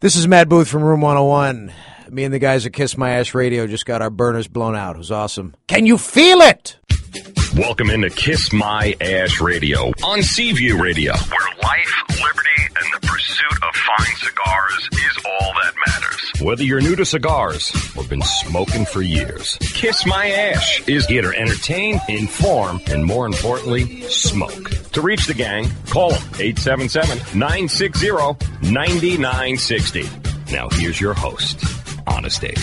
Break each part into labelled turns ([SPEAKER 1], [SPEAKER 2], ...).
[SPEAKER 1] This is Matt Booth from Room 101. Me and the guys at Kiss My Ash Radio just got our burners blown out. It was awesome. Can you feel it?
[SPEAKER 2] Welcome into Kiss My Ash Radio on Seaview Radio, where life, liberty, and the pursuit of fine cigars is all that matters. Whether you're new to cigars or been smoking for years, Kiss My Ash is here to entertain, inform, and more importantly, smoke. To reach the gang, call them 877-960-9960. Now here's your host, Honest Abe.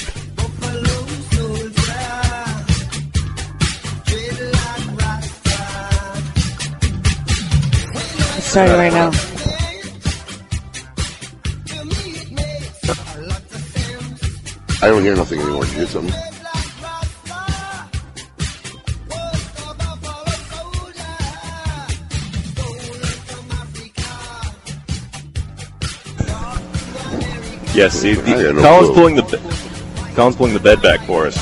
[SPEAKER 3] It's starting right now.
[SPEAKER 4] I don't hear nothing anymore. Did you hear something?
[SPEAKER 5] Yes, see,
[SPEAKER 4] I had
[SPEAKER 5] the,
[SPEAKER 4] no
[SPEAKER 5] Colin's
[SPEAKER 4] clue.
[SPEAKER 5] pulling the be- Colin's pulling the bed back for us.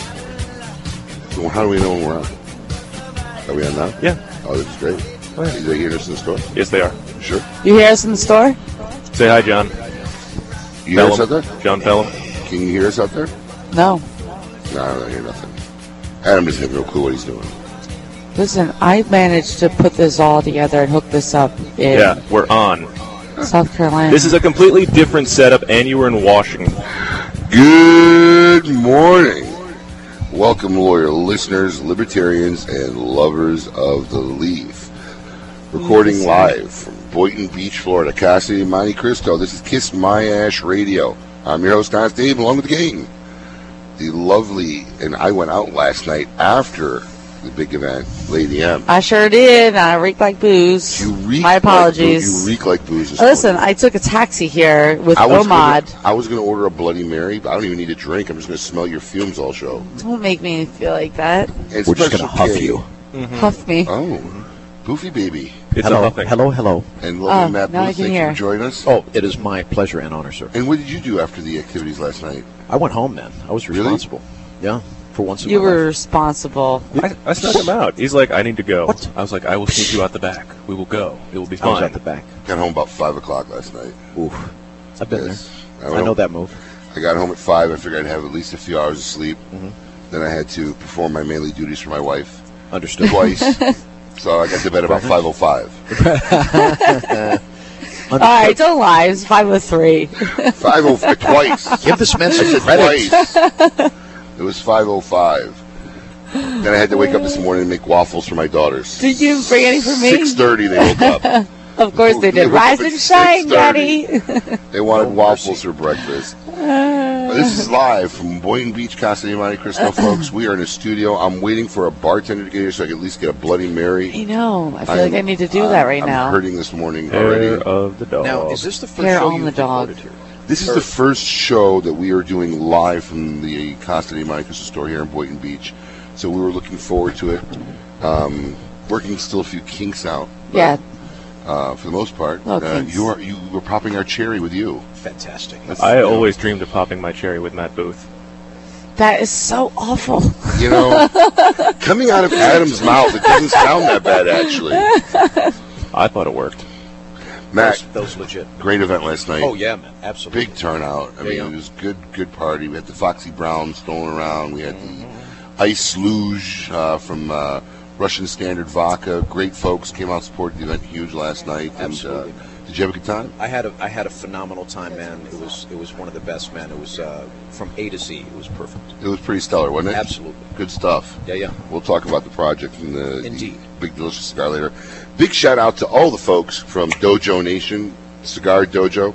[SPEAKER 4] So how do we know when we're on? Are we on now?
[SPEAKER 5] Yeah,
[SPEAKER 4] Oh, that's great. Did they hear us in the store?
[SPEAKER 5] yes, they are.
[SPEAKER 4] Sure.
[SPEAKER 3] You hear us in the store?
[SPEAKER 5] Say hi, John.
[SPEAKER 4] You hear us out
[SPEAKER 5] Pelham.
[SPEAKER 4] there?
[SPEAKER 5] John Pelham.
[SPEAKER 4] Can you hear us out there?
[SPEAKER 3] No.
[SPEAKER 4] No, I don't hear nothing. Adam doesn't have no clue what he's doing.
[SPEAKER 3] Listen, I managed to put this all together and hook this up in
[SPEAKER 5] Yeah, we're on.
[SPEAKER 3] South Carolina.
[SPEAKER 5] This is a completely different setup, and you were in Washington.
[SPEAKER 4] Good morning. Welcome, lawyer listeners, libertarians, and lovers of the leaf. Recording live from Boynton Beach, Florida, Casa de Monte Cristo. This is Kiss My Ash Radio. I'm your host, Honest Dave, along with the gang. The lovely, and I went out last night after the big event, Lady M.
[SPEAKER 3] I sure did. I reek like booze.
[SPEAKER 4] You reek
[SPEAKER 3] My
[SPEAKER 4] like boo-
[SPEAKER 3] apologies.
[SPEAKER 4] you reek like booze. this
[SPEAKER 3] Listen,
[SPEAKER 4] morning.
[SPEAKER 3] I took a taxi here with
[SPEAKER 4] was
[SPEAKER 3] Omad.
[SPEAKER 4] Gonna, I was going to order a Bloody Mary, but I don't even need a drink. I'm just going to smell your fumes all show.
[SPEAKER 3] Don't make me feel like that.
[SPEAKER 4] And
[SPEAKER 6] We're just
[SPEAKER 4] Special
[SPEAKER 6] gonna huff
[SPEAKER 4] K.
[SPEAKER 6] you.
[SPEAKER 3] Huff me.
[SPEAKER 4] Oh, Poofy Baby.
[SPEAKER 5] It's a
[SPEAKER 6] hello,
[SPEAKER 5] huffing.
[SPEAKER 6] hello, hello.
[SPEAKER 4] And lovely
[SPEAKER 3] Oh,
[SPEAKER 4] Matt
[SPEAKER 3] now I
[SPEAKER 4] Booth,
[SPEAKER 3] can
[SPEAKER 4] thank you
[SPEAKER 3] hear.
[SPEAKER 4] for joining us.
[SPEAKER 6] Oh, it is my pleasure and honor, sir.
[SPEAKER 4] And what did you do after the activities last night?
[SPEAKER 6] I went home, man. I was
[SPEAKER 4] Really?
[SPEAKER 6] responsible. Yeah, for once. in
[SPEAKER 3] You
[SPEAKER 6] my
[SPEAKER 3] were
[SPEAKER 6] life.
[SPEAKER 3] responsible.
[SPEAKER 5] I, I snuck him out. He's like, I need to go.
[SPEAKER 6] What?
[SPEAKER 5] I was like, I will sneak you out the back. We will go. It will be
[SPEAKER 6] I was
[SPEAKER 5] fine.
[SPEAKER 6] at the back.
[SPEAKER 4] Got home about 5 o'clock last night.
[SPEAKER 6] Oof. I've been
[SPEAKER 4] Yes.
[SPEAKER 6] there.
[SPEAKER 4] I
[SPEAKER 6] I,
[SPEAKER 4] know.
[SPEAKER 6] know that move.
[SPEAKER 4] I got home at 5. I figured I'd have at least a few hours of sleep.
[SPEAKER 6] Mm-hmm.
[SPEAKER 4] Then I had to perform my manly duties for my wife
[SPEAKER 6] Understood.
[SPEAKER 4] twice. so I got to bed about 5.05.
[SPEAKER 3] All right, don't lie. It's 503.
[SPEAKER 4] 5.05 twice.
[SPEAKER 6] Give this man
[SPEAKER 4] I
[SPEAKER 6] some
[SPEAKER 4] said
[SPEAKER 6] credit.
[SPEAKER 4] twice. it was 5.05. Then I had to wake up this morning and make waffles for my daughters.
[SPEAKER 3] Did you bring any for me?
[SPEAKER 4] 6.30 they woke up.
[SPEAKER 3] Of course they did.
[SPEAKER 4] It was
[SPEAKER 3] Rise
[SPEAKER 4] at
[SPEAKER 3] and shine,
[SPEAKER 4] 6:30.
[SPEAKER 3] Daddy.
[SPEAKER 4] They
[SPEAKER 6] Oh,
[SPEAKER 4] wanted waffles for breakfast. Well, this is live from Boynton Beach, Casa de Monte Cristo, folks. We are in a studio. I'm waiting for a bartender to get here so I can at least get a Bloody Mary.
[SPEAKER 3] I know. I feel like I
[SPEAKER 4] I'm-
[SPEAKER 3] need to do
[SPEAKER 4] I'm-
[SPEAKER 3] that right
[SPEAKER 4] I'm
[SPEAKER 3] now.
[SPEAKER 4] hurting this morning
[SPEAKER 5] Hair
[SPEAKER 4] already.
[SPEAKER 5] of the dog.
[SPEAKER 6] Now, is this the first
[SPEAKER 3] Hair
[SPEAKER 6] show
[SPEAKER 3] on
[SPEAKER 6] you've
[SPEAKER 3] the dog.
[SPEAKER 6] recorded here?
[SPEAKER 4] This is the first show that we are doing live from the Casa de Monte Cristo store here in Boynton Beach. So we were looking forward to it. Um, working still a few kinks out. but,
[SPEAKER 3] Yeah,
[SPEAKER 4] Uh, for the most part,
[SPEAKER 3] Little
[SPEAKER 4] uh,
[SPEAKER 3] kinks.
[SPEAKER 4] you are you were popping our cherry with you.
[SPEAKER 6] Fantastic.
[SPEAKER 5] I always dreamed of popping my cherry with Matt Booth.
[SPEAKER 3] that is so awful.
[SPEAKER 4] You know, coming out of Adam's mouth, it doesn't sound that bad actually.
[SPEAKER 5] I thought it worked.
[SPEAKER 4] Matt,
[SPEAKER 6] That was legit.
[SPEAKER 4] great event last night.
[SPEAKER 6] Oh yeah, man. Absolutely.
[SPEAKER 4] Big turnout. I
[SPEAKER 6] Yeah.
[SPEAKER 4] mean, it was good, good party. We had the Foxy Brown strolling around. We had
[SPEAKER 6] Mm-hmm.
[SPEAKER 4] the Ice Luge uh, from uh, Russian Standard Vodka. Great folks came out supported the event. Huge last night.
[SPEAKER 6] Absolutely.
[SPEAKER 4] And, uh, did you have a good time?
[SPEAKER 6] I had a I had a phenomenal time, man. It was it was one of the best, man. It was uh, from A to Z. It was perfect.
[SPEAKER 4] It was pretty stellar, wasn't it?
[SPEAKER 6] Absolutely.
[SPEAKER 4] Good stuff.
[SPEAKER 6] Yeah, yeah.
[SPEAKER 4] We'll talk about the project and the, the
[SPEAKER 6] Indeed.
[SPEAKER 4] big delicious cigar later. Big shout out to all the folks from Dojo Nation, Cigar Dojo.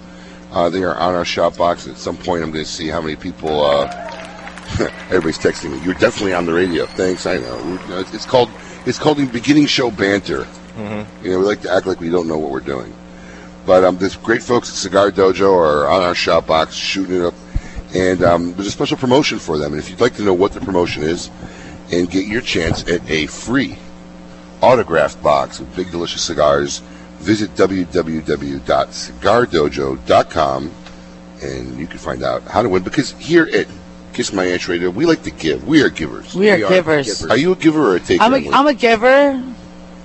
[SPEAKER 4] Uh, they are on our shop box. At some point, I'm going to see how many people. Uh, everybody's texting me. You're definitely on the radio. Thanks. I know. We're- you know, It's called it's called the beginning show banter.
[SPEAKER 5] Mm-hmm.
[SPEAKER 4] You know, we like to act like we don't know what we're doing. But um, this great folks at Cigar Dojo are on our shop box shooting it up, and um, there's a special promotion for them. And if you'd like to know what the promotion is, and get your chance at a free autographed box with big delicious cigars, visit www.cigardojo.com, and you can find out how to win. Because here at Kiss My Ash Radio, we like to give. We are givers.
[SPEAKER 3] We are
[SPEAKER 6] We are
[SPEAKER 3] givers.
[SPEAKER 6] givers.
[SPEAKER 4] Are you a giver or a taker?
[SPEAKER 3] I'm a,
[SPEAKER 4] Emily?
[SPEAKER 3] I'm a giver. I'm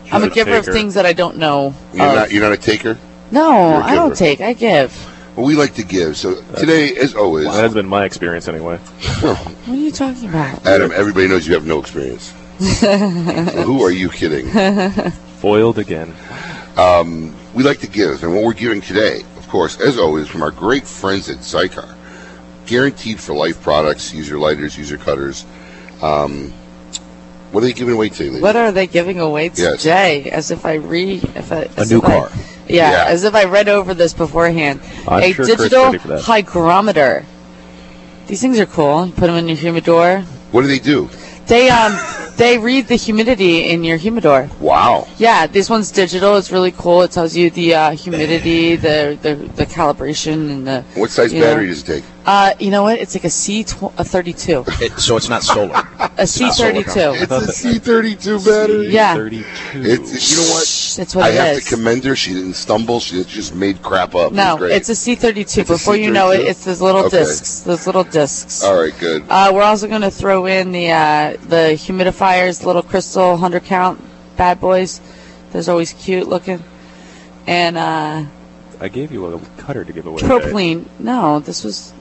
[SPEAKER 3] a
[SPEAKER 5] You're a
[SPEAKER 3] giver of
[SPEAKER 5] taker.
[SPEAKER 3] things that I don't know.
[SPEAKER 4] you're
[SPEAKER 3] of.
[SPEAKER 4] not. You're not a taker.
[SPEAKER 3] no,
[SPEAKER 4] you're a
[SPEAKER 3] I don't
[SPEAKER 4] giver.
[SPEAKER 3] take. I give.
[SPEAKER 4] But we like to give. So today, as always,
[SPEAKER 5] That has been my experience anyway.
[SPEAKER 7] What are you talking about?
[SPEAKER 4] Adam, everybody knows you have no experience. so who are you kidding? Um,
[SPEAKER 5] Foiled again.
[SPEAKER 4] we like to give, and what we're giving today, of course, as always, from our great friends at Zycar. Guaranteed for life products, use your lighters, use your cutters. Um, what are they giving away today? ladies?
[SPEAKER 7] What are they giving away
[SPEAKER 4] Yes.
[SPEAKER 7] today? As if I re if I, as
[SPEAKER 6] new
[SPEAKER 7] if I-
[SPEAKER 6] car.
[SPEAKER 7] yeah,
[SPEAKER 4] Yeah.
[SPEAKER 7] as if I read over this beforehand.
[SPEAKER 5] I'm
[SPEAKER 7] a
[SPEAKER 5] sure Kurt's
[SPEAKER 7] digital
[SPEAKER 5] ready for that.
[SPEAKER 7] hygrometer. These things are cool. You put them in your humidor.
[SPEAKER 4] What do they do?
[SPEAKER 7] They um they read the humidity in your humidor.
[SPEAKER 4] Wow.
[SPEAKER 7] Yeah, this one's digital. It's really cool. It tells you the uh, humidity, the, the the calibration, and the
[SPEAKER 4] What size
[SPEAKER 7] you know.
[SPEAKER 4] battery does it take?
[SPEAKER 7] Uh, you know what? It's like a C tw- a thirty two,
[SPEAKER 6] It- so it's not solar.
[SPEAKER 7] a C thirty two.
[SPEAKER 4] It's a C32 battery.
[SPEAKER 7] Yeah.
[SPEAKER 5] 32.
[SPEAKER 4] It's, you know what?
[SPEAKER 7] That's what
[SPEAKER 4] I
[SPEAKER 7] it
[SPEAKER 4] have
[SPEAKER 7] is.
[SPEAKER 4] to commend her. She didn't stumble. She just made crap up.
[SPEAKER 7] No,
[SPEAKER 4] great.
[SPEAKER 7] it's a C thirty two.
[SPEAKER 4] It's a
[SPEAKER 7] Before you know it,
[SPEAKER 4] C32?
[SPEAKER 7] it's those little
[SPEAKER 4] Okay.
[SPEAKER 7] discs. Those little discs.
[SPEAKER 4] All right, good.
[SPEAKER 7] Uh, we're also going to throw in the uh, the humidifiers, little crystal hundred count bad boys. Those are always cute looking. And uh,
[SPEAKER 5] I gave you a cutter to give away. today.
[SPEAKER 7] propylene. No, this was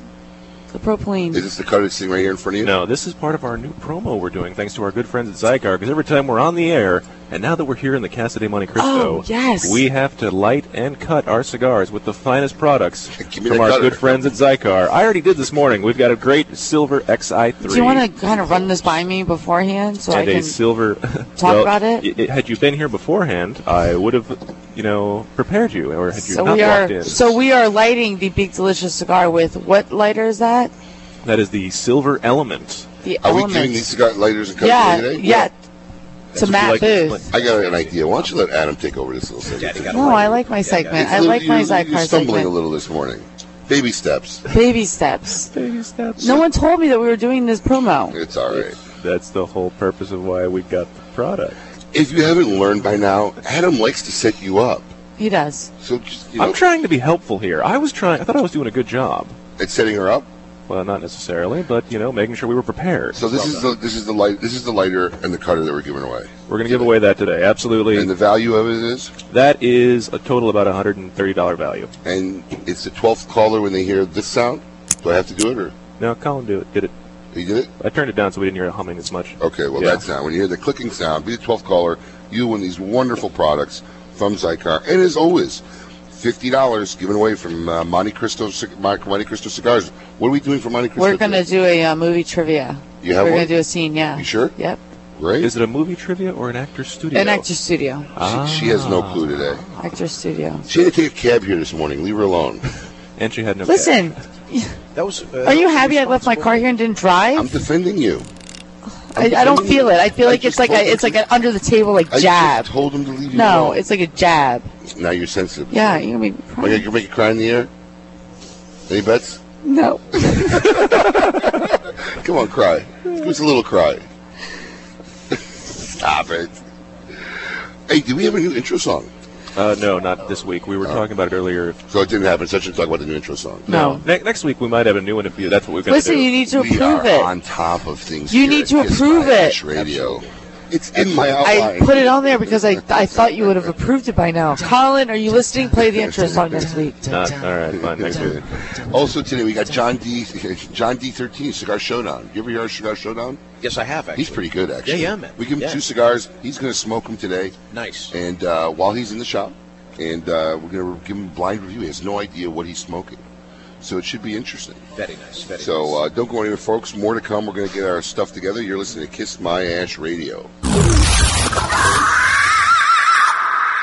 [SPEAKER 7] the propylene.
[SPEAKER 4] Is this the cutter sitting right here in front of you?
[SPEAKER 5] No, this is part of our new promo we're doing thanks to our good friends at Zygar. Because every time we're on the air, and now that we're here in the Cassidy Monte Cristo,
[SPEAKER 7] Oh, yes.
[SPEAKER 5] we have to light and cut our cigars with the finest products
[SPEAKER 4] Give me
[SPEAKER 5] from
[SPEAKER 4] the
[SPEAKER 5] our
[SPEAKER 4] cutter.
[SPEAKER 5] good friends at Zygar. I already did this morning. We've got a great silver XI3.
[SPEAKER 7] Do you want to kind of run this by me beforehand so I
[SPEAKER 5] and a
[SPEAKER 7] can?
[SPEAKER 5] silver.
[SPEAKER 7] talk
[SPEAKER 5] well,
[SPEAKER 7] about it?
[SPEAKER 5] y- y- had you been here beforehand, I would have, you know, prepared you, or had you
[SPEAKER 7] So
[SPEAKER 5] not
[SPEAKER 7] we
[SPEAKER 5] walked
[SPEAKER 7] are
[SPEAKER 5] in.
[SPEAKER 7] so we are lighting the big delicious cigar with what lighter is that?
[SPEAKER 5] that is the silver element.
[SPEAKER 7] The
[SPEAKER 4] Are we
[SPEAKER 7] element.
[SPEAKER 4] giving these cigar lighters and cutters
[SPEAKER 7] yeah,
[SPEAKER 4] away
[SPEAKER 7] yeah,
[SPEAKER 4] today?
[SPEAKER 7] To
[SPEAKER 5] what you
[SPEAKER 7] Matt
[SPEAKER 5] like to
[SPEAKER 7] Booth.
[SPEAKER 4] I got an idea. Why don't you let Adam take over this little segment?
[SPEAKER 6] Daddy got
[SPEAKER 7] No, I like my
[SPEAKER 4] It's
[SPEAKER 7] segment.
[SPEAKER 4] a
[SPEAKER 7] I
[SPEAKER 4] little-
[SPEAKER 7] like my
[SPEAKER 4] you're-
[SPEAKER 7] Zycar
[SPEAKER 4] You're stumbling a
[SPEAKER 7] segment.
[SPEAKER 4] little this morning. Baby steps.
[SPEAKER 7] Baby steps. No one told me that we were doing this promo.
[SPEAKER 4] It's all right.
[SPEAKER 5] That's the whole purpose of why we got the product.
[SPEAKER 4] If you haven't learned by now, Adam likes to set you up.
[SPEAKER 7] He does.
[SPEAKER 4] So just, you know,
[SPEAKER 5] I'm trying to be helpful here. I was trying. I thought I was doing a good job.
[SPEAKER 4] it's setting her up.
[SPEAKER 5] Well, not necessarily, but you know, making sure we were prepared.
[SPEAKER 4] So this is the this is the light this is the lighter and the cutter that we're giving away.
[SPEAKER 5] we're going to give away that today. Absolutely.
[SPEAKER 4] And the value of it is,
[SPEAKER 5] that is a total about $130 value.
[SPEAKER 4] and it's the twelfth caller when they hear this sound. Do I have to do it or
[SPEAKER 5] Now, Colin do it. Did it?
[SPEAKER 4] you did it?
[SPEAKER 5] I turned it down so we didn't hear it humming as much.
[SPEAKER 4] Okay, well
[SPEAKER 5] Yeah.
[SPEAKER 4] that's not. When you hear the clicking sound, be the twelfth caller. You win these wonderful products from Zycar, and as always, fifty dollars given away from uh, Monte Cristo Cig- Monte Cristo cigars. What are we doing for Monte Cristo?
[SPEAKER 7] We're gonna
[SPEAKER 4] today?
[SPEAKER 7] do a uh, movie trivia.
[SPEAKER 4] You have
[SPEAKER 7] we're
[SPEAKER 4] one?
[SPEAKER 7] gonna do a scene. Yeah.
[SPEAKER 4] You sure?
[SPEAKER 7] Yep.
[SPEAKER 4] Great.
[SPEAKER 5] Is it a movie trivia or an actor studio?
[SPEAKER 7] An actor studio.
[SPEAKER 5] Ah.
[SPEAKER 4] She has no clue today.
[SPEAKER 7] Actor studio.
[SPEAKER 4] She had to take a cab here this morning. Leave her alone.
[SPEAKER 5] And she had no.
[SPEAKER 7] Listen,
[SPEAKER 6] That was. Uh,
[SPEAKER 7] are you happy I left my car here and didn't drive?
[SPEAKER 4] I'm defending you.
[SPEAKER 7] I, I don't feel it. I feel
[SPEAKER 4] I
[SPEAKER 7] like it's
[SPEAKER 4] just
[SPEAKER 7] like a,
[SPEAKER 4] told
[SPEAKER 7] it's
[SPEAKER 4] you.
[SPEAKER 7] like an under the table like
[SPEAKER 4] I
[SPEAKER 7] jab.
[SPEAKER 4] just told him to leave you
[SPEAKER 7] No,
[SPEAKER 4] alone.
[SPEAKER 7] it's like a jab.
[SPEAKER 4] now you're sensitive. Oh,
[SPEAKER 7] Yeah, you're gonna be
[SPEAKER 4] Like I can make you cry in the air. Any bets?
[SPEAKER 7] no.
[SPEAKER 4] Come on, cry. Give us a little cry. Stop it. Hey, do we have a new intro song?
[SPEAKER 5] Uh, no, not this week. We were talking about it earlier.
[SPEAKER 4] Oh. So it didn't happen. Such and talk about the new intro song.
[SPEAKER 7] No.
[SPEAKER 5] Ne- next week we might have a new one if you, that's what we've got
[SPEAKER 7] Listen,
[SPEAKER 5] to do.
[SPEAKER 7] you need to
[SPEAKER 4] we
[SPEAKER 7] approve
[SPEAKER 4] are
[SPEAKER 7] it.
[SPEAKER 4] on top of things.
[SPEAKER 7] You
[SPEAKER 4] here
[SPEAKER 7] need
[SPEAKER 4] at
[SPEAKER 7] to
[SPEAKER 4] Kiss
[SPEAKER 7] approve
[SPEAKER 4] My
[SPEAKER 7] it.
[SPEAKER 4] Ash Radio. It's in my
[SPEAKER 7] I
[SPEAKER 4] outline.
[SPEAKER 7] put it on there because I I thought you would have approved it by now. Colin, are you listening? Play the intro song next week.
[SPEAKER 5] Not- all right, fine. Next week.
[SPEAKER 4] also today we got John D. John D. Thirteen Cigar Showdown. You ever hear of Cigar Showdown?
[SPEAKER 6] Yes, I have. Actually,
[SPEAKER 4] He's pretty good, actually.
[SPEAKER 6] Yeah, yeah, man.
[SPEAKER 4] We give him
[SPEAKER 6] Yeah.
[SPEAKER 4] two cigars. He's going to smoke them today,
[SPEAKER 6] nice.
[SPEAKER 4] and uh, while he's in the shop, and uh, we're going to give him a blind review. He has no idea what he's smoking, so it should be interesting.
[SPEAKER 6] Very nice. Very
[SPEAKER 4] So uh, don't go anywhere, folks. More to come. We're going to get our stuff together. You're listening to Kiss My Ash Radio.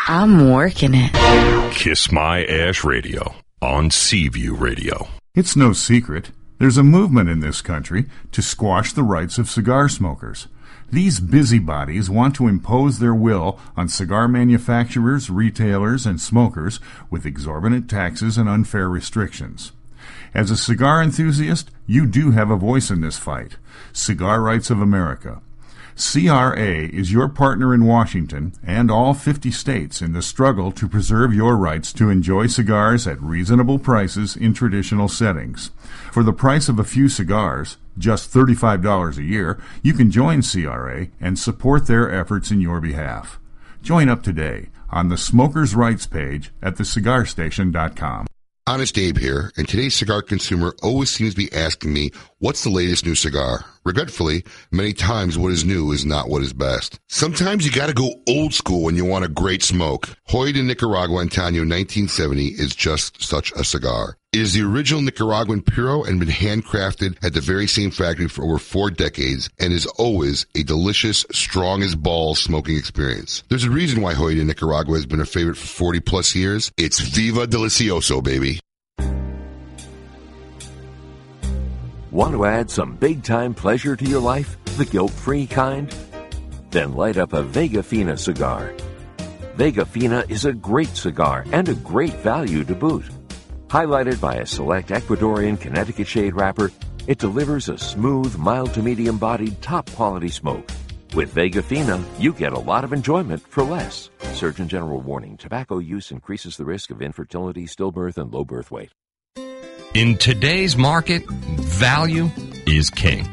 [SPEAKER 8] I'm working it.
[SPEAKER 9] Kiss My Ash Radio on Seaview Radio.
[SPEAKER 10] It's no secret there's a movement in this country to squash the rights of cigar smokers. These busybodies want to impose their will on cigar manufacturers, retailers, and smokers with exorbitant taxes and unfair restrictions. As a cigar enthusiast, you do have a voice in this fight. Cigar Rights of America. CRA is your partner in Washington and all 50 states in the struggle to preserve your rights to enjoy cigars at reasonable prices in traditional settings. For the price of a few cigars, just $35 a year, you can join CRA and support their efforts in your behalf. Join up today on the Smokers' Rights page at thecigarstation.com.
[SPEAKER 4] Honest Abe here, and today's cigar consumer always seems to be asking me, what's the latest new cigar? Regretfully, many times what is new is not what is best. Sometimes you gotta go old school when you want a great smoke. Hoy de Nicaragua Antonio 1970 is just such a cigar. It is the original Nicaraguan Puro and been handcrafted at the very same factory for over four decades and is always a delicious, strong as balls smoking experience. There's a reason why Hoy de Nicaragua has been a favorite for 40 plus years. It's Viva Delicioso, baby.
[SPEAKER 11] Want to add some big time pleasure to your life? The guilt free kind? Then light up a Vega Fina cigar. Vega Fina is a great cigar and a great value to boot. Highlighted by a select Ecuadorian Connecticut shade wrapper, it delivers a smooth, mild to medium bodied, top quality smoke. With Vega Fina, you get a lot of enjoyment for less. Surgeon General warning tobacco use increases the risk of infertility, stillbirth, and low birth weight.
[SPEAKER 2] In today's market, value is king.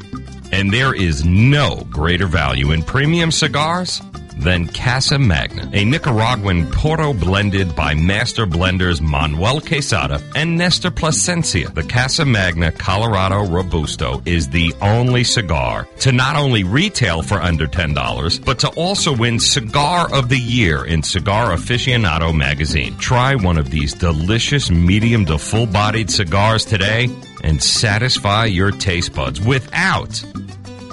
[SPEAKER 2] And there is no greater value in premium cigars than Casa Magna, a Nicaraguan Toro blended by master blenders Manuel Quesada and Nestor Plasencia. The Casa Magna Colorado Robusto is the only cigar to not only retail for under $10, but to also win Cigar of the Year in Cigar Aficionado magazine. Try one of these delicious medium to full bodied cigars today and satisfy your taste buds without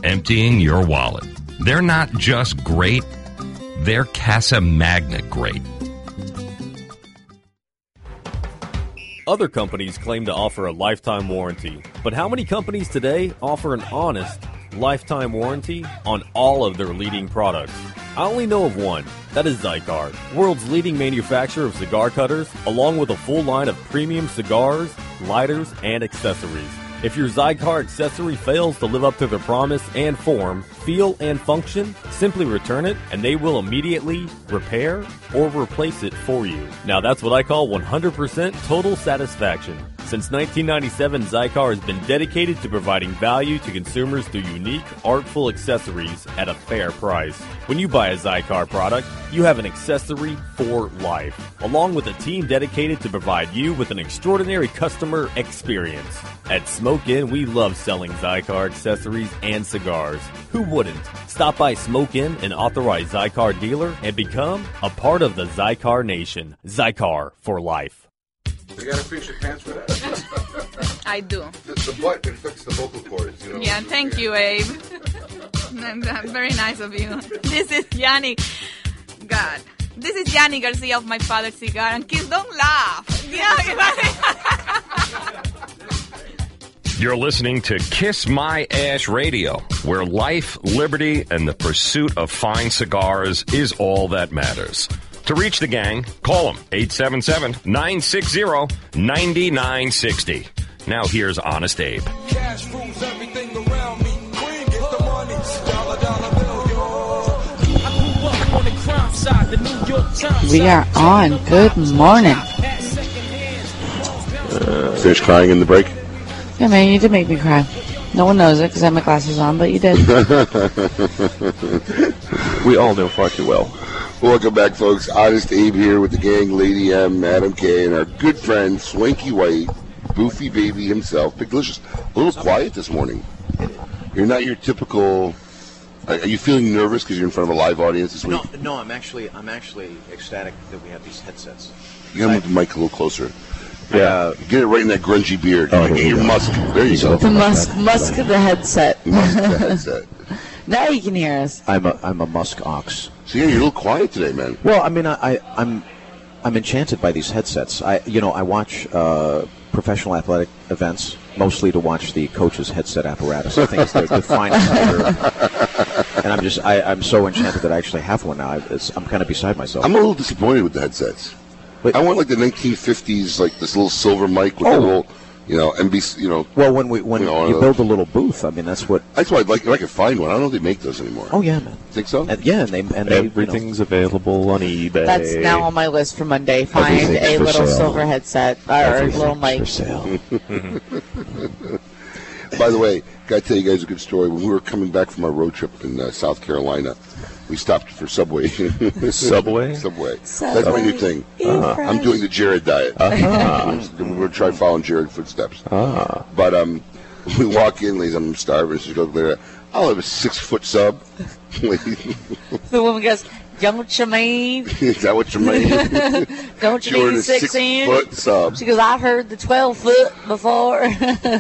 [SPEAKER 2] emptying your wallet. They're not just great, they're Casa Magna great.
[SPEAKER 12] Other companies claim to offer a lifetime warranty, but how many companies today offer an honest lifetime warranty on all of their leading products? I only know of one. That is Zycar, world's leading manufacturer of cigar cutters, along with a full line of premium cigars, lighters, and accessories. If your Zycar accessory fails to live up to their promise and form, feel and function, simply return it and they will immediately repair or replace it for you. Now that's what I call 100% total satisfaction. Since 1997, Zycar has been dedicated to providing value to consumers through unique, artful accessories at a fair price. When you buy a Zycar product, you have an accessory for life, along with a team dedicated to provide you with an extraordinary customer experience. At Smoke In, we love selling Zycar accessories and cigars. Who wouldn't? Stop by Smoke In, an authorized Zycar dealer, and become a part of the Zycar Nation. Zycar for life.
[SPEAKER 4] You gotta fix your pants for that.
[SPEAKER 13] I do.
[SPEAKER 4] The, the butt can fix the vocal cords, you know.
[SPEAKER 13] Yeah, thank you, Abe. Very nice of you. This is Yanni. God. This is Yanni Garcia of My Father's Cigar, and kids don't laugh. Yeah.
[SPEAKER 2] You're listening to Kiss My Ash Radio, where life, liberty, and the pursuit of fine cigars is all that matters. To reach the gang, call them 877 960 9960. Now here's Honest Abe.
[SPEAKER 14] Cash rules everything around me. Queen get the money. Dollar, dollar bill, yo. I grew up on the crime side, the New York Times.
[SPEAKER 3] We are on. Good morning.
[SPEAKER 4] Finish crying in the break?
[SPEAKER 3] Yeah, man, you did make me cry. No one knows it because I have my glasses on, but you did.
[SPEAKER 5] we all know far too well.
[SPEAKER 4] Welcome back, folks. Honest Abe here with the gang, Lady M, Madam K, and our good friend Swanky White, Boofy Baby himself, Big Delicious. A little quiet this morning. You're not your typical. Are are you feeling nervous because you're in front of a live audience this week?
[SPEAKER 6] No, no, I'm actually, I'm actually ecstatic that we have these headsets.
[SPEAKER 4] You gotta move the mic a little closer. Uh,
[SPEAKER 5] Yeah.
[SPEAKER 4] get it right in that grungy beard.
[SPEAKER 5] Oh,
[SPEAKER 4] Like,
[SPEAKER 5] here we
[SPEAKER 4] your
[SPEAKER 5] go.
[SPEAKER 4] musk. There you go.
[SPEAKER 3] The musk, musk of the headset.
[SPEAKER 4] Musk Oh, the headset.
[SPEAKER 3] now you can hear us.
[SPEAKER 6] I'm a, I'm a musk ox.
[SPEAKER 4] So yeah, you're a little quiet today, man.
[SPEAKER 6] Well, I mean, I, I I'm, I'm enchanted by these headsets. I, you know, I watch uh, professional athletic events mostly to watch the coach's headset apparatus. I think it's their defining feature. And I'm just, I, I'm so enchanted that I actually have one now. I, it's, I'm kind of beside myself.
[SPEAKER 4] I'm a little disappointed with the headsets. I want like the 1950s, like this little silver mic with the little, you know, NBC, you know.
[SPEAKER 6] Oh. Well, when we when
[SPEAKER 4] you, know,
[SPEAKER 6] you
[SPEAKER 4] uh,
[SPEAKER 6] build a little booth, I mean, that's what.
[SPEAKER 4] that's why I'd like if I could find one. I don't know if they make those anymore.
[SPEAKER 6] Oh yeah, man.
[SPEAKER 4] Think so?
[SPEAKER 6] And, yeah, and they and they, you know-
[SPEAKER 5] Everything's available on eBay.
[SPEAKER 3] That's now on my list for Monday. Find a
[SPEAKER 5] Everything's for
[SPEAKER 3] little
[SPEAKER 5] sale.
[SPEAKER 3] silver headset or a little mic.
[SPEAKER 4] By the way, gotta tell you guys a good story. When we were coming back from our road trip in uh, South Carolina, We stopped for Subway.
[SPEAKER 5] Subway?
[SPEAKER 4] Subway.
[SPEAKER 5] Subway.
[SPEAKER 4] That's my new thing.
[SPEAKER 5] Eat Uh-huh. fresh.
[SPEAKER 4] I'm doing the Jared diet.
[SPEAKER 5] Uh-huh.
[SPEAKER 4] We're, we're trying to follow in Jared footsteps.
[SPEAKER 5] Ah.
[SPEAKER 4] But um, we walk in, ladies, I'm starving. She goes, "Lyra, I'll have a six foot sub. Lady,
[SPEAKER 3] The woman goes, "Don't you mean?
[SPEAKER 4] Is that what you mean?
[SPEAKER 3] Don't you
[SPEAKER 4] You
[SPEAKER 3] mean
[SPEAKER 4] ordered a
[SPEAKER 3] six
[SPEAKER 4] six-foot
[SPEAKER 3] inch?"
[SPEAKER 4] sub.
[SPEAKER 3] She goes, "I've heard the twelve foot before."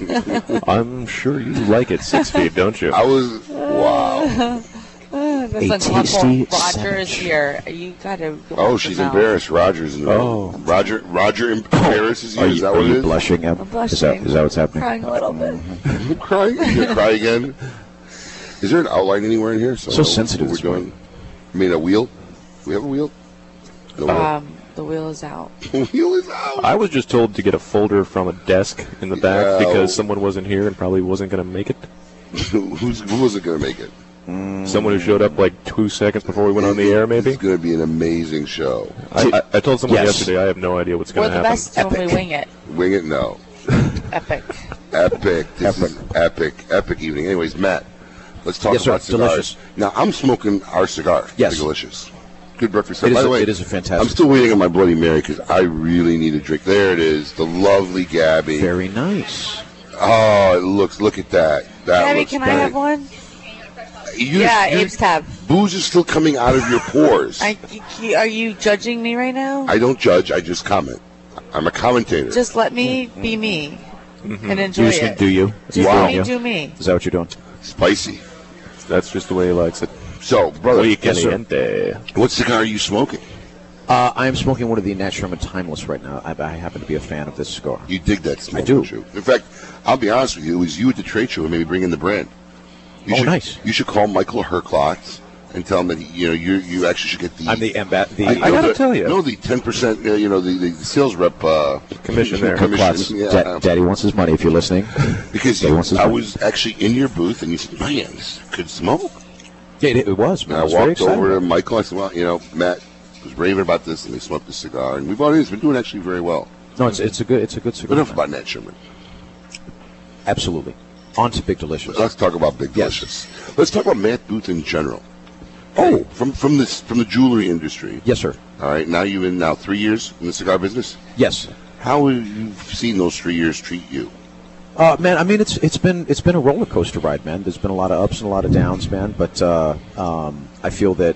[SPEAKER 5] I'm sure you like it six feet, don't you?
[SPEAKER 4] I was wow.
[SPEAKER 3] Listen,
[SPEAKER 4] A
[SPEAKER 3] Uncle
[SPEAKER 4] tasty
[SPEAKER 3] Roger is here. You gotta.
[SPEAKER 4] Oh, she's embarrassed. Roger's in the room. Oh. Roger, Roger
[SPEAKER 5] Oh.
[SPEAKER 4] embarrasses you.
[SPEAKER 6] Are
[SPEAKER 4] is
[SPEAKER 6] you,
[SPEAKER 4] that
[SPEAKER 6] are
[SPEAKER 4] what
[SPEAKER 6] you
[SPEAKER 4] it is?
[SPEAKER 6] blushing? Em? Is that, is that what's happening?
[SPEAKER 3] Crying a little bit.
[SPEAKER 4] You cry? You cry again? Is there an outline anywhere in here? So, I
[SPEAKER 6] So
[SPEAKER 4] know
[SPEAKER 6] sensitive
[SPEAKER 4] What we're
[SPEAKER 6] this morning.
[SPEAKER 4] doing. I mean, a wheel. We have a wheel. The wheel.
[SPEAKER 5] Uh,
[SPEAKER 3] Um, the wheel is out.
[SPEAKER 4] wheel is out.
[SPEAKER 5] I was just told to get a folder from a desk in the back
[SPEAKER 4] Yeah.
[SPEAKER 5] because someone wasn't here and probably wasn't going to make it.
[SPEAKER 4] Who's, who wasn't going to make it?
[SPEAKER 5] Someone who showed up like two seconds before we went on the air, maybe. It's
[SPEAKER 4] going to be an amazing show.
[SPEAKER 5] I, I, I told someone
[SPEAKER 4] Yes.
[SPEAKER 5] yesterday I have no idea what's
[SPEAKER 3] We're
[SPEAKER 5] going to
[SPEAKER 3] the
[SPEAKER 5] happen.
[SPEAKER 3] best when we wing it.
[SPEAKER 4] Wing it? No.
[SPEAKER 3] Epic.
[SPEAKER 4] Epic. This is epic, epic evening. Anyways, Matt, let's talk
[SPEAKER 6] Yes, sir.
[SPEAKER 4] about cigars.
[SPEAKER 6] Delicious.
[SPEAKER 4] Now, I'm smoking our cigar.
[SPEAKER 6] Yes.
[SPEAKER 4] Delicious. Good breakfast.
[SPEAKER 6] It
[SPEAKER 4] By
[SPEAKER 6] is
[SPEAKER 4] the
[SPEAKER 6] a-
[SPEAKER 4] way,
[SPEAKER 6] it is a fantastic-
[SPEAKER 4] I'm still waiting on my Bloody Mary because I really need a drink. There it is. The lovely Gabby.
[SPEAKER 6] Very nice.
[SPEAKER 4] Oh, it looks. Look at that. That
[SPEAKER 3] Gabby,
[SPEAKER 4] looks
[SPEAKER 3] can I
[SPEAKER 4] great.
[SPEAKER 3] have one?
[SPEAKER 4] You-
[SPEAKER 3] yeah,
[SPEAKER 4] you-
[SPEAKER 3] Abe's tab.
[SPEAKER 4] Booze is still coming out of your pores.
[SPEAKER 3] I, you- are you judging me right now?
[SPEAKER 4] I don't judge. I just comment. I'm a commentator.
[SPEAKER 3] Just let me be me and enjoy
[SPEAKER 6] Mm-hmm. you just
[SPEAKER 3] it.
[SPEAKER 6] do you.
[SPEAKER 3] Just
[SPEAKER 6] Wow.
[SPEAKER 3] let me do me.
[SPEAKER 6] Is that what you're doing?
[SPEAKER 4] Spicy.
[SPEAKER 5] That's just the way he likes it.
[SPEAKER 4] So, brother,
[SPEAKER 5] Muy
[SPEAKER 6] Yes, sir.
[SPEAKER 5] caliente.
[SPEAKER 4] what cigar are you smoking?
[SPEAKER 6] Uh, I am smoking one of the Nat Sherman Timeless right now. I, I happen to be a fan of this cigar.
[SPEAKER 4] You dig that smoke?
[SPEAKER 6] I do.
[SPEAKER 4] don't you? In fact, I'll be honest with you. It was you at the trade show who maybe bring in the brand. You
[SPEAKER 6] Oh,
[SPEAKER 4] should,
[SPEAKER 6] nice.
[SPEAKER 4] You should call Michael Herklotz and tell him that you know you you actually should get the.
[SPEAKER 6] I'm the embat. The,
[SPEAKER 4] I,
[SPEAKER 5] I gotta
[SPEAKER 4] the-
[SPEAKER 5] tell you.
[SPEAKER 4] no, the ten percent. Uh, you know, the, the sales rep uh,
[SPEAKER 5] Commission there.
[SPEAKER 6] Klotz.
[SPEAKER 4] Commission, yeah,
[SPEAKER 6] Da- Daddy wants his money. If you're listening,
[SPEAKER 4] because
[SPEAKER 6] Daddy
[SPEAKER 4] you-
[SPEAKER 6] wants his
[SPEAKER 4] I
[SPEAKER 6] money.
[SPEAKER 4] was actually in your booth and you said, "Man, this could smoke."
[SPEAKER 6] Yeah, it, it was.
[SPEAKER 4] And
[SPEAKER 6] Man.
[SPEAKER 4] I
[SPEAKER 6] I was very
[SPEAKER 4] walked
[SPEAKER 6] excited.
[SPEAKER 4] over to Michael. I said, "Well, you know, Matt was raving about this, and they smoked a cigar, and we bought it. It's been doing actually very well."
[SPEAKER 6] No, it's, it's a good. It's a good cigar.
[SPEAKER 4] But enough
[SPEAKER 6] man.
[SPEAKER 4] about Nat Sherman.
[SPEAKER 6] Absolutely. On to Big Delicious.
[SPEAKER 4] Let's talk about Big Delicious. Let's talk about Matt Booth in general. Oh, from from this from the jewelry industry.
[SPEAKER 6] Yes, sir.
[SPEAKER 4] All right, now you've been now three years in the cigar business.
[SPEAKER 6] Yes.
[SPEAKER 4] How have you seen those three years treat you?
[SPEAKER 6] Uh, man, I mean, it's it's been it's been a roller coaster ride, man. There's been a lot of ups and a lot of downs, man. But uh, um, I feel that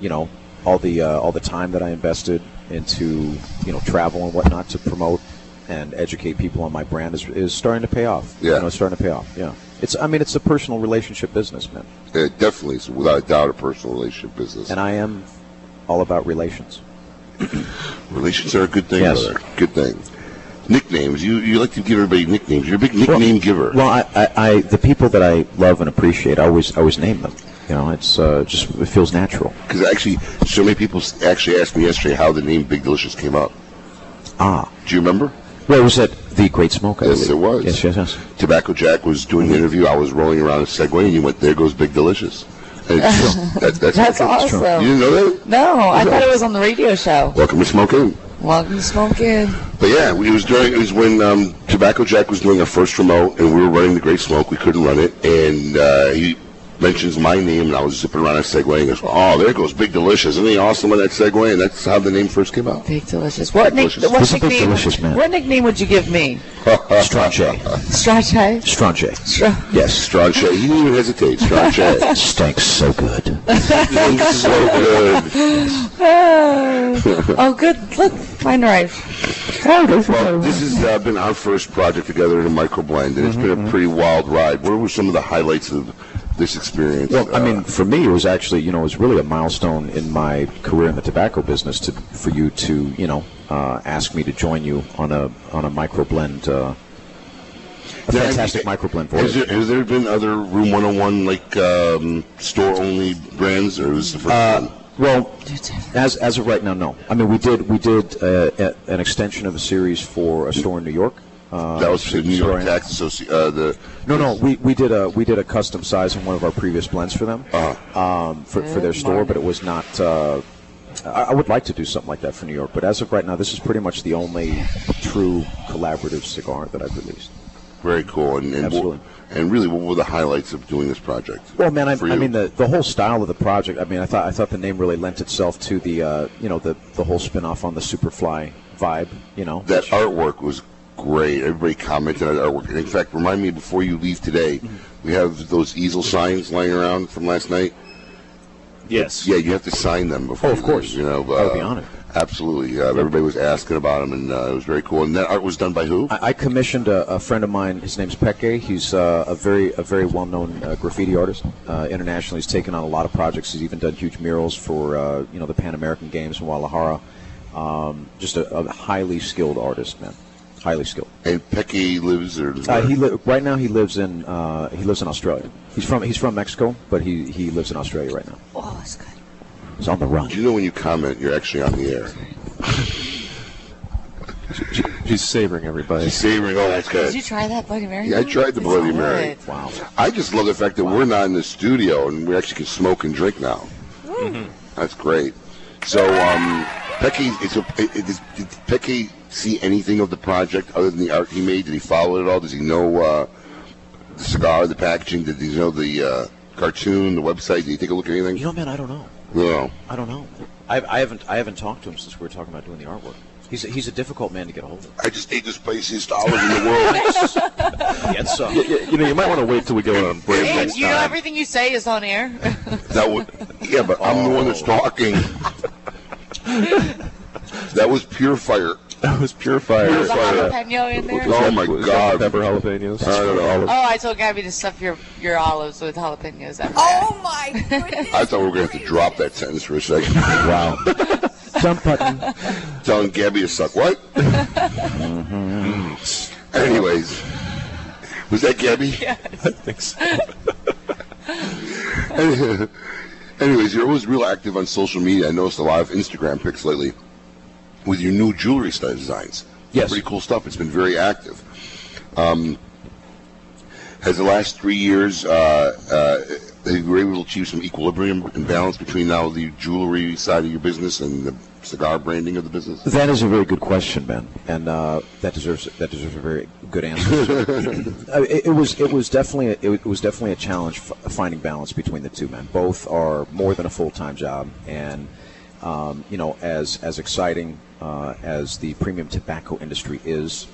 [SPEAKER 6] you know all the uh, all the time that I invested into you know travel and whatnot to promote and educate people on my brand is, is starting to pay off.
[SPEAKER 4] Yeah.
[SPEAKER 6] you know, it's starting to pay off. Yeah, it's I mean, it's a personal relationship business, man.
[SPEAKER 4] Uh, definitely, it's without a doubt, a personal relationship business.
[SPEAKER 6] And I am all about relations.
[SPEAKER 4] Relations are a good thing,
[SPEAKER 6] Yes.
[SPEAKER 4] brother. Good thing. Nicknames. You you like to give everybody nicknames. You're a big nickname giver.
[SPEAKER 6] Well, I, I, I the people that I love and appreciate, I always I always name them. You know, it's uh, just it feels natural.
[SPEAKER 4] Because actually, so many people s- actually asked me yesterday how the name Big Delicious came up.
[SPEAKER 6] Ah,
[SPEAKER 4] Do you remember?
[SPEAKER 6] where was that? The Great Smoke. I
[SPEAKER 4] Yes,
[SPEAKER 6] believe.
[SPEAKER 4] it was.
[SPEAKER 6] Yes, yes, yes.
[SPEAKER 4] Tobacco Jack was doing the interview. I was rolling around a Segway, and you went, "There goes Big Delicious." And it's just- that- that's
[SPEAKER 3] That's awesome.
[SPEAKER 4] You didn't know that?
[SPEAKER 3] No, I thought it was on the radio show.
[SPEAKER 4] Welcome to Smoking.
[SPEAKER 3] Welcome to smoking.
[SPEAKER 4] But yeah, it was during it was when um, Tobacco Jack was doing our first remote, and we were running the Great Smoke. We couldn't run it, and uh, he mentions my name, and I was zipping around a Segway, and he goes, "Oh, there goes Big Delicious!" Isn't he awesome on that Segway? And that's how the name first came out.
[SPEAKER 3] Big delicious. What, nick-
[SPEAKER 4] Delicious.
[SPEAKER 3] what
[SPEAKER 4] This is Big
[SPEAKER 3] nickname?
[SPEAKER 4] Delicious, man.
[SPEAKER 3] What nickname would you give me?
[SPEAKER 6] Stranche.
[SPEAKER 3] Strachai?
[SPEAKER 6] Stranche.
[SPEAKER 3] Stra-
[SPEAKER 6] Yes.
[SPEAKER 4] Strong Shay. He didn't even hesitate. Strong Shay.
[SPEAKER 6] Stinks so good.
[SPEAKER 4] Stinks so good.
[SPEAKER 3] oh, Oh, good. Look, mine arrived.
[SPEAKER 4] Well, this has uh, been our first project together in a microblend, and it's
[SPEAKER 6] Mm-hmm.
[SPEAKER 4] been a pretty wild ride. What were some of the highlights of this experience? Uh,
[SPEAKER 6] Well, I mean, for me, it was actually, you know, it was really a milestone in my career in the tobacco business to for you to, you know, uh, ask me to join you on a on a micro blend, uh, a
[SPEAKER 4] Now, have
[SPEAKER 6] fantastic
[SPEAKER 4] you-
[SPEAKER 6] micro blend
[SPEAKER 4] Has
[SPEAKER 6] voyage.
[SPEAKER 4] there, has there been other Room 101 like um, store only brands, or was this the first
[SPEAKER 6] Uh,
[SPEAKER 4] one?
[SPEAKER 6] well, as as of right now, no. I mean, we did we did uh, a, an extension of a series for a store in New York. Uh,
[SPEAKER 4] That was the New
[SPEAKER 6] store
[SPEAKER 4] York
[SPEAKER 6] in-
[SPEAKER 4] Tax Association. Uh, the
[SPEAKER 6] No, no, we, we did a we did a custom size in one of our previous blends for them,
[SPEAKER 4] Uh-huh.
[SPEAKER 6] um, for, for their store, but it was not. Uh, I, I would like to do something like that for New York, but as of right now, this is pretty much the only true collaborative cigar that I've released.
[SPEAKER 4] Very cool. And and, what- and really, what were the highlights of doing this project?
[SPEAKER 6] Well, man, I,
[SPEAKER 4] For
[SPEAKER 6] I
[SPEAKER 4] you.
[SPEAKER 6] mean the, the whole style of the project. I mean, I thought I thought the name really lent itself to the uh, you know the the whole spin-off on the Superfly vibe. You know,
[SPEAKER 4] That artwork was great. Everybody commented on that artwork. And in fact, remind me before you leave today, we have those easel signs lying around from last night.
[SPEAKER 5] Yes.
[SPEAKER 4] Yeah, you have to sign them before.
[SPEAKER 6] Oh, of
[SPEAKER 4] you
[SPEAKER 6] course.
[SPEAKER 4] leave, you know, uh,
[SPEAKER 6] I would be honored.
[SPEAKER 4] Absolutely. Uh, everybody was asking about them, and uh, it was very cool. And that art was done by who?
[SPEAKER 6] I, I commissioned a, a friend of mine. His name's Peke. He's uh, a very a very well known uh, graffiti artist uh, internationally. He's taken on a lot of projects. He's even done huge murals for uh, you know the Pan American Games in Guadalajara. Um, just a, a highly skilled artist, man. Highly skilled.
[SPEAKER 4] And Pecky lives or
[SPEAKER 6] Uh, he li- right now he lives in uh, he lives in Australia. He's from he's from Mexico, but he, he lives in Australia right now.
[SPEAKER 13] Oh, it's good.
[SPEAKER 6] He's on the run.
[SPEAKER 4] Do you know when you comment, you're actually on the air?
[SPEAKER 5] She's savoring everybody.
[SPEAKER 4] She's savoring. Oh, that's good.
[SPEAKER 7] Did you try that Bloody Mary?
[SPEAKER 4] Yeah, I tried the
[SPEAKER 7] It's
[SPEAKER 4] Bloody Mary.
[SPEAKER 7] good.
[SPEAKER 6] Wow.
[SPEAKER 4] I just love the fact that we're not in the studio and we actually can smoke and drink now.
[SPEAKER 7] Woo.
[SPEAKER 4] That's great. So, um, Pecky, is, is, is, did Pecky see anything of the project other than the art he made? Did he follow it at all? Does he know uh, the cigar, the packaging? Did he know the uh, cartoon, the website? Did he take a look at anything?
[SPEAKER 6] You know, man, I don't know.
[SPEAKER 4] No.
[SPEAKER 6] I don't know. I, I haven't I haven't talked to him since we were talking about doing the artwork. He's a, he's a difficult man to get a hold of.
[SPEAKER 4] I just ate the spiciest olive in the world.
[SPEAKER 6] Yes, sir.
[SPEAKER 5] You, you know, you might want to wait till we go on break
[SPEAKER 7] Hey,
[SPEAKER 5] next
[SPEAKER 7] you know
[SPEAKER 5] time.
[SPEAKER 7] everything you say is on air.
[SPEAKER 4] That was, yeah, but I'm the one
[SPEAKER 5] Oh.
[SPEAKER 4] that's talking. that was pure fire.
[SPEAKER 5] That was pure fire.
[SPEAKER 7] Is a jalapeno in there?
[SPEAKER 4] Oh my
[SPEAKER 5] Was that
[SPEAKER 4] God!
[SPEAKER 5] pepper jalapenos.
[SPEAKER 4] I don't know.
[SPEAKER 7] Oh, I told Gabby to stuff your, your olives with jalapenos. Oh my goodness!
[SPEAKER 4] I thought we were going to have to drop that sentence for a second. wow.
[SPEAKER 6] Jump button.
[SPEAKER 4] Telling Gabby to suck what? Mm-hmm. Anyways, was that Gabby?
[SPEAKER 7] Yes.
[SPEAKER 4] I think so. Anyways, you're always real active on social media. I noticed a lot of Instagram pics lately with your new jewelry style designs. Yes. Pretty cool stuff. It's been very active. Um, has the last three years, uh, uh, you were able to achieve some equilibrium and balance between now the jewelry side of your business and the cigar branding of the business?
[SPEAKER 6] That is a very good question, Ben, and uh, that deserves that deserves a very good answer. Uh, it, it was it was definitely a, it, wa- it was definitely a challenge f- finding balance between the two men. Both are more than a full time job, and um, you know, as as exciting uh, as the premium tobacco industry is,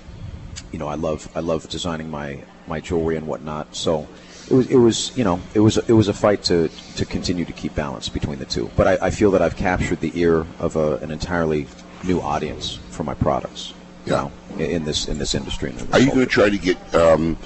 [SPEAKER 6] you know, I love I love designing my my jewelry and whatnot. So it was it was you know it was it was a fight to to continue to keep balance between the two. But I, I feel that I've captured the ear of a, an entirely new audience for my products. You know, in, in this in this industry. and in this
[SPEAKER 4] Are you
[SPEAKER 6] culture.
[SPEAKER 4] going to try to get um,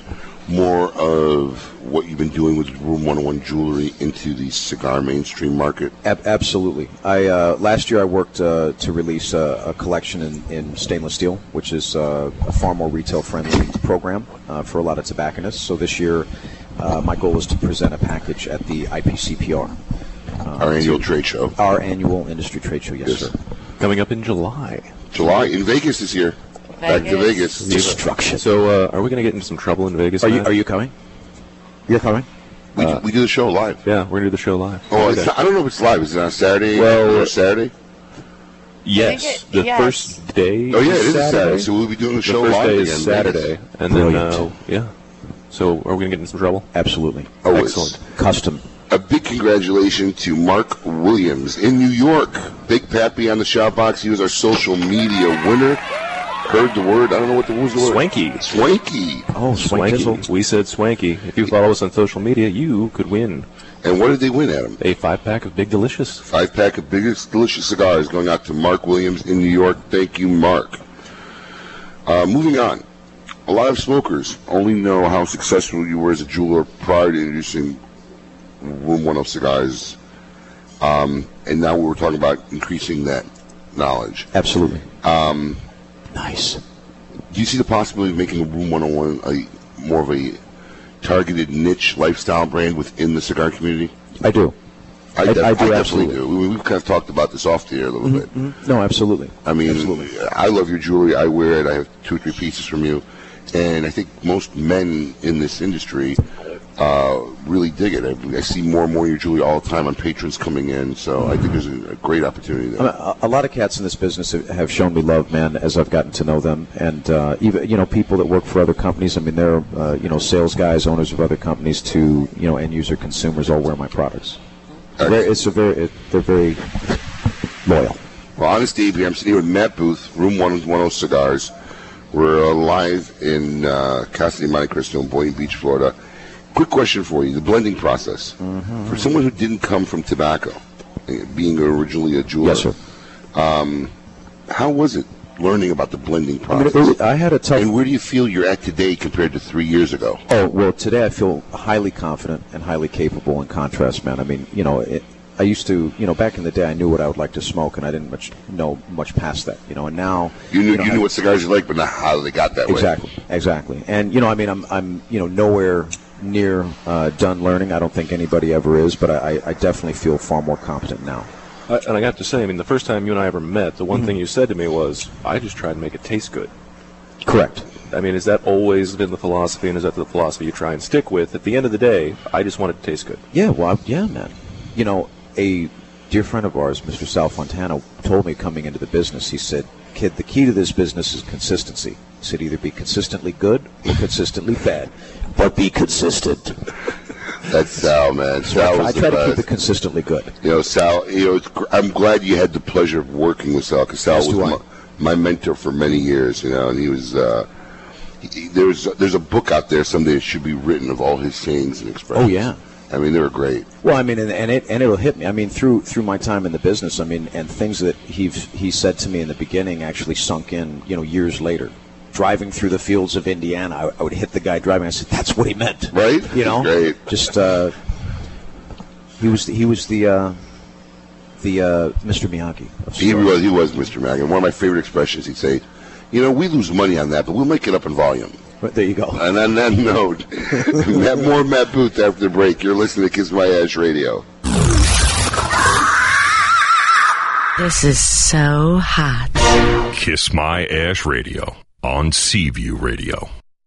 [SPEAKER 4] more of what you've been doing with Room 101 jewelry into the cigar mainstream market?
[SPEAKER 6] Ab- absolutely. I uh, last year I worked uh, to release a, a collection in, in stainless steel, which is uh, a far more retail-friendly program uh, for a lot of tobacconists. So this year, uh, my goal is to present a package at the IPCPR, uh,
[SPEAKER 4] Our annual trade show.
[SPEAKER 6] our annual industry trade show. Yes,
[SPEAKER 4] Yes.
[SPEAKER 6] sir.
[SPEAKER 5] Coming up in July.
[SPEAKER 4] July in Vegas this year. Back to Vegas.
[SPEAKER 6] Destruction.
[SPEAKER 5] So, uh, are we going to get into some trouble in Vegas?
[SPEAKER 6] Are you-
[SPEAKER 5] Matt?
[SPEAKER 6] are you coming? You're coming.
[SPEAKER 4] We, do- we do the show live.
[SPEAKER 5] Yeah, we're going to do the show live.
[SPEAKER 4] Oh, it's not- I don't know if it's live. Is it on Saturday?
[SPEAKER 5] Well,
[SPEAKER 4] or Saturday?
[SPEAKER 5] Yes, the
[SPEAKER 7] yes.
[SPEAKER 5] first day.
[SPEAKER 4] Oh, yeah, it is a Saturday, so we'll be doing the show
[SPEAKER 5] first
[SPEAKER 4] live
[SPEAKER 5] day
[SPEAKER 4] again,
[SPEAKER 5] is Saturday,
[SPEAKER 4] Vegas.
[SPEAKER 5] and then
[SPEAKER 4] Brilliant.
[SPEAKER 5] uh, yeah. So, are we going to get into some trouble?
[SPEAKER 6] Absolutely.
[SPEAKER 4] Oh, it's
[SPEAKER 5] excellent.
[SPEAKER 6] Custom.
[SPEAKER 4] A big congratulations to Mark Williams in New York. Big Pappy on the shop box. He was our social media winner. Heard the word. I don't know what the what was the word.
[SPEAKER 5] Swanky.
[SPEAKER 4] Swanky.
[SPEAKER 6] Oh,
[SPEAKER 5] swanky. We said swanky. If you follow us on social media, you could win.
[SPEAKER 4] And what did they win, Adam?
[SPEAKER 5] A five pack of Big Delicious.
[SPEAKER 4] Five pack of biggest delicious cigars going out to Mark Williams in New York. Thank you, Mark. Uh, moving on. A lot of smokers only know how successful you were as a jeweler prior to introducing Room 10 cigars. Um, and now we were talking about increasing that knowledge.
[SPEAKER 6] Absolutely.
[SPEAKER 4] Um,
[SPEAKER 6] nice.
[SPEAKER 4] Do you see the possibility of making Room 101 a more of a targeted niche lifestyle brand within the cigar community?
[SPEAKER 6] I do.
[SPEAKER 4] I,
[SPEAKER 6] I-
[SPEAKER 4] def-
[SPEAKER 6] I do
[SPEAKER 4] definitely
[SPEAKER 6] absolutely. Mm-hmm,
[SPEAKER 4] do. We, we've kind of talked about this off the air a little bit.
[SPEAKER 6] No, absolutely.
[SPEAKER 4] I mean, I love your jewelry. I wear it. I have two or three pieces from you, and I think most men in this industry uh, really dig it. I, I see more and more your jewelry all the time on patrons coming in, so I think there's a, a great opportunity there.
[SPEAKER 6] I mean, a, a lot of cats in this business have- have shown me love, man, as I've gotten to know them, and uh, even you know people that work for other companies. I mean, they're uh, you know sales guys, owners of other companies, to you know end user consumers all wear my products. Very- It's a very it, they're very loyal.
[SPEAKER 4] Well, honest Dave here. I'm sitting here with Matt Booth, Room 110 Cigars. We're uh, live in uh, Casa de Monte Cristo in Boynton Beach, Florida. Quick question for you the blending process.
[SPEAKER 6] Mm-hmm.
[SPEAKER 4] For someone who didn't come from tobacco, eh, being originally a jeweler, um, how was it learning about the blending
[SPEAKER 6] mean,
[SPEAKER 4] process?
[SPEAKER 6] it was- I had a tough.
[SPEAKER 4] and where do you feel you're at today compared to three years ago?
[SPEAKER 6] Oh well, today I feel highly confident and highly capable. In contrast, man, I mean, you know, it, I used to, you know, back in the day, I knew what I would like to smoke, and I didn't much know much past that, you know. And now,
[SPEAKER 4] You knew,
[SPEAKER 6] you
[SPEAKER 4] you
[SPEAKER 6] know,
[SPEAKER 4] knew what cigars you liked, but not how they got that way.
[SPEAKER 6] exactly, exactly. And you know, I mean, I'm, I'm, you know, nowhere near uh, done learning. I don't think anybody ever is, but I, I- I definitely feel far more competent now.
[SPEAKER 15] I, and I have to say, I mean, the first time you and I ever met, the one
[SPEAKER 4] Mm-hmm.
[SPEAKER 15] thing you said to me was, "I just try to make it taste good."
[SPEAKER 6] Correct.
[SPEAKER 15] I mean, has that always been the philosophy, and is that the philosophy you try and stick with? At the end of the day, I just want it to taste good.
[SPEAKER 6] Yeah, well, I- yeah, man. You know, a dear friend of ours, Mr. Sal Fontana, told me coming into the business, he said, kid, the key to this business is consistency. He said, either be consistently good or consistently bad, but be consistent.
[SPEAKER 4] That's Sal, man.
[SPEAKER 6] So I
[SPEAKER 4] Sal
[SPEAKER 6] try-
[SPEAKER 4] was
[SPEAKER 6] I
[SPEAKER 4] the
[SPEAKER 6] try to
[SPEAKER 4] best.
[SPEAKER 6] keep it consistently good.
[SPEAKER 4] You know, Sal. You know, it's gr- I'm glad you had the pleasure of working with Sal because Sal
[SPEAKER 6] As
[SPEAKER 4] was
[SPEAKER 6] do I.
[SPEAKER 4] my, my mentor for many years. You know, and he was. Uh, he- he, there's there's a book out there someday that should be written of all his sayings and expressions.
[SPEAKER 6] Oh, yeah.
[SPEAKER 4] I mean, they were great.
[SPEAKER 6] Well, I mean, and, and it and it'll hit me. I mean, through through my time in the business, I mean, and things that he he said to me in the beginning actually sunk in, you know, years later. Driving through the fields of Indiana, I, I would hit the guy driving. I said, "That's what he meant."
[SPEAKER 4] Right?
[SPEAKER 6] You know, just uh, he was the, he was the uh, the uh, Mr. Miyagi. of
[SPEAKER 4] He was he was Mr. Magan. One of my favorite expressions. He'd say, "You know, we lose money on that, but we'll make it up in volume."
[SPEAKER 6] But there you go.
[SPEAKER 4] And on that note, Matt, more Matt Booth after the break. You're listening to Kiss My Ash Radio.
[SPEAKER 1] This is so hot.
[SPEAKER 9] Kiss My Ash Radio on Seaview Radio.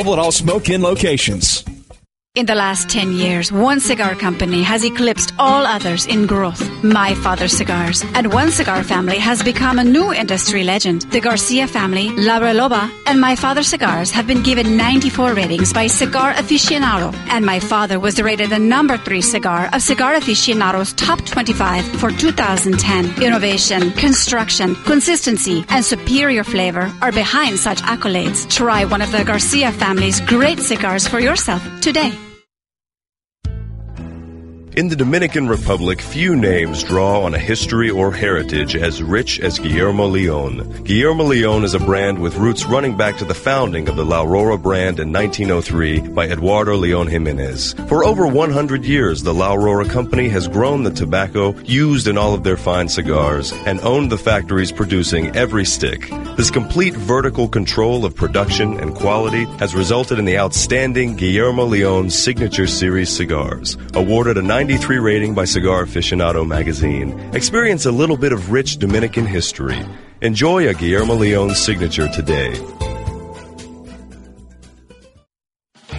[SPEAKER 13] at all smoke in locations.
[SPEAKER 16] In the last 10 years, one cigar company has eclipsed all others in growth. My Father Cigars. And one cigar family has become a new industry legend. The Garcia family, La Reloba, and My Father Cigars have been given 94 ratings by Cigar Aficionado. And My Father was rated the number three cigar of Cigar Aficionado's top 25 for 2010. Innovation, construction, consistency, and superior flavor are behind such accolades. Try one of the Garcia family's great cigars for yourself today.
[SPEAKER 17] In the Dominican Republic, few names draw on a history or heritage as rich as Guillermo Leon. Guillermo Leon is a brand with roots running back to the founding of the La Aurora brand in 1903 by Eduardo Leon Jimenez. For over 100 years, the La Aurora company has grown the tobacco used in all of their fine cigars and owned the factories producing every stick. This complete vertical control of production and quality has resulted in the outstanding Guillermo Leon's Signature Series cigars, awarded a 93 rating by Cigar Aficionado magazine. Experience a little bit of rich Dominican history. Enjoy a Guillermo Leon signature today.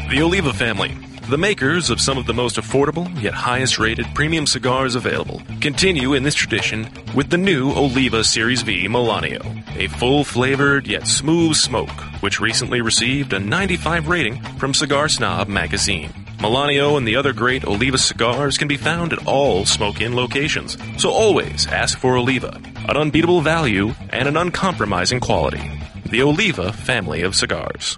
[SPEAKER 5] The Oliva family, the makers of some of the most affordable yet highest rated premium cigars available, continue in this tradition with the new Oliva Series V Milanio, a full flavored yet smooth smoke, which recently received a 95 rating from Cigar Snob magazine. Milanio and the other great Oliva cigars can be found at all smoke in locations, so always ask for Oliva, an unbeatable value and an uncompromising quality. The Oliva family of cigars.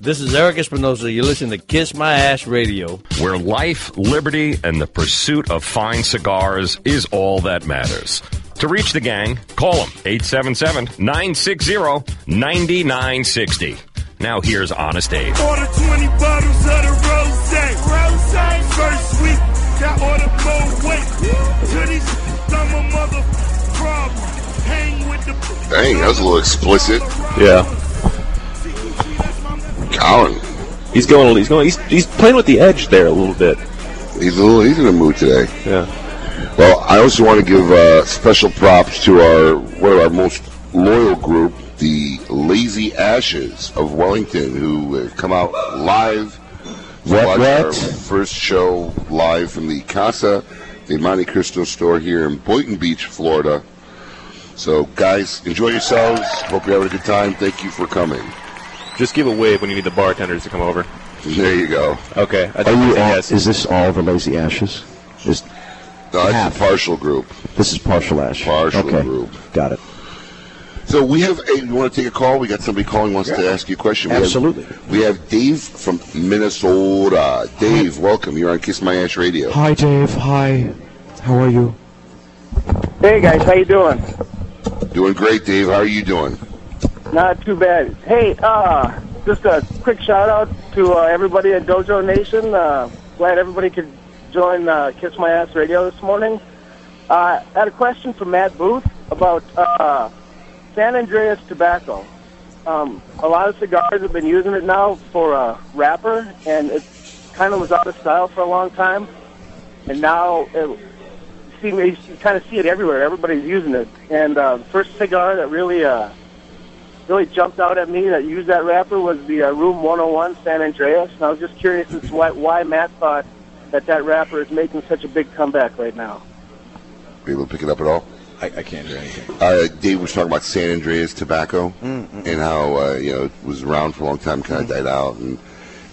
[SPEAKER 18] This is Eric Espinosa. You're listening to Kiss My Ash Radio.
[SPEAKER 2] Where life, liberty, and the pursuit of fine cigars is all that matters. To reach the gang, call them 877 960 9960. Now here's Honest Abe.
[SPEAKER 19] Order 20 bottles of the rose. Rose. First week, I order more weight. To these, I'm a mother problem. Hang with the
[SPEAKER 4] Dang, that was a little explicit.
[SPEAKER 5] Yeah.
[SPEAKER 4] Colin.
[SPEAKER 5] He's going. He's going. He's, he's playing with the edge there a little bit.
[SPEAKER 4] He's a little. He's in a mood today.
[SPEAKER 5] Yeah.
[SPEAKER 4] Well, I also want to give uh, special props to our one of our most loyal group, the Lazy Ashes of Wellington, who have come out live. We
[SPEAKER 11] What,
[SPEAKER 4] watched
[SPEAKER 11] what?
[SPEAKER 4] Our first show live from the Casa de Monte Cristo store here in Boynton Beach, Florida. So, guys, enjoy yourselves. Hope you're having a good time. Thank you for coming.
[SPEAKER 5] Just give a wave when you need the bartenders to come over.
[SPEAKER 4] There you go.
[SPEAKER 5] Okay. I
[SPEAKER 6] Are
[SPEAKER 5] think
[SPEAKER 6] you all,
[SPEAKER 5] it's a yes.
[SPEAKER 6] Is this all the lazy ashes? Is
[SPEAKER 4] No, that's
[SPEAKER 6] half.
[SPEAKER 4] a partial group.
[SPEAKER 6] This is partial ash.
[SPEAKER 4] Partial
[SPEAKER 6] okay.
[SPEAKER 4] group.
[SPEAKER 6] Got it.
[SPEAKER 4] So we have. A, you want to take a call? We got somebody calling wants to ask you a question. We have-
[SPEAKER 6] Absolutely.
[SPEAKER 4] we have Dave from Minnesota. Dave, welcome. You're on Kiss My Ash Radio.
[SPEAKER 6] Hi, Dave. Hi. How are you?
[SPEAKER 14] Hey guys, how you doing?
[SPEAKER 4] Doing great, Dave. How are you doing?
[SPEAKER 14] Not too bad. Hey, uh, just a quick shout out to uh, everybody at Dojo Nation. Uh, glad everybody could join uh, Kiss My Ass Radio this morning. Uh, I had a question from Matt Booth about uh, San Andreas tobacco. Um, a lot of cigars have been using it now for a wrapper, and it kind of was out of style for a long time. And now it, see, you kind of see it everywhere. Everybody's using it. And uh, the first cigar that really uh, really jumped out at me that used that wrapper was the uh, Room 101 San Andreas. And I was just curious as to why, why Matt thought that that wrapper is making such a big comeback right now.
[SPEAKER 4] Be able to pick it up at all?
[SPEAKER 6] I, I can't hear anything. Mm,
[SPEAKER 4] Uh, Dave was talking about San Andreas tobacco and how uh, you know it was around for a long time, kind of died out, and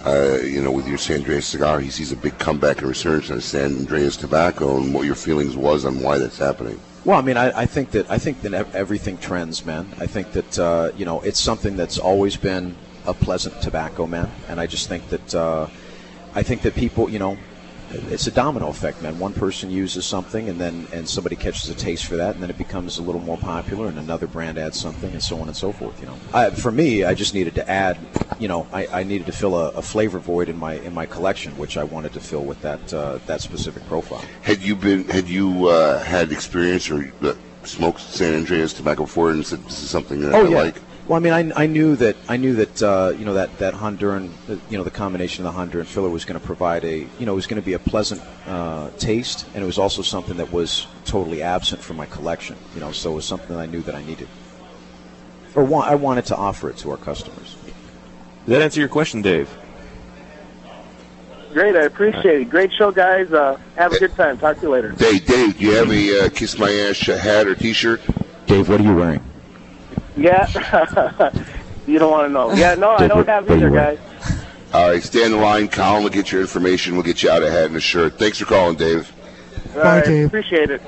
[SPEAKER 4] uh, you know with your San Andreas cigar, he sees a big comeback and resurgence on San Andreas tobacco, and what your feelings was on why that's happening.
[SPEAKER 6] Well, I mean, I, I think that I think that ev- everything trends, man. I think that uh, you know it's something that's always been a pleasant tobacco, man. And I just think that uh, I think that people, you know, it's a domino effect, man. One person uses something, and then and somebody catches a taste for that, and then it becomes a little more popular, and another brand adds something, and so on and so forth. You know, I, for me, I just needed to add, you know, I, I needed to fill a, a flavor void in my in my collection, which I wanted to fill with that uh, that specific profile.
[SPEAKER 4] Had you been, had you uh, had experience or uh, smoked San Andreas tobacco before, and said this is something that I like?
[SPEAKER 6] Oh, Well, I mean, I, I knew that I knew that uh, you know that that Honduran, uh, you know, the combination of the Honduran filler was going to provide a you know it was going to be a pleasant uh, taste, and it was also something that was totally absent from my collection. You know, so it was something that I knew that I needed, or wa- I wanted to offer it to our customers.
[SPEAKER 5] Did that answer your question, Dave?
[SPEAKER 14] Great, I appreciate it. Great show, guys. Uh, have a good time. Talk to you later.
[SPEAKER 4] Hey, Dave, do you have a uh, Kiss My Ash uh, hat or T-shirt?
[SPEAKER 6] Dave, what are you wearing?
[SPEAKER 14] Yeah. you don't want to know. Yeah, no, I don't have either, guys.
[SPEAKER 4] All right, stay on the line. Colin will get your information. We'll get you out a hat and a shirt. Thanks for calling, Dave.
[SPEAKER 14] All right, appreciate it.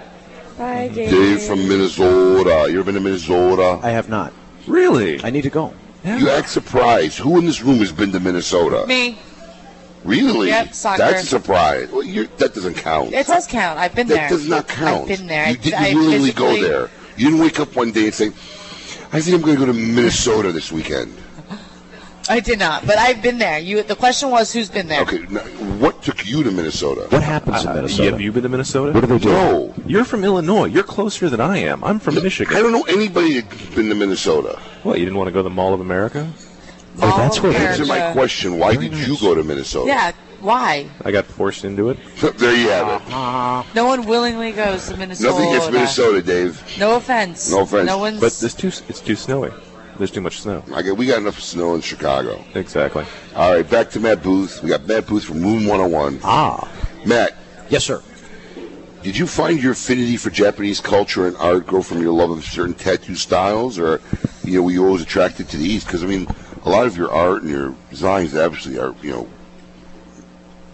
[SPEAKER 20] Bye,
[SPEAKER 4] Dave from Minnesota. You ever been to Minnesota?
[SPEAKER 6] I have not.
[SPEAKER 5] Really?
[SPEAKER 6] I need to go.
[SPEAKER 4] You act surprised. Who in this room has been to Minnesota?
[SPEAKER 7] Me.
[SPEAKER 4] Really?
[SPEAKER 7] Yep, soccer.
[SPEAKER 4] That's a surprise. Well, you're, that doesn't count.
[SPEAKER 7] It does count. I've been
[SPEAKER 4] that
[SPEAKER 7] there.
[SPEAKER 4] does not count.
[SPEAKER 7] I've been there.
[SPEAKER 4] You
[SPEAKER 7] I-
[SPEAKER 4] didn't
[SPEAKER 7] I
[SPEAKER 4] willingly go
[SPEAKER 7] physically-
[SPEAKER 4] there. You didn't wake up one day and say, "I think I'm going to go to Minnesota this weekend."
[SPEAKER 7] I did not, but I've been there. You. The question was who's been there.
[SPEAKER 4] Okay, now, what took you to Minnesota? What
[SPEAKER 6] happens
[SPEAKER 7] Uh,
[SPEAKER 5] in Minnesota? Uh, Have you been to Minnesota? What
[SPEAKER 6] do they do?
[SPEAKER 4] No.
[SPEAKER 5] You're from Illinois. You're closer than I am. I'm from Michigan. I
[SPEAKER 4] don't know anybody that's been to Minnesota.
[SPEAKER 5] What? You didn't want to go to the Mall of America?
[SPEAKER 7] Mall that's of where it is.
[SPEAKER 4] Answer my
[SPEAKER 7] America.
[SPEAKER 4] question. Why did you go to Minnesota?
[SPEAKER 7] Yeah. Why?
[SPEAKER 5] I got forced into it. Uh-huh.
[SPEAKER 4] there you have it.
[SPEAKER 7] No one willingly goes to Minnesota.
[SPEAKER 4] Nothing against Minnesota, Dave.
[SPEAKER 7] No offense.
[SPEAKER 4] No offense.
[SPEAKER 7] No one's.
[SPEAKER 5] But it's too it's too snowy. There's too much snow.
[SPEAKER 4] I get, we got enough snow in Chicago.
[SPEAKER 5] Exactly.
[SPEAKER 4] All right, back to Matt Booth. We got Matt Booth from Moon 101.
[SPEAKER 6] Ah.
[SPEAKER 4] Matt.
[SPEAKER 1] Yes, sir.
[SPEAKER 4] Did you find your affinity for Japanese culture and art grow from your love of certain tattoo styles, or you know, were you always attracted to the East? Because I mean, a lot of your art and your designs absolutely are you know,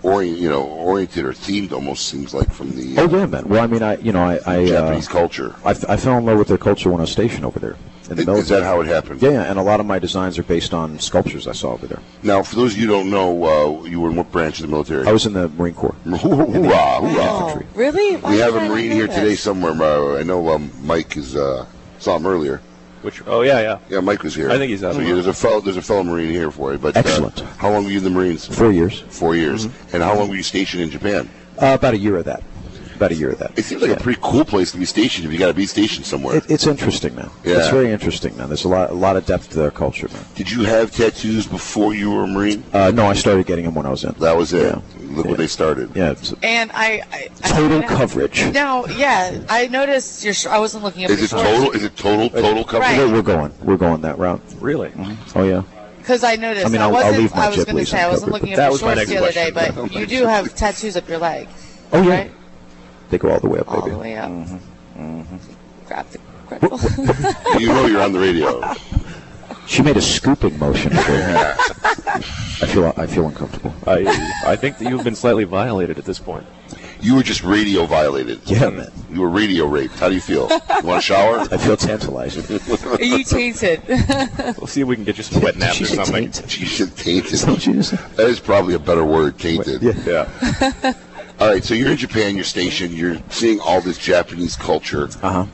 [SPEAKER 4] orient, you know, oriented or themed almost seems like from the
[SPEAKER 6] Oh yeah, man. Well, I mean, I you know, I, I
[SPEAKER 4] Japanese
[SPEAKER 6] uh,
[SPEAKER 4] culture.
[SPEAKER 6] I, f- I fell in love with their culture when I was stationed over there. In
[SPEAKER 4] Is-
[SPEAKER 6] the
[SPEAKER 4] is
[SPEAKER 6] military.
[SPEAKER 4] that how it happened?
[SPEAKER 6] Yeah, yeah, and a lot of my designs are based on sculptures I saw over there.
[SPEAKER 4] Now, for those of you who don't know, uh, you were in what branch of the military?
[SPEAKER 6] I was in the Marine Corps.
[SPEAKER 4] Hoorah, hoorah, hoorah.
[SPEAKER 7] Really? Why
[SPEAKER 4] We have
[SPEAKER 7] did
[SPEAKER 4] a
[SPEAKER 7] I not
[SPEAKER 4] Marine
[SPEAKER 7] know
[SPEAKER 4] here
[SPEAKER 7] this?
[SPEAKER 4] today somewhere. Uh, I know um, Mike is uh, saw him earlier.
[SPEAKER 5] Which? Oh yeah, yeah.
[SPEAKER 4] Yeah, Mike was here.
[SPEAKER 5] I think he's out.
[SPEAKER 4] So yeah, there's a fellow, there's a fellow Marine here for you. But excellent. how long were you in the Marines?
[SPEAKER 6] Four years. Mm-hmm.
[SPEAKER 4] Four years. And how long were you stationed in Japan?
[SPEAKER 6] Uh, about a year of that. About a year of that.
[SPEAKER 4] It seems like a pretty cool place to be stationed if you got to be stationed somewhere.
[SPEAKER 6] It, it's interesting, man.
[SPEAKER 4] Yeah.
[SPEAKER 6] It's very interesting, man. There's a lot, a lot of depth to their culture, man.
[SPEAKER 4] Did you have tattoos before you were a Marine?
[SPEAKER 6] Uh, no, I started getting them when I was in.
[SPEAKER 4] That was it. Look where they started.
[SPEAKER 6] Yeah. it's-
[SPEAKER 7] And I, I
[SPEAKER 6] total coverage.
[SPEAKER 7] now, yeah, I noticed your. Sh- I wasn't looking up.
[SPEAKER 4] Is it total? Is it total? Total coverage? Mm-hmm.
[SPEAKER 7] Right.
[SPEAKER 6] We're- We're going. We're going that route.
[SPEAKER 5] Really?
[SPEAKER 6] Oh yeah.
[SPEAKER 7] Because I noticed.
[SPEAKER 6] I
[SPEAKER 7] I
[SPEAKER 6] mean, I'll- I'll
[SPEAKER 7] wasn't.
[SPEAKER 6] leave my
[SPEAKER 7] I was
[SPEAKER 6] jet
[SPEAKER 7] going to
[SPEAKER 6] blazer
[SPEAKER 7] say I wasn't
[SPEAKER 6] covered,
[SPEAKER 7] looking
[SPEAKER 6] but
[SPEAKER 7] up
[SPEAKER 6] that
[SPEAKER 7] your
[SPEAKER 6] was my
[SPEAKER 7] shorts the
[SPEAKER 6] next
[SPEAKER 7] other day,
[SPEAKER 6] question.
[SPEAKER 7] but you do have tattoos up your leg. Oh,
[SPEAKER 6] Oh yeah.
[SPEAKER 7] Right?
[SPEAKER 6] They go all the way up, baby.
[SPEAKER 4] Oh.
[SPEAKER 7] All the way up.
[SPEAKER 6] Mm-hmm.
[SPEAKER 7] Grab the.
[SPEAKER 4] you know you're on the radio.
[SPEAKER 6] She made a scooping motion. For me. I feel. I feel uncomfortable.
[SPEAKER 5] I I think that you've been slightly violated at this point.
[SPEAKER 4] You were just radio violated.
[SPEAKER 6] Yeah, man.
[SPEAKER 4] You were radio raped. How do you feel? You want a shower?
[SPEAKER 6] I feel tantalized.
[SPEAKER 7] You tainted.
[SPEAKER 5] We'll see if we can get you some wet naps or something.
[SPEAKER 4] She said tainted. That is probably a better word, tainted. Yeah. all right, so you're in Japan, you're stationed, you're seeing all this Japanese culture.
[SPEAKER 6] Uh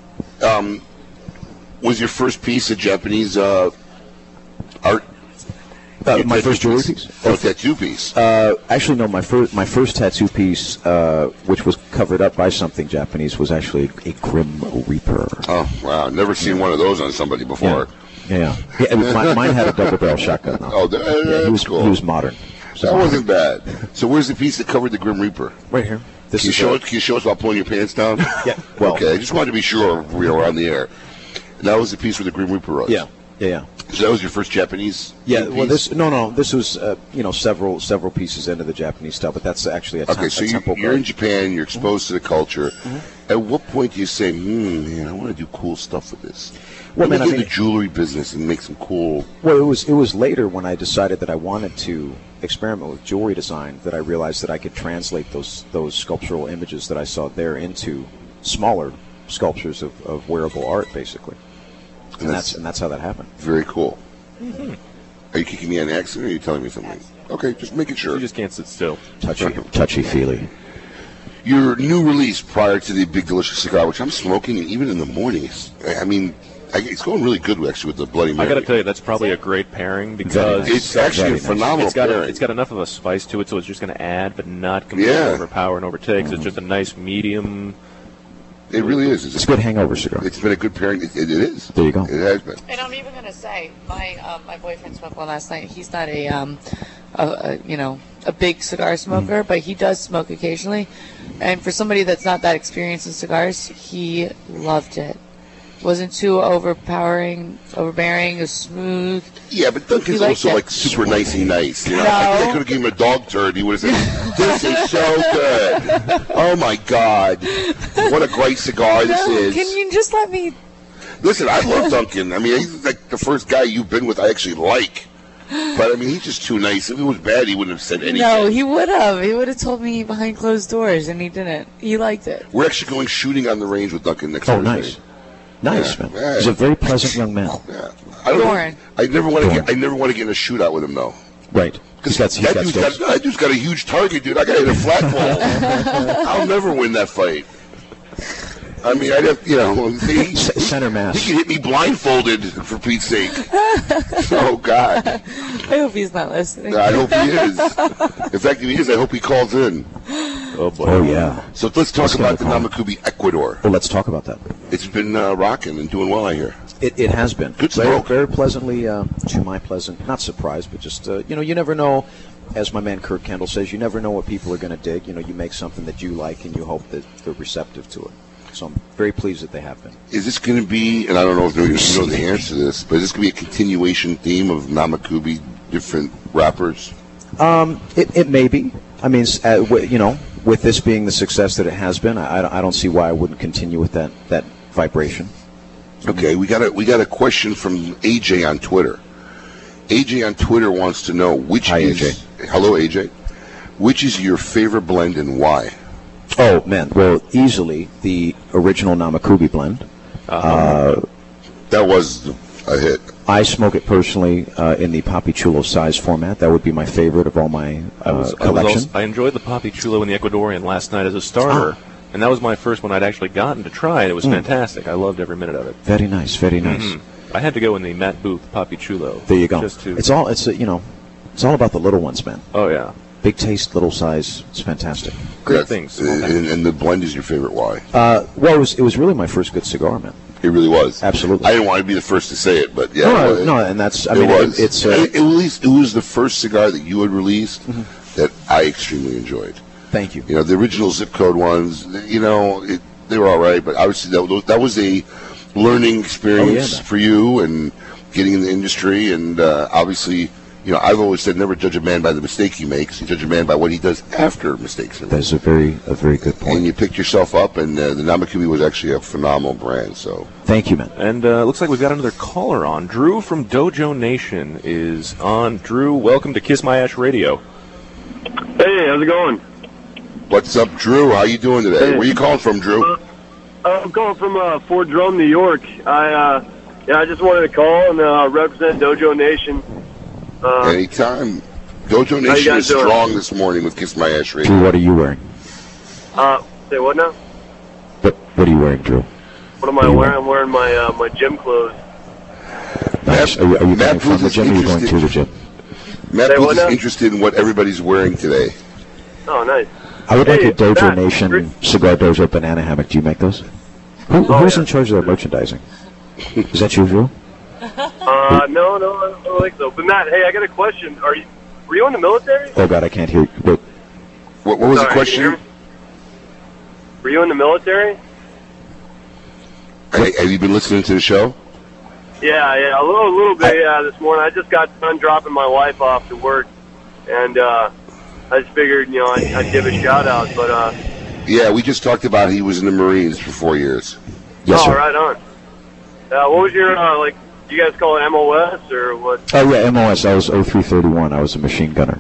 [SPEAKER 4] huh. Um, was your first piece a Japanese uh, art?
[SPEAKER 6] Uh, my first jewelry piece.
[SPEAKER 4] Oh, tattoo piece.
[SPEAKER 6] Uh, actually, no. My first, my first tattoo piece, uh, which was covered up by something Japanese, was actually a Grim Reaper.
[SPEAKER 4] Oh, wow. Never seen one of those on somebody before.
[SPEAKER 6] Yeah, yeah. it was- mi- mine had a double barrel shotgun. on it.
[SPEAKER 4] Oh, that,
[SPEAKER 6] yeah, he was
[SPEAKER 4] cool.
[SPEAKER 6] He was modern.
[SPEAKER 4] that wasn't bad. So where's the piece that covered the Grim Reaper?
[SPEAKER 6] Right here. This
[SPEAKER 4] can, you
[SPEAKER 6] is
[SPEAKER 4] show
[SPEAKER 6] a-
[SPEAKER 4] it, can you show us about pulling your pants down?
[SPEAKER 6] Yeah, well-
[SPEAKER 4] okay, I just wanted to be sure we were on the air. And that was the piece where the Grim Reaper was.
[SPEAKER 6] Yeah, yeah, yeah.
[SPEAKER 4] So that was your first Japanese?
[SPEAKER 6] Yeah,
[SPEAKER 4] piece?
[SPEAKER 6] well, this no, no, this was uh, you know several several pieces into the Japanese style, but that's actually a, tem-
[SPEAKER 4] Okay, so
[SPEAKER 6] a Mm-hmm.
[SPEAKER 4] you,
[SPEAKER 6] temple
[SPEAKER 4] you're
[SPEAKER 6] guard.
[SPEAKER 4] in Japan, you're exposed to the culture. At what point do you say, hmm, man, I want to do cool stuff with this?
[SPEAKER 6] Well,
[SPEAKER 4] Let me
[SPEAKER 6] man, I
[SPEAKER 4] get in the
[SPEAKER 6] mean-
[SPEAKER 4] jewelry business and make some cool.
[SPEAKER 6] Well, it was it was later when I decided that I wanted to experiment with jewelry design that I realized that I could translate those those sculptural images that I saw there into smaller sculptures of, of wearable art, basically. And,
[SPEAKER 4] And
[SPEAKER 6] that's,
[SPEAKER 4] that's-
[SPEAKER 6] and that's how that happened.
[SPEAKER 4] Very cool.
[SPEAKER 5] Mm-hmm.
[SPEAKER 4] Are you kicking me on accident or are you telling me something? Okay, just making sure. You
[SPEAKER 5] just can't sit still.
[SPEAKER 6] Touchy, touchy feely.
[SPEAKER 4] Your new release prior to the Big Delicious Cigar, which I'm smoking, and even in the mornings, I I mean, I, it's going really good actually with the Bloody
[SPEAKER 5] I
[SPEAKER 4] Mary.
[SPEAKER 5] got to tell you, that's probably a great pairing because
[SPEAKER 4] nice. It's actually a phenomenal
[SPEAKER 5] it's got, a-
[SPEAKER 4] pairing.
[SPEAKER 5] it's got enough of a spice to it, so it's just going to add, but not completely
[SPEAKER 4] Yeah.
[SPEAKER 5] overpower and overtake. So It's just a nice medium.
[SPEAKER 4] It really is. It's,
[SPEAKER 6] a good hangover cigar.
[SPEAKER 4] It's been a good pairing. It, it is.
[SPEAKER 6] There you go.
[SPEAKER 4] It has been.
[SPEAKER 7] And I'm even gonna say, my um, my boyfriend smoked one last night. He's not a um, a, a you know a big
[SPEAKER 4] Hmm.
[SPEAKER 7] cigar smoker, but he does smoke occasionally. And for somebody that's not that experienced in cigars, he loved it. Wasn't too overpowering, overbearing. It was smooth.
[SPEAKER 4] Yeah, but
[SPEAKER 7] He
[SPEAKER 4] Duncan's
[SPEAKER 7] liked
[SPEAKER 4] also
[SPEAKER 7] it.
[SPEAKER 4] like super nicey nice. You know, I think I could have given him a dog turd. He would have said, "This is so good. Oh my God, what a great cigar this
[SPEAKER 7] No,
[SPEAKER 4] is."
[SPEAKER 7] can you just let me?
[SPEAKER 4] Listen, I love Duncan. I mean, he's like the first guy you've been with I actually like. But I mean, he's just too nice. If it was bad, he wouldn't have said anything.
[SPEAKER 7] No, he would have. He would have told me behind closed doors, and he didn't. He liked it.
[SPEAKER 4] We're actually going shooting on the range with Duncan next.
[SPEAKER 6] Oh,
[SPEAKER 4] Thursday.
[SPEAKER 6] nice, nice
[SPEAKER 4] Yeah,
[SPEAKER 6] man.
[SPEAKER 4] yeah.
[SPEAKER 6] He's a very pleasant young man.
[SPEAKER 4] I don't.
[SPEAKER 6] Doran.
[SPEAKER 4] I never want to get. I never want to get in a shootout with him though.
[SPEAKER 6] Right. He's got, he's
[SPEAKER 4] that,
[SPEAKER 6] got
[SPEAKER 4] dude's
[SPEAKER 6] skills.
[SPEAKER 4] got, that dude's got a huge target, dude. I got to hit a flat ball. I'll never win that fight. I mean, I'd have, you know, he,
[SPEAKER 6] center mass.
[SPEAKER 4] He could hit me blindfolded for Pete's sake. oh God!
[SPEAKER 7] I hope he's not listening.
[SPEAKER 4] I hope he is. In fact, if he is, I hope he calls in.
[SPEAKER 5] Oh boy!
[SPEAKER 6] Oh yeah.
[SPEAKER 4] So let's talk
[SPEAKER 6] That's
[SPEAKER 4] about the
[SPEAKER 6] gonna be
[SPEAKER 4] Namakubi Ecuador.
[SPEAKER 6] Well, let's talk about that.
[SPEAKER 4] It's been uh, rocking and doing well, I hear.
[SPEAKER 6] It, it has been
[SPEAKER 4] Good
[SPEAKER 6] very,
[SPEAKER 4] smoke.
[SPEAKER 6] very pleasantly uh, to my pleasant, not surprised, but just uh, you know, you never know. As my man Kirk Kendall says, you never know what people are going to dig. You know, you make something that you like, and you hope that they're receptive to it. So I'm very pleased that they have been.
[SPEAKER 4] Is this going to be, and I don't know if you know the answer to this, but is this going to be a continuation theme of Namakubi, different rappers?
[SPEAKER 6] Um, it, it may be. I mean, s- uh, w- you know, with this being the success that it has been, I, I don't- I don't see why I wouldn't continue with that, that vibration.
[SPEAKER 4] Okay, we got a we got a question from AJ on Twitter. AJ on Twitter wants to know which
[SPEAKER 6] Hi,
[SPEAKER 4] is hello AJ, which is your favorite blend and why?
[SPEAKER 6] Oh man, well, easily the original Namakubi blend.
[SPEAKER 5] Uh-huh.
[SPEAKER 6] Uh,
[SPEAKER 4] that was a hit.
[SPEAKER 6] I smoke it personally uh, in the Papi Chulo size format. That would be my favorite of all my uh,
[SPEAKER 5] I, was
[SPEAKER 6] collection.
[SPEAKER 5] also- I enjoyed the Poppy Chulo and the Ecuadorian last night as a starter,
[SPEAKER 6] Oh.
[SPEAKER 5] and that was my first one I'd actually gotten to try, and it was
[SPEAKER 6] Mm.
[SPEAKER 5] fantastic. I loved every minute of it.
[SPEAKER 6] Very nice, very nice.
[SPEAKER 5] Mhm. I had to go in the Matt Booth Poppy Chulo.
[SPEAKER 6] There you go.
[SPEAKER 5] Just to,
[SPEAKER 6] It's all it's uh, you know, it's all about the little ones, man.
[SPEAKER 5] oh yeah,
[SPEAKER 6] Big taste, little size. It's fantastic.
[SPEAKER 4] Great things. uh, And, and the blend is your favorite why?
[SPEAKER 6] Uh, well, it was it was really my first good cigar, man.
[SPEAKER 4] It really was.
[SPEAKER 6] Absolutely.
[SPEAKER 4] I didn't want to be the first to say it, but yeah,
[SPEAKER 6] no,
[SPEAKER 4] it was.
[SPEAKER 6] no, and that's I
[SPEAKER 4] it
[SPEAKER 6] mean
[SPEAKER 4] was.
[SPEAKER 6] It, it's
[SPEAKER 4] I-
[SPEAKER 6] uh,
[SPEAKER 4] it, was. It was the first cigar that you had released that I extremely enjoyed.
[SPEAKER 6] Mm-hmm. Thank you.
[SPEAKER 4] You know, the original zip code ones. You know, it, they were all right, but obviously that was, that was a
[SPEAKER 6] Oh,
[SPEAKER 4] learning experience
[SPEAKER 6] man.
[SPEAKER 4] for you and getting in the industry, and uh, obviously. You know, I've always said never judge a man by the mistake he makes. You judge a man by what he does after mistakes. are made.
[SPEAKER 6] that's a very a very good point.
[SPEAKER 4] And you picked yourself up, and uh, the Namakubi was actually a phenomenal brand. So
[SPEAKER 6] Thank you, man.
[SPEAKER 5] and uh, looks like we've got another caller on. Drew from Dojo Nation is on. Drew, welcome to Kiss My Ash Radio.
[SPEAKER 21] Hey, how's it going?
[SPEAKER 4] What's up, Drew? How you doing today? Where you calling from, Drew?
[SPEAKER 21] Uh, I'm calling from uh, Fort Drum, New York. I uh, yeah, I just wanted to call and uh, represent Dojo Nation. Uh,
[SPEAKER 4] Anytime. Dojo
[SPEAKER 21] How you
[SPEAKER 4] Nation
[SPEAKER 21] guys
[SPEAKER 4] is
[SPEAKER 21] doing?
[SPEAKER 4] strong this morning with Kiss My Ash Radio.
[SPEAKER 6] Drew, what are you wearing?
[SPEAKER 21] uh, say what now?
[SPEAKER 6] What What are you wearing, Drew?
[SPEAKER 21] What am I wearing? I'm wearing my uh, my gym clothes.
[SPEAKER 6] Nice. Are you, are you
[SPEAKER 4] Matt
[SPEAKER 6] coming from
[SPEAKER 4] Booth
[SPEAKER 6] the
[SPEAKER 4] is
[SPEAKER 6] gym? Or are you going to the gym?
[SPEAKER 4] Matt
[SPEAKER 21] Say
[SPEAKER 4] Booth
[SPEAKER 21] what
[SPEAKER 4] is
[SPEAKER 21] now?
[SPEAKER 4] interested in what everybody's wearing today.
[SPEAKER 21] Oh, nice.
[SPEAKER 6] I would like
[SPEAKER 21] Hey,
[SPEAKER 6] a Dojo
[SPEAKER 21] Matt,
[SPEAKER 6] Nation cigar dojo banana hammock. Do you make those? Who,
[SPEAKER 21] Oh,
[SPEAKER 6] who's in charge of their merchandising? Is that you, Drew?
[SPEAKER 21] Uh, no, no, I don't think so. But Matt, hey, I got a question. Are you were you in the military?
[SPEAKER 6] Oh God, I can't hear. You. Wait,
[SPEAKER 4] What, what
[SPEAKER 21] Sorry,
[SPEAKER 4] was the
[SPEAKER 21] can you
[SPEAKER 4] question?
[SPEAKER 21] hear me? Were you in the military?
[SPEAKER 4] Hey, have you been listening to the show?
[SPEAKER 21] Yeah, yeah, a little, a little bit. Yeah, this morning I just got done dropping my wife off to work, and uh, I just figured, you know, I'd, I'd give a shout out. But uh,
[SPEAKER 4] Yeah, we just talked about he was in the Marines for four years.
[SPEAKER 21] oh, right on. Uh, what was your uh, like? do You guys call it MOS or what?
[SPEAKER 6] Oh yeah, MOS. I was 0331. I was a machine gunner.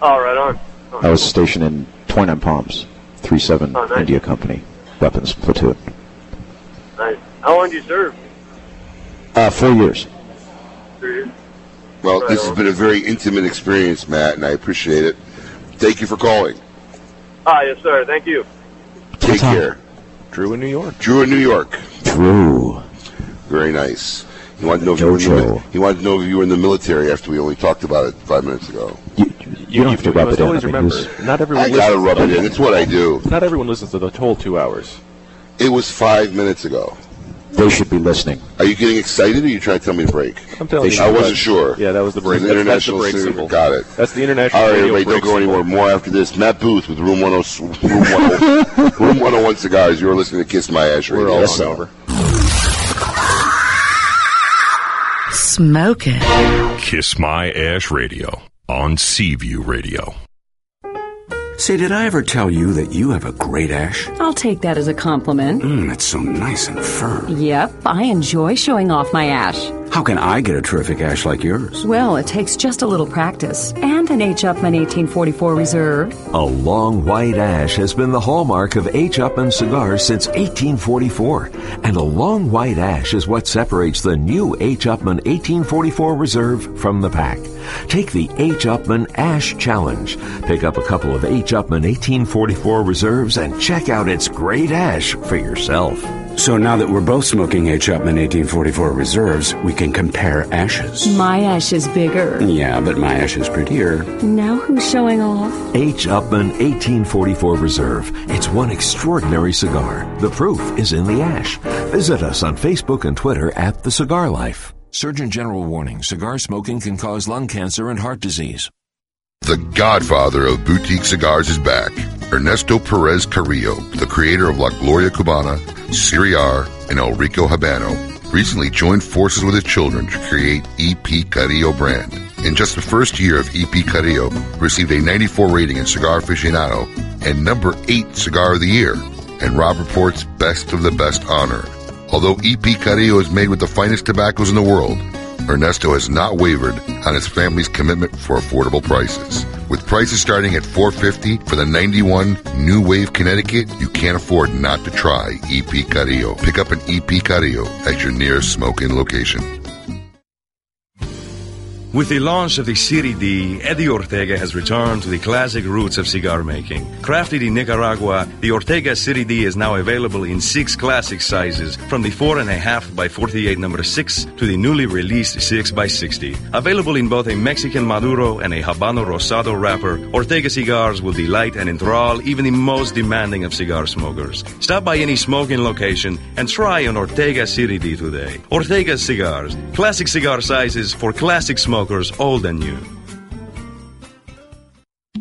[SPEAKER 21] Oh, right on.
[SPEAKER 6] I was stationed in 29 Palms, 37
[SPEAKER 21] Oh, nice.
[SPEAKER 6] India Company Weapons Platoon.
[SPEAKER 21] Nice. How long did you serve?
[SPEAKER 6] Uh, four years.
[SPEAKER 21] Three years.
[SPEAKER 4] Well, this has been a very intimate experience, Matt, and I appreciate it. Thank you for calling.
[SPEAKER 21] Ah, yes, sir. Thank you.
[SPEAKER 4] Take care.
[SPEAKER 5] Drew in New York.
[SPEAKER 4] Drew in New York.
[SPEAKER 6] Drew.
[SPEAKER 4] Very nice. He wanted to know if you were in the, mil- he wanted to know if you were in the military after we only talked about it five minutes ago.
[SPEAKER 6] You, don't have to rub
[SPEAKER 5] must
[SPEAKER 6] it in.
[SPEAKER 5] always
[SPEAKER 6] I mean,
[SPEAKER 5] remember,
[SPEAKER 6] who's-
[SPEAKER 5] not everyone.
[SPEAKER 4] I gotta
[SPEAKER 5] listens-
[SPEAKER 4] rub it in. It's what I do.
[SPEAKER 5] Not everyone listens to the whole two hours.
[SPEAKER 4] It was five minutes ago.
[SPEAKER 6] They should be listening.
[SPEAKER 4] Are you getting excited, or are you trying to tell me to break?
[SPEAKER 5] I'm telling They you. should
[SPEAKER 4] I
[SPEAKER 5] be.
[SPEAKER 4] wasn't sure.
[SPEAKER 5] Yeah, that was the break.
[SPEAKER 4] It was
[SPEAKER 5] That's-
[SPEAKER 4] an
[SPEAKER 5] that's the
[SPEAKER 4] international
[SPEAKER 5] break
[SPEAKER 4] signal.
[SPEAKER 5] symbol.
[SPEAKER 4] Got it.
[SPEAKER 5] That's the international
[SPEAKER 4] All right,
[SPEAKER 5] radio
[SPEAKER 4] everybody, don't
[SPEAKER 5] break
[SPEAKER 4] go anywhere. More after this. Matt Booth with Room 10 Room 101, Room 101 Cigars. You're listening to Kiss My Ash Radio.
[SPEAKER 22] all Yes,
[SPEAKER 4] over.
[SPEAKER 22] Smoke it.
[SPEAKER 2] Kiss My Ash Radio on Seaview Radio.
[SPEAKER 23] Say, did I ever tell you that you have a great ash?
[SPEAKER 24] I'll take that as a compliment.
[SPEAKER 23] Mmm, it's so nice and firm.
[SPEAKER 24] Yep, I enjoy showing off my ash.
[SPEAKER 23] How can I get a terrific ash like yours?
[SPEAKER 24] Well, it takes just a little practice and an H Upman 1844 Reserve.
[SPEAKER 11] A long white ash has been the hallmark of H. Upman cigars since 1844, and a long white ash is what separates the new H. Upman 1844 Reserve from the pack. Take the H. Upman Ash Challenge. Pick up a couple of H. Upman 1844 Reserves and check out its great ash for yourself.
[SPEAKER 23] So now that we're both smoking H. Upman 1844 reserves, we can compare ashes.
[SPEAKER 24] My ash is bigger.
[SPEAKER 23] Yeah, but my ash is prettier.
[SPEAKER 24] Now who's showing off?
[SPEAKER 11] H. Upman 1844 Reserve. It's one extraordinary cigar. The proof is in the ash. Visit us on Facebook and Twitter at The Cigar Life. Surgeon General warning cigar smoking can cause lung cancer and heart disease.
[SPEAKER 4] The godfather of boutique cigars is back. Ernesto Perez Carrillo, the creator of La Gloria Cubana, Siriar, and El Rico Habano, recently joined forces with his children to create EP Carrillo brand. In just the first year of EP Carrillo, received a 94 rating in Cigar Aficionado and number 8 Cigar of the Year, and Rob reports Best of the Best honor. Although EP Carrillo is made with the finest tobaccos in the world, Ernesto has not wavered on his family's commitment for affordable prices. With prices starting at 450 for the 91 New Wave Connecticut, you can't afford not to try EP Carrillo. Pick up an EP Carrillo at your nearest smoking location.
[SPEAKER 24] With the launch of the Siri D, Eddie Ortega has returned to the classic roots of cigar making. Crafted in Nicaragua, the Ortega Siri D is now available in six classic sizes, from the 4.5 by 48 number 6 to the newly released 6 by 60. Available in both a Mexican Maduro and a Habano Rosado wrapper, Ortega cigars will delight and enthrall even the most demanding of cigar smokers. Stop by any smoking location and try an Ortega Siri D today. Ortega Cigars, classic cigar sizes for classic smokers old and new.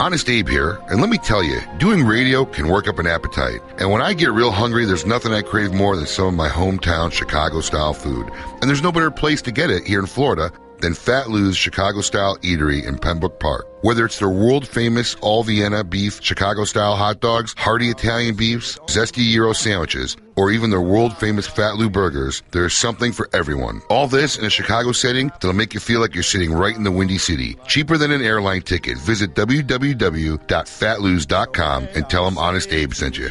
[SPEAKER 4] Honest Abe here, and let me tell you, doing radio can work up an appetite. And when I get real hungry, there's nothing I crave more than some of my hometown Chicago style food. And there's no better place to get it here in Florida than Fat Lou's Chicago style eatery in Pembroke Park. Whether it's their world famous all Vienna beef, Chicago style hot dogs, hearty Italian beefs, zesty gyro sandwiches, or even their world famous Fat Lou burgers, there's something for everyone. All this in a Chicago setting that'll make you feel like you're sitting right in the Windy City. Cheaper than an airline ticket. Visit www.fatloos.com and tell them Honest Abe sent you.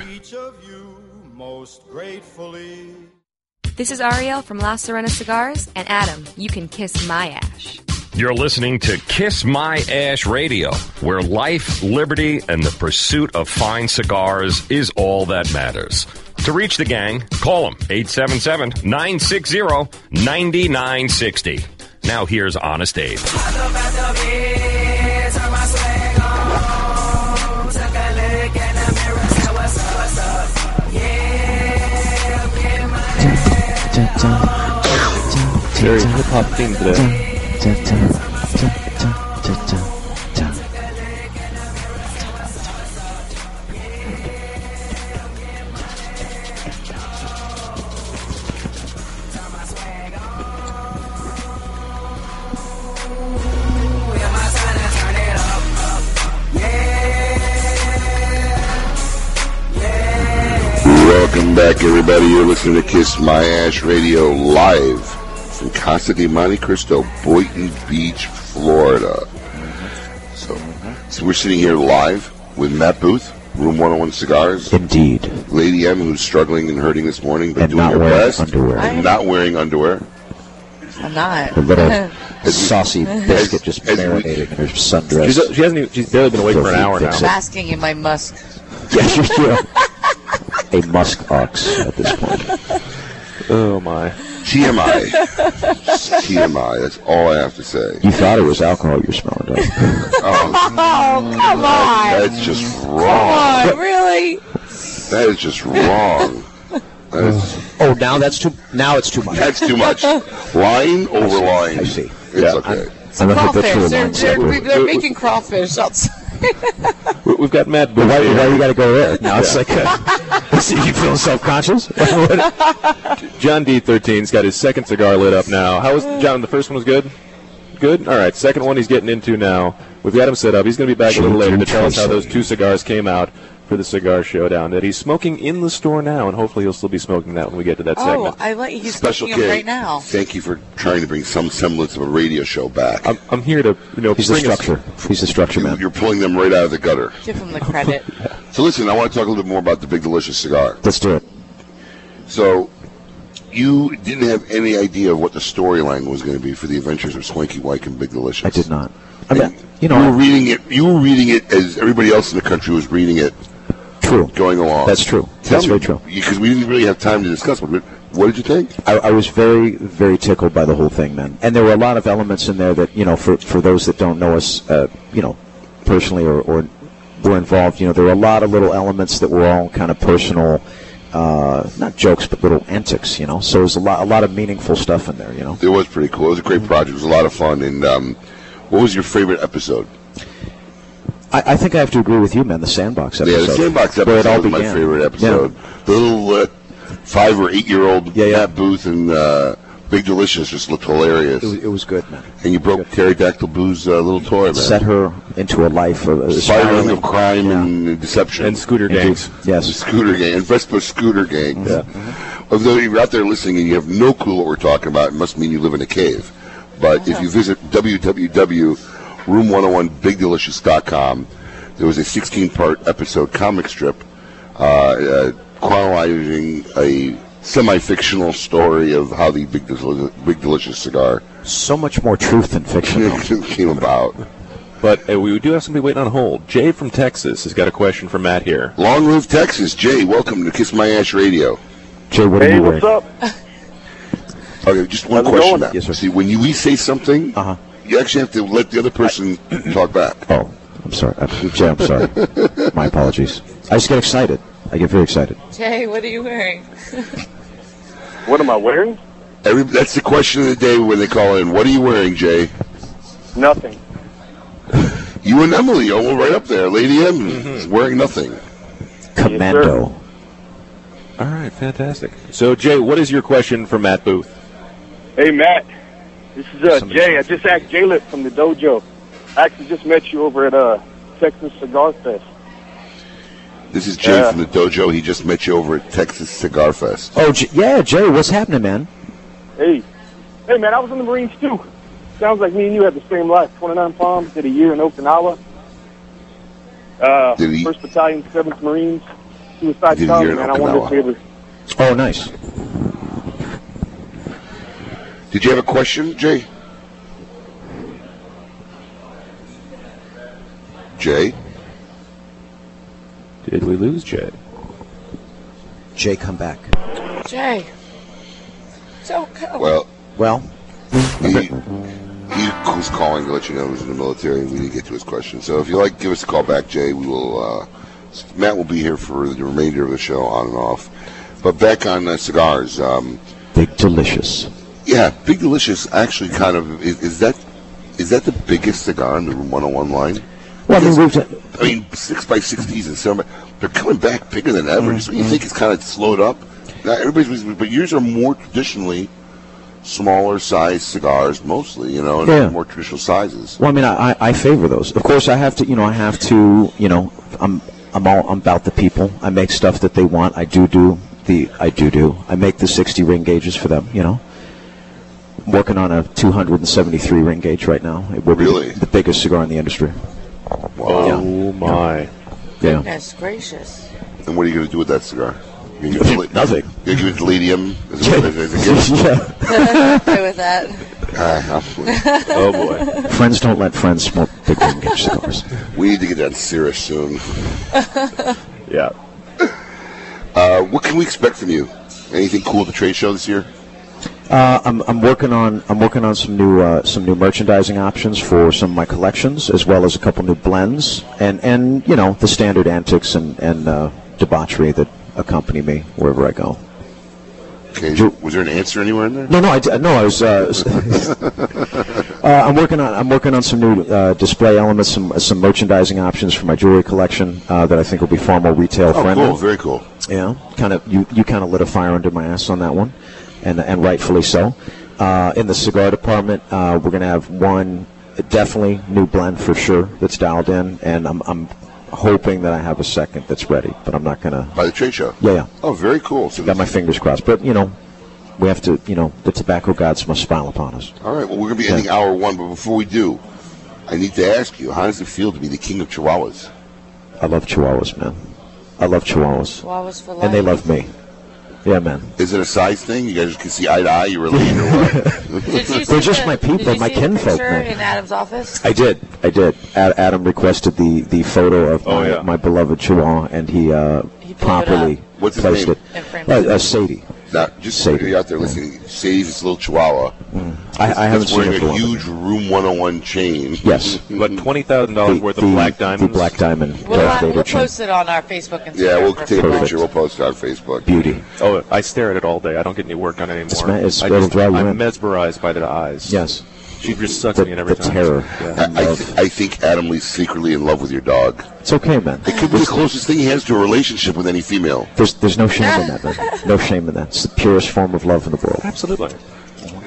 [SPEAKER 25] This is Ariel from La Serena Cigars, and Adam, you can kiss my ash.
[SPEAKER 2] You're listening to Kiss My Ash Radio, where life, liberty, and the pursuit of fine cigars is all that matters. To reach the gang, call them 877 960 9960. Now here's Honest Abe.
[SPEAKER 5] Very hip hop theme today.
[SPEAKER 4] Welcome back, everybody. You're listening to Kiss My Ash Radio live from Casa de Monte Cristo, Boynton Beach, Florida. So, so we're sitting here live with Matt Booth, Room 101 Cigars.
[SPEAKER 6] Indeed.
[SPEAKER 4] Lady M, who's struggling and hurting this morning, but
[SPEAKER 6] And
[SPEAKER 4] doing
[SPEAKER 6] not
[SPEAKER 4] her
[SPEAKER 6] wearing
[SPEAKER 4] best.
[SPEAKER 6] underwear.
[SPEAKER 4] And not wearing underwear.
[SPEAKER 7] I'm not.
[SPEAKER 6] The
[SPEAKER 4] uh,
[SPEAKER 6] little saucy biscuit just marinating in her sundress.
[SPEAKER 5] She's, she hasn't. Even, she's barely been awake for an hour now.
[SPEAKER 7] basking in my musk.
[SPEAKER 6] Yes, you do. A musk ox at this point.
[SPEAKER 5] Oh my.
[SPEAKER 4] TMI. TMI. That's all I have to say.
[SPEAKER 6] You thought it was alcohol you were smelling, don't you?
[SPEAKER 4] Oh,
[SPEAKER 7] come on.
[SPEAKER 4] That's just wrong.
[SPEAKER 7] Come on, really?
[SPEAKER 4] That is just wrong. That is,
[SPEAKER 6] Oh, now that's too. Now it's too much.
[SPEAKER 4] that's too much. Line over line. I see. It's okay.
[SPEAKER 6] I'm a habitual
[SPEAKER 7] Crawfish. They're,
[SPEAKER 6] mindset.
[SPEAKER 7] they're, they're making crawfish outside.
[SPEAKER 5] We- We've got Matt
[SPEAKER 6] But
[SPEAKER 5] Booth.
[SPEAKER 6] why,
[SPEAKER 5] here.
[SPEAKER 6] why you got to go there? Now it's
[SPEAKER 5] Yeah.
[SPEAKER 6] like, a, see, you feeling self-conscious? What-
[SPEAKER 5] John D13's got his second cigar lit up now. How was John? The first one was good. Good. All right. Second one he's getting into now. We've got him set up. He's going to be back a little later to tell us how those two cigars came out for the cigar showdown that he's smoking in the store now, and hopefully he'll still be smoking that when we get to that
[SPEAKER 7] oh,
[SPEAKER 5] segment.
[SPEAKER 7] I like he's
[SPEAKER 4] Special
[SPEAKER 7] making 'em
[SPEAKER 4] K,
[SPEAKER 7] right now.
[SPEAKER 4] Thank you for trying to bring some semblance of a radio show back.
[SPEAKER 5] I'm, I'm here to, you know,
[SPEAKER 6] He's the
[SPEAKER 5] bring us-
[SPEAKER 6] structure. He's the structure man.
[SPEAKER 4] You're pulling them right out of the gutter.
[SPEAKER 7] Give him the credit.
[SPEAKER 4] So listen, I want to talk a little bit more about the Big Delicious cigar.
[SPEAKER 6] Let's do it.
[SPEAKER 4] So you didn't have any idea of what the storyline was going to be for the Adventures of Swanky White and Big Delicious.
[SPEAKER 6] I did not. I mean, you
[SPEAKER 4] know, you were reading it. You were reading it as everybody else in the country was reading it.
[SPEAKER 6] True.
[SPEAKER 4] Going along.
[SPEAKER 6] That's true.
[SPEAKER 4] Tell
[SPEAKER 6] That's
[SPEAKER 4] me,
[SPEAKER 6] very true.
[SPEAKER 4] Because we didn't really have time to discuss what. What did you think?
[SPEAKER 6] I, I was very, very tickled by the whole thing, man. And there were a lot of elements in there that, you know, for, for those that don't know us, uh, you know, personally or, or were involved, you know, there were a lot of little elements that were all kind of personal, uh, not jokes, but little antics, you know. So there's a lot, a lot of meaningful stuff in there, you know.
[SPEAKER 4] It was pretty cool. It was a great project. It was a lot of fun. And um, what was your favorite episode?
[SPEAKER 6] I, I think I have to agree with you, man. The sandbox episode.
[SPEAKER 4] Yeah, the sandbox
[SPEAKER 6] where it all
[SPEAKER 4] episode was my
[SPEAKER 6] began.
[SPEAKER 4] favorite episode. The little uh, five or eight year old Matt Booth and uh, Big Delicious just looked hilarious. It
[SPEAKER 6] was, it was good, man.
[SPEAKER 4] And you broke Pterodactyl Boo's uh, little toy, man.
[SPEAKER 6] Set her into a life of a
[SPEAKER 4] spiraling of crime and deception and Mm-hmm.
[SPEAKER 5] scooter
[SPEAKER 6] gangs. Yes,
[SPEAKER 4] scooter gang and Vespa scooter gang. Although you're out there listening and you have no clue what we're talking about, it must mean you live in a cave. But if you visit www.room101bigdelicious.com, there was a 16-part episode comic strip uh, uh, chronologizing a semi-fictional story of how the Big, Del- Big Delicious cigar
[SPEAKER 6] so much more truth than fiction
[SPEAKER 4] came about.
[SPEAKER 5] But uh, we do have somebody waiting on hold. Jay from Texas has got a question for Matt here.
[SPEAKER 4] Long Live Texas, Jay. Welcome to Kiss My Ash Radio.
[SPEAKER 6] Jay, what
[SPEAKER 4] are
[SPEAKER 5] Hey,
[SPEAKER 4] you
[SPEAKER 5] what's
[SPEAKER 4] up? okay, just one
[SPEAKER 5] How's it
[SPEAKER 4] question.
[SPEAKER 5] going?
[SPEAKER 4] Matt. See, when you, we say something, uh-huh. you actually have to let the other person talk back.
[SPEAKER 6] Oh, I'm sorry. I'm, Jay, I'm sorry. My apologies. I just get excited. I get very excited.
[SPEAKER 7] Jay, what are you wearing?
[SPEAKER 21] What am I wearing?
[SPEAKER 4] Every, that's the question of the day when they call in. What are you wearing, Jay?
[SPEAKER 21] Nothing.
[SPEAKER 4] You and Emily, oh, well, right up there. Lady M is wearing nothing.
[SPEAKER 6] Commando.
[SPEAKER 5] All right, fantastic. So, Jay, what is your question for Matt Booth?
[SPEAKER 21] Hey, Matt. This is uh, Jay. I just asked Jalip from the dojo. I actually just met you over at uh, Texas Cigar Fest.
[SPEAKER 4] This is Jay
[SPEAKER 21] Yeah.
[SPEAKER 4] from the dojo. He just met you over at Texas Cigar Fest.
[SPEAKER 6] Oh, J- yeah, Jay, what's happening, man?
[SPEAKER 21] Hey. Hey, man, I was in the Marines, too. Sounds like me and you had the same life. 29 Palms, did a year in Okinawa. Uh,
[SPEAKER 4] Did he-
[SPEAKER 21] 1st Battalion, 7th Marines. Suicide
[SPEAKER 4] Did a year
[SPEAKER 21] Column,
[SPEAKER 4] in
[SPEAKER 21] man. I wonder
[SPEAKER 4] Okinawa.
[SPEAKER 21] if we ever...
[SPEAKER 6] Oh, nice.
[SPEAKER 4] Did you have a question, Jay? Jay?
[SPEAKER 5] Did we lose Jay?
[SPEAKER 6] Jay, come back.
[SPEAKER 7] Jay. So come.
[SPEAKER 4] Well,
[SPEAKER 6] well,
[SPEAKER 4] he, he was calling to let you know he was in the military, and we didn't get to his question. So if you like, give us a call back, Jay. We will. Uh, Matt will be here for the remainder of the show, on and off. But back on uh, cigars. Um,
[SPEAKER 6] Big delicious.
[SPEAKER 4] yeah, Big Delicious actually kind of is, is that is that the biggest cigar in the Room 101 line?
[SPEAKER 6] Well, I mean, we've
[SPEAKER 4] I mean, six by sixties and seven. by- They're coming back bigger than ever. So
[SPEAKER 6] Mm-hmm.
[SPEAKER 4] you think it's kind of slowed up? Now everybody's, but yours are more traditionally smaller sized cigars, mostly. You know, and
[SPEAKER 6] Yeah.
[SPEAKER 4] more traditional sizes.
[SPEAKER 6] Well, I mean, I, I- I favor those. Of course, I have to, you know, I have to, you know, I'm, I'm all, I'm about the people. I make stuff that they want. I do do the, I do do. I make the 60 ring gauges for them, you know. I'm working on a 273 ring gauge right now. It will
[SPEAKER 4] really?
[SPEAKER 6] be the biggest cigar in the industry.
[SPEAKER 5] Oh, my.
[SPEAKER 6] Yeah.
[SPEAKER 7] Goodness gracious.
[SPEAKER 4] And what are you going to do with that cigar? You're gonna give it to La-
[SPEAKER 6] Nothing.
[SPEAKER 4] You're going to give it to Lady M as a, as a gift?
[SPEAKER 7] okay with that.
[SPEAKER 4] Ah, I'm-
[SPEAKER 7] Oh,
[SPEAKER 6] boy. Friends don't let friends smoke big ring gauge cigars.
[SPEAKER 4] we need to get that serious soon.
[SPEAKER 5] yeah.
[SPEAKER 4] Uh, what can we expect from you? Anything cool at the trade show this year?
[SPEAKER 6] Uh, I'm, I'm working on I'm working on some new uh, some new merchandising options for some of my collections, as well as a couple new blends, and and you know the standard antics and and uh, debauchery that accompany me wherever I go.
[SPEAKER 4] Okay, was there an answer anywhere in there?
[SPEAKER 6] No, no, I d- no, I was. Uh, s- uh, I'm working on I'm working on some new uh, display elements, some some merchandising options for my jewelry collection uh, that I think will be far more retail
[SPEAKER 4] Oh,
[SPEAKER 6] friendly.
[SPEAKER 4] cool. Very cool.
[SPEAKER 6] Yeah, kind of. You, you kind of lit a fire under my ass on that one, and and rightfully so. Uh, in the cigar department, uh, we're gonna have one definitely new blend for sure that's dialed in, and I'm I'm hoping that I have a second that's ready, but I'm not gonna.
[SPEAKER 4] By the trade show?
[SPEAKER 6] Yeah, yeah.
[SPEAKER 4] Oh, very cool. So
[SPEAKER 6] Got my fingers crossed, but you know, we have to. You know, the tobacco gods must smile upon us.
[SPEAKER 4] All right. Well, we're going to be ending hour one, but before we do, I need to ask you: How does it feel to be the king of Chihuahuas?
[SPEAKER 6] I love Chihuahuas, man. I love Chihuahuas,
[SPEAKER 7] Chihuahuas for life.
[SPEAKER 6] and they love me. Yeah, man.
[SPEAKER 4] Is it a size thing? You guys can see eye to eye. You related or what?
[SPEAKER 7] Did you see
[SPEAKER 6] They're just
[SPEAKER 7] the-
[SPEAKER 6] my people,
[SPEAKER 7] did you
[SPEAKER 6] my
[SPEAKER 7] see the
[SPEAKER 6] kinfolk,
[SPEAKER 7] picture
[SPEAKER 6] man.
[SPEAKER 7] in Adam's office.
[SPEAKER 6] I did. I did. Ad- Adam requested the, the photo
[SPEAKER 4] Oh,
[SPEAKER 6] of my, my beloved Chihuahua, and he, uh, properly
[SPEAKER 4] What's his
[SPEAKER 6] placed
[SPEAKER 4] name?
[SPEAKER 6] it. Uh, uh, Sadie.
[SPEAKER 4] Now, just so
[SPEAKER 6] Sadie. Mm.
[SPEAKER 4] you're out there listening, Sadie's this little chihuahua.
[SPEAKER 6] I, I haven't
[SPEAKER 4] It's
[SPEAKER 6] seen
[SPEAKER 4] wearing
[SPEAKER 6] it for a
[SPEAKER 4] a
[SPEAKER 6] while.
[SPEAKER 4] huge Room 101 chain.
[SPEAKER 6] Yes.
[SPEAKER 4] But
[SPEAKER 5] $20,000 worth of black diamonds.
[SPEAKER 6] The black diamond
[SPEAKER 7] We'll, uh,
[SPEAKER 6] Darth Vader
[SPEAKER 7] we'll
[SPEAKER 6] chin.
[SPEAKER 7] post it on our Facebook and
[SPEAKER 4] Yeah, we'll take a
[SPEAKER 6] Perfect.
[SPEAKER 4] picture. We'll post it on Facebook.
[SPEAKER 6] Beauty.
[SPEAKER 5] Oh, I stare at it all day. I don't get any work done anymore.
[SPEAKER 6] ma- it's-
[SPEAKER 5] I
[SPEAKER 6] it'll draw you
[SPEAKER 5] I'm
[SPEAKER 6] in.
[SPEAKER 5] mesmerized by their eyes.
[SPEAKER 6] Yes.
[SPEAKER 5] She just sucks me in every time. Yeah.
[SPEAKER 4] I, I, th- I think Adam Lee's secretly in love with your dog.
[SPEAKER 6] It's okay, man.
[SPEAKER 4] It could be the closest thing he has to a relationship with any female.
[SPEAKER 6] There's, there's no shame in that, man. No shame in that. It's the purest form of love in the world.
[SPEAKER 5] Absolutely.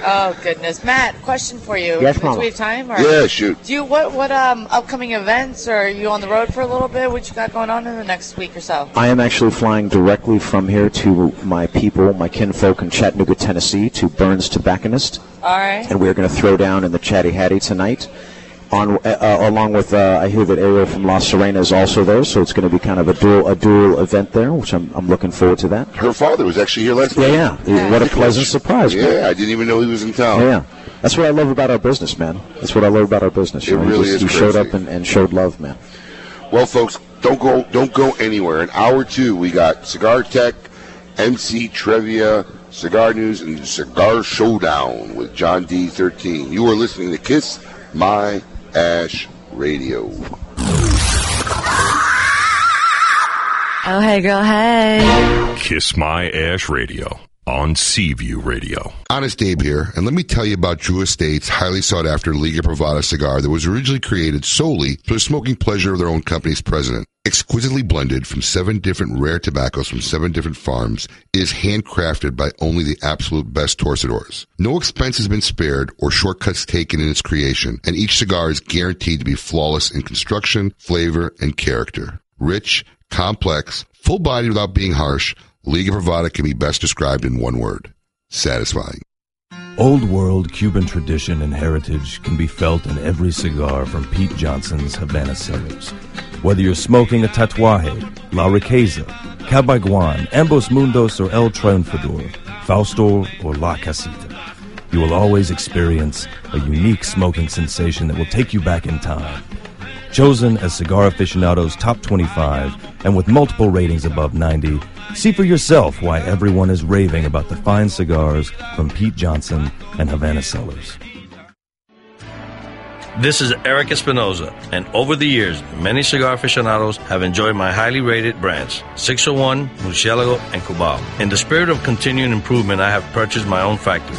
[SPEAKER 7] Oh goodness, Matt. Question for you.
[SPEAKER 6] Yes,
[SPEAKER 7] Do
[SPEAKER 6] Mama.
[SPEAKER 7] we have time? Or
[SPEAKER 6] Yeah, shoot.
[SPEAKER 7] Do you what what um upcoming events or are you on the road for a little bit? What you got going on in the next week or so?
[SPEAKER 6] I am actually flying directly from here to my people, my kinfolk in Chattanooga, Tennessee, to Burns Tobacconist.
[SPEAKER 7] All right.
[SPEAKER 6] And we're going to throw down in the Chatty Hattie tonight. On, uh, uh, along with, uh, I hear that Ariel from La Serena is also there, so it's going to be kind of a dual a dual event there, which I'm, I'm looking forward to that.
[SPEAKER 4] Her father was actually here last
[SPEAKER 6] Yeah,
[SPEAKER 4] night.
[SPEAKER 6] yeah. What a pleasant surprise. man.
[SPEAKER 4] Yeah, I didn't even know he was in town.
[SPEAKER 6] Yeah, that's what I love about our business, man. That's what I love about our business. you
[SPEAKER 4] It
[SPEAKER 6] know, you
[SPEAKER 4] really
[SPEAKER 6] just-
[SPEAKER 4] is
[SPEAKER 6] You showed
[SPEAKER 4] crazy.
[SPEAKER 6] up and, and showed love, man.
[SPEAKER 4] Well, folks, don't go don't go anywhere. In hour two, we got Cigar Tech, MC Trivia, Cigar News, and Cigar Showdown with John D13. You are listening to Kiss My Ash Radio.
[SPEAKER 22] Oh, hey, girl, hey.
[SPEAKER 2] Kiss My Ash Radio on Seaview Radio.
[SPEAKER 13] Honest Abe here, and let me tell you about Drew Estate's highly sought after Liga Privada cigar that was originally created solely for the smoking pleasure of their own company's president. Exquisitely blended from seven different rare tobaccos from seven different farms, it is handcrafted by only the absolute best torcedores. No expense has been spared or shortcuts taken in its creation, and each cigar is guaranteed to be flawless in construction, flavor, and character. Rich, complex, full bodied without being harsh, Liga Privada can be best described in one word satisfying.
[SPEAKER 26] Old world Cuban tradition and heritage can be felt in every cigar from Pete Johnson's Habaneros. Whether you're smoking a Tatuaje, La Riqueza, Cabaguan, Ambos Mundos, or El Triunfador, Fausto, or La Casita, you will always experience a unique smoking sensation that will take you back in time. Chosen as Cigar Aficionado's Top 25 and with multiple ratings above 90, see for yourself why everyone is raving about the fine cigars from Pete Johnson and Havana Cellars.
[SPEAKER 18] This is Eric Espinoza, and over the years, many cigar aficionados have enjoyed my highly rated brands 601, Mucielago, and Cubao. In the spirit of continuing improvement, I have purchased my own factory,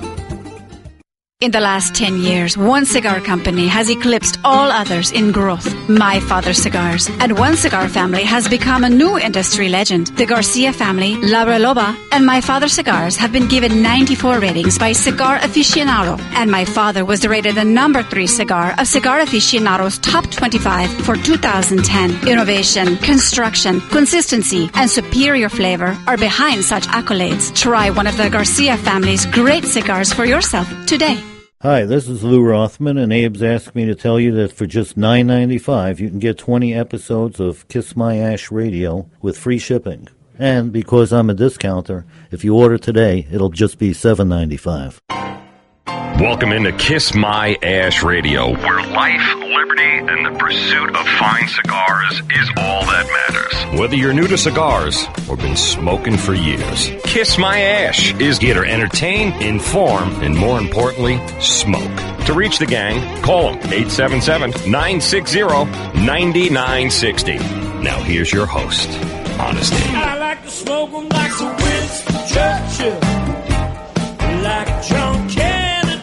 [SPEAKER 16] In the last 10 years, one cigar company has eclipsed all others in growth. My Father Cigars. And one cigar family has become a new industry legend. The Garcia family, La Reloba, and My Father Cigars have been given 94 ratings by Cigar Aficionado. And My Father was rated the number three cigar of Cigar Aficionado's top 25 for 2010. Innovation, construction, consistency, and superior flavor are behind such accolades. Try one of the Garcia family's great cigars for yourself today.
[SPEAKER 27] Hi, this is Lou Rothman, and Abe's asked me to tell you that for just $9.95, you can get 20 episodes of Kiss My Ash Radio with free shipping. And because I'm a discounter, if you order today, it'll just be $7.95.
[SPEAKER 2] Welcome into Kiss My Ash Radio, where life, liberty, and the pursuit of fine cigars is all that matters. Whether you're new to cigars or been smoking for years, Kiss My Ash is here to entertain, inform, and more importantly, smoke. To reach the gang, call them 877 960 9960. Now here's your host, Honesty.
[SPEAKER 14] I like to smoke 'em like the Winston Churchill, like John Kennedy.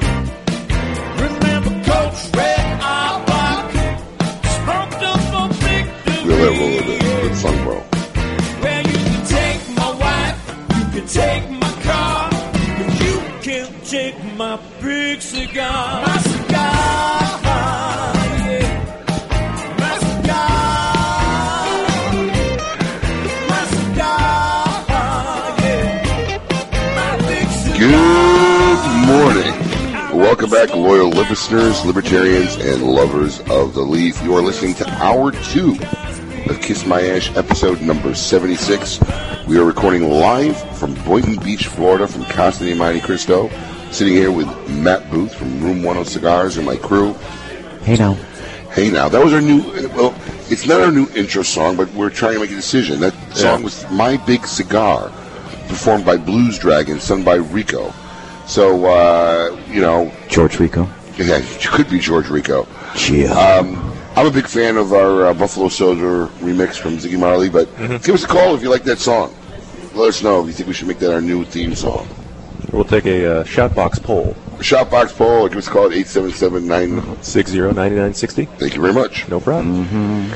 [SPEAKER 14] yeah. Remember Coach Red Auerbach? Smoked up a big
[SPEAKER 4] Reel that roll a bit. Good song, bro.
[SPEAKER 14] Well, you can take my wife, you can take my car, but you can't take my big cigar. My cigar. yeah. My cigar. My cigar, yeah. My big
[SPEAKER 4] Good morning. Welcome back, loyal listeners, libertarians, and lovers of the leaf. You are listening to Hour 2 of Kiss My Ash, episode number 76. We are recording live from Boynton Beach, Florida, from Constantine Monte Cristo. Sitting here with Matt Booth from Room 10 Cigars and my crew.
[SPEAKER 6] Hey now,
[SPEAKER 4] Hey now, that was our new. Well, it's not our new intro song, but we're trying to make a decision. That song was "My Big Cigar," performed by Blues Dragon, sung by Rico. So uh, you know,
[SPEAKER 6] George Rico.
[SPEAKER 4] yeah, it could be George Rico.
[SPEAKER 6] Yeah.
[SPEAKER 4] Um, I'm a big fan of our uh, Buffalo Soldier remix from Ziggy Marley, but
[SPEAKER 6] Mm-hmm.
[SPEAKER 4] give us a call if you like that song. Let us know if you think we should make that our new theme song.
[SPEAKER 5] We'll take a uh, shoutbox poll.
[SPEAKER 4] Shopbox poll, or give us a call at 877
[SPEAKER 5] 60 9960.
[SPEAKER 4] Thank you very much.
[SPEAKER 5] No problem.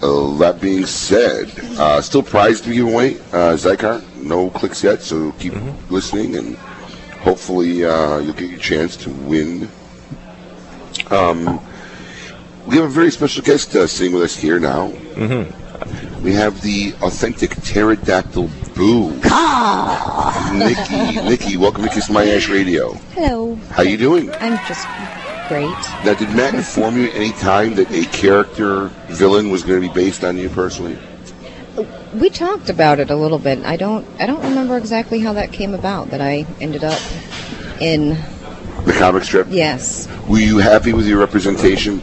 [SPEAKER 4] Uh, that being said, uh, still prize to be given away, uh, Zycar. No clicks yet, so keep
[SPEAKER 5] Mm-hmm.
[SPEAKER 4] listening, and hopefully uh, you'll get your chance to win. Um, we have a very special guest uh, sitting with us here now.
[SPEAKER 5] Mm-hmm.
[SPEAKER 4] We have the authentic pterodactyl boo, Nikki. Nikki, welcome to Kiss My Ash Radio.
[SPEAKER 28] Hello.
[SPEAKER 4] How you doing?
[SPEAKER 28] I'm just great.
[SPEAKER 4] Now, did Matt inform you at any time that a character villain was going to be based on you personally?
[SPEAKER 28] We talked about it a little bit. I don't I don't remember exactly how that came about that I ended up in
[SPEAKER 4] The comic strip?
[SPEAKER 28] yes.
[SPEAKER 4] Were you happy with your representation?